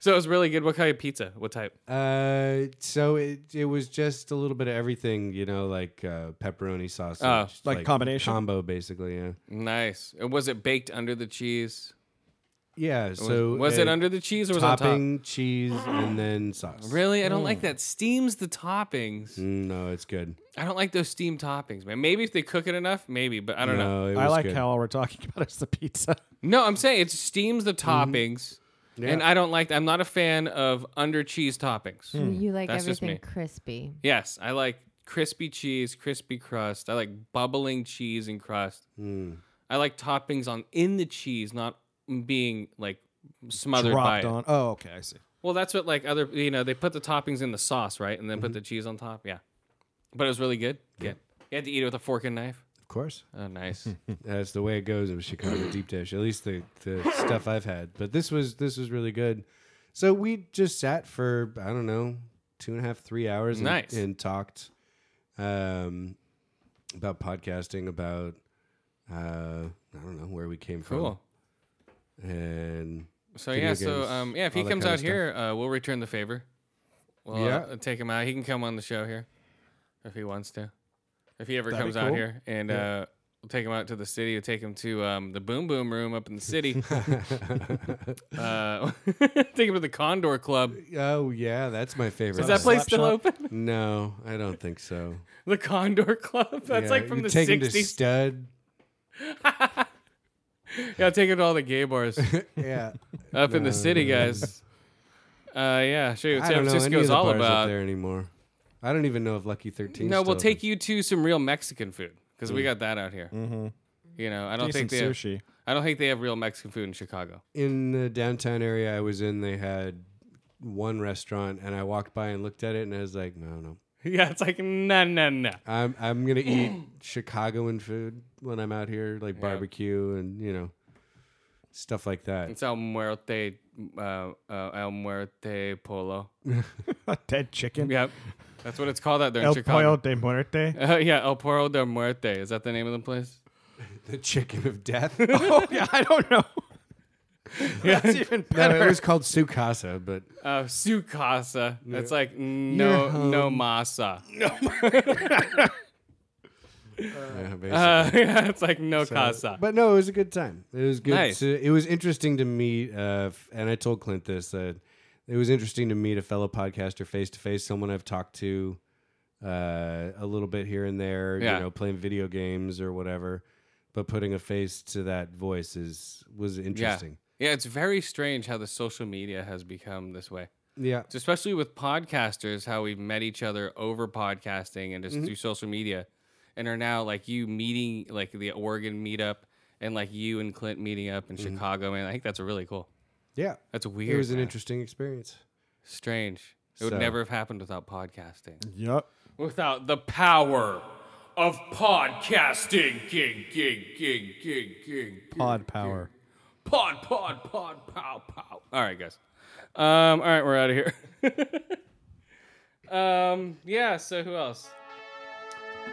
Speaker 1: so it was really good. What kind of pizza? What type?
Speaker 2: Uh, so it it was just a little bit of everything, you know, like uh, pepperoni sausage,
Speaker 1: Oh,
Speaker 4: like combination?
Speaker 2: combo, basically. Yeah,
Speaker 1: Nice. Uh, Was it baked under the cheese?
Speaker 2: yeah.
Speaker 1: Was-
Speaker 2: So
Speaker 1: was it
Speaker 2: uh,
Speaker 1: under the cheese or was it on
Speaker 2: topping, Mm. cheese, and then sauce?
Speaker 1: top? Really, I don't like that. Steams the toppings.
Speaker 2: Mm, No, it's good.
Speaker 1: I don't like those steamed toppings, man. Maybe if they cook it enough, maybe, but I don't know.
Speaker 2: no, It was
Speaker 4: I like
Speaker 2: good.
Speaker 4: how all we're talking <laughs> about is
Speaker 1: <laughs>
Speaker 4: the pizza.
Speaker 1: No, I'm saying it steams the
Speaker 4: Mm-hmm.
Speaker 1: toppings, and I don't like. I'm not a fan of under cheese toppings.
Speaker 4: Hmm.
Speaker 6: You like
Speaker 1: That's just
Speaker 6: everything
Speaker 1: me.
Speaker 6: crispy.
Speaker 1: Yes, I like crispy cheese, crispy crust. I like bubbling cheese and crust.
Speaker 4: Hmm.
Speaker 1: I like toppings on in the cheese, not being like smothered by
Speaker 4: Dropped
Speaker 1: it.
Speaker 4: on. Oh, okay, I see.
Speaker 1: Well, that's what like other you know they put the toppings in the sauce, right, and then
Speaker 4: Mm-hmm.
Speaker 1: put the cheese on top. Yeah, but it was really good. Good. You had to eat it with a fork and knife.
Speaker 2: of course,
Speaker 1: Oh,
Speaker 4: <laughs>
Speaker 1: nice.
Speaker 2: that's the way it goes in Chicago deep dish. At least the the stuff I've had. But this was this was really good. So we just sat for I don't know two and a half three hours and,
Speaker 1: Nice.
Speaker 2: and talked um, about podcasting about uh, I don't know where we came
Speaker 1: cool.
Speaker 2: from and
Speaker 1: So
Speaker 2: video
Speaker 1: yeah, so
Speaker 2: games,
Speaker 1: um, yeah, if he
Speaker 2: all that
Speaker 1: comes
Speaker 2: kinda
Speaker 1: out
Speaker 2: stuff.
Speaker 1: here, uh, we'll return the favor. We'll
Speaker 2: Yeah.
Speaker 1: uh, take him out. He can come on the show here if he wants to. If he ever
Speaker 2: That'd be
Speaker 1: comes out
Speaker 2: cool.
Speaker 1: here, and uh, we'll take him out to the city. We'll take him to um, the Boom Boom Room up in the
Speaker 2: <laughs>
Speaker 1: city. <laughs> uh, <laughs> take him to the Condor Club.
Speaker 2: oh yeah, that's my favorite.
Speaker 1: Is that place
Speaker 4: slap
Speaker 1: still
Speaker 4: shop?
Speaker 1: open?
Speaker 2: <laughs>
Speaker 1: <laughs>
Speaker 2: No, I don't think so.
Speaker 1: the Condor Club. That's
Speaker 2: Yeah,
Speaker 1: like from
Speaker 2: you
Speaker 1: the
Speaker 2: take 'em to
Speaker 1: sixties.
Speaker 2: stud.
Speaker 1: yeah, take him to all the gay
Speaker 2: <laughs>
Speaker 1: bars <laughs>
Speaker 2: Yeah,
Speaker 1: up in the city, guys. Uh, yeah, show you what
Speaker 2: I
Speaker 1: San
Speaker 2: don't know any of
Speaker 1: Francisco's
Speaker 2: the
Speaker 1: all
Speaker 2: bars up
Speaker 1: about.
Speaker 2: there anymore. I don't even know if Lucky Thirteen.
Speaker 1: No,
Speaker 2: still
Speaker 1: we'll
Speaker 2: open.
Speaker 1: take you to some real Mexican food because we got that out here. You know, I don't
Speaker 4: Mm. Mm-hmm. Decent
Speaker 1: think they. Have,
Speaker 4: sushi. <laughs>
Speaker 1: I don't think they have real Mexican food in Chicago. <laughs>
Speaker 2: in the downtown area I was in, they had one restaurant, and I walked by and looked at it, and I was like, no, no,
Speaker 1: yeah, it's like no, no, no.
Speaker 2: I'm I'm
Speaker 4: <clears throat>
Speaker 2: gonna eat Chicagoan food when I'm out here, like barbecue and you know stuff like that.
Speaker 1: It's El Muerte, uh, uh, El Muerte Polo.
Speaker 4: Dead chicken.
Speaker 1: Yep, that's what it's called out there in
Speaker 4: El
Speaker 1: Chicago.
Speaker 4: Pollo de Muerte.
Speaker 1: <laughs> Uh, yeah, El Poro de Muerte. Is that the name of the place?
Speaker 2: The chicken of death.
Speaker 4: <laughs> oh, yeah, I don't know. That's even
Speaker 2: no,
Speaker 4: better.
Speaker 2: it was called su casa, but
Speaker 1: Uh, su casa. <laughs> That's like no, no masa.
Speaker 2: Yeah, basically.
Speaker 1: Uh, it's like no
Speaker 2: So-
Speaker 1: casa.
Speaker 2: But no, it was a good time. It was good.
Speaker 1: Nice.
Speaker 2: To, it was interesting to meet, uh, f- and I told Clint this that it was interesting to meet a fellow podcaster face to face, someone I've talked to uh, a little bit here and there,
Speaker 1: Yeah.
Speaker 2: you know, playing video games or whatever. But putting a face to that voice is was
Speaker 1: yeah.
Speaker 2: interesting.
Speaker 1: yeah, it's very strange how the social media has become this way.
Speaker 2: Yeah,
Speaker 1: So especially with podcasters, how we've met each other over podcasting and just
Speaker 2: Mm-hmm.
Speaker 1: through social media, and are now like you meeting like the Oregon meetup and like you and Clint meeting up in Chicago. Man, I think that's really cool.
Speaker 2: yeah.
Speaker 1: That's weird.
Speaker 2: Mm-hmm. It was an
Speaker 1: man.
Speaker 2: interesting experience.
Speaker 1: strange. It would
Speaker 2: So-
Speaker 1: never have happened without podcasting.
Speaker 4: Yup.
Speaker 1: Without the power of podcasting, king, king, king, king, king.
Speaker 4: Pod power.
Speaker 1: Pod, pod, pod, pow, pow. All right, guys. Um, all right, we're out of here. <laughs> um, yeah. So who else?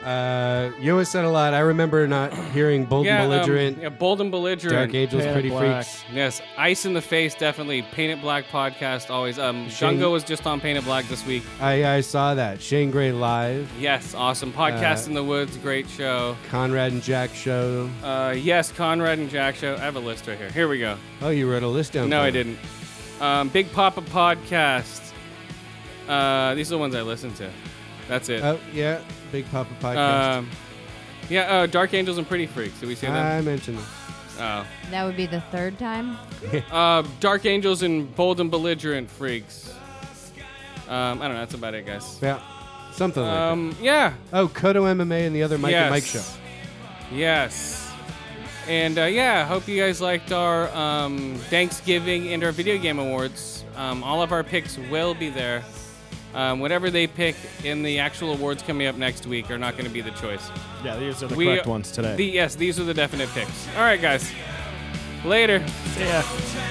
Speaker 2: Uh, you always said a lot. I remember not <coughs> hearing bold
Speaker 1: Yeah,
Speaker 2: and belligerent,
Speaker 1: Um, yeah, bold and belligerent.
Speaker 2: dark angels,
Speaker 4: Pan
Speaker 2: pretty
Speaker 4: Black.
Speaker 2: freaks.
Speaker 1: Yes, ice in the face, definitely. Paint it black podcast, always. Um,
Speaker 2: Shane-
Speaker 1: Shango was just on Paint it black this week.
Speaker 2: I I saw that Shane Gray live.
Speaker 1: Yes, awesome podcast
Speaker 2: Uh,
Speaker 1: in the woods, great show.
Speaker 2: Conrad and Jack show.
Speaker 1: Uh, yes, Conrad and Jack show. I have a list right here. Here we go.
Speaker 2: Oh, you wrote a list down.
Speaker 1: No,
Speaker 2: for
Speaker 1: I
Speaker 2: me.
Speaker 1: didn't. Um, Big Papa podcast. Uh, these are the ones I listen to. That's it.
Speaker 2: Oh, yeah. Big Papa Podcast.
Speaker 1: um, yeah, uh, Dark Angels and Pretty Freaks. Did we see them?
Speaker 2: I mentioned it. Uh,
Speaker 1: Oh.
Speaker 6: That would be the third time.
Speaker 1: Uh, Dark Angels and Bold and Belligerent Freaks. Um, I don't know. That's about it, guys.
Speaker 2: Yeah. Something like
Speaker 1: Um, yeah.
Speaker 2: that. Oh, Kodo MMA and the other Mike
Speaker 1: yes.
Speaker 2: and Mike show.
Speaker 1: Yes. And uh, yeah, hope you guys liked our um, Thanksgiving and our video game awards. Um, all of our picks will be there. Um, whatever they pick in the actual awards coming up next week are not going to be the choice.
Speaker 4: Yeah, these are the correct ones today.
Speaker 1: The, yes, these are the definite picks. All right, guys. Later.
Speaker 4: yeah.
Speaker 7: Change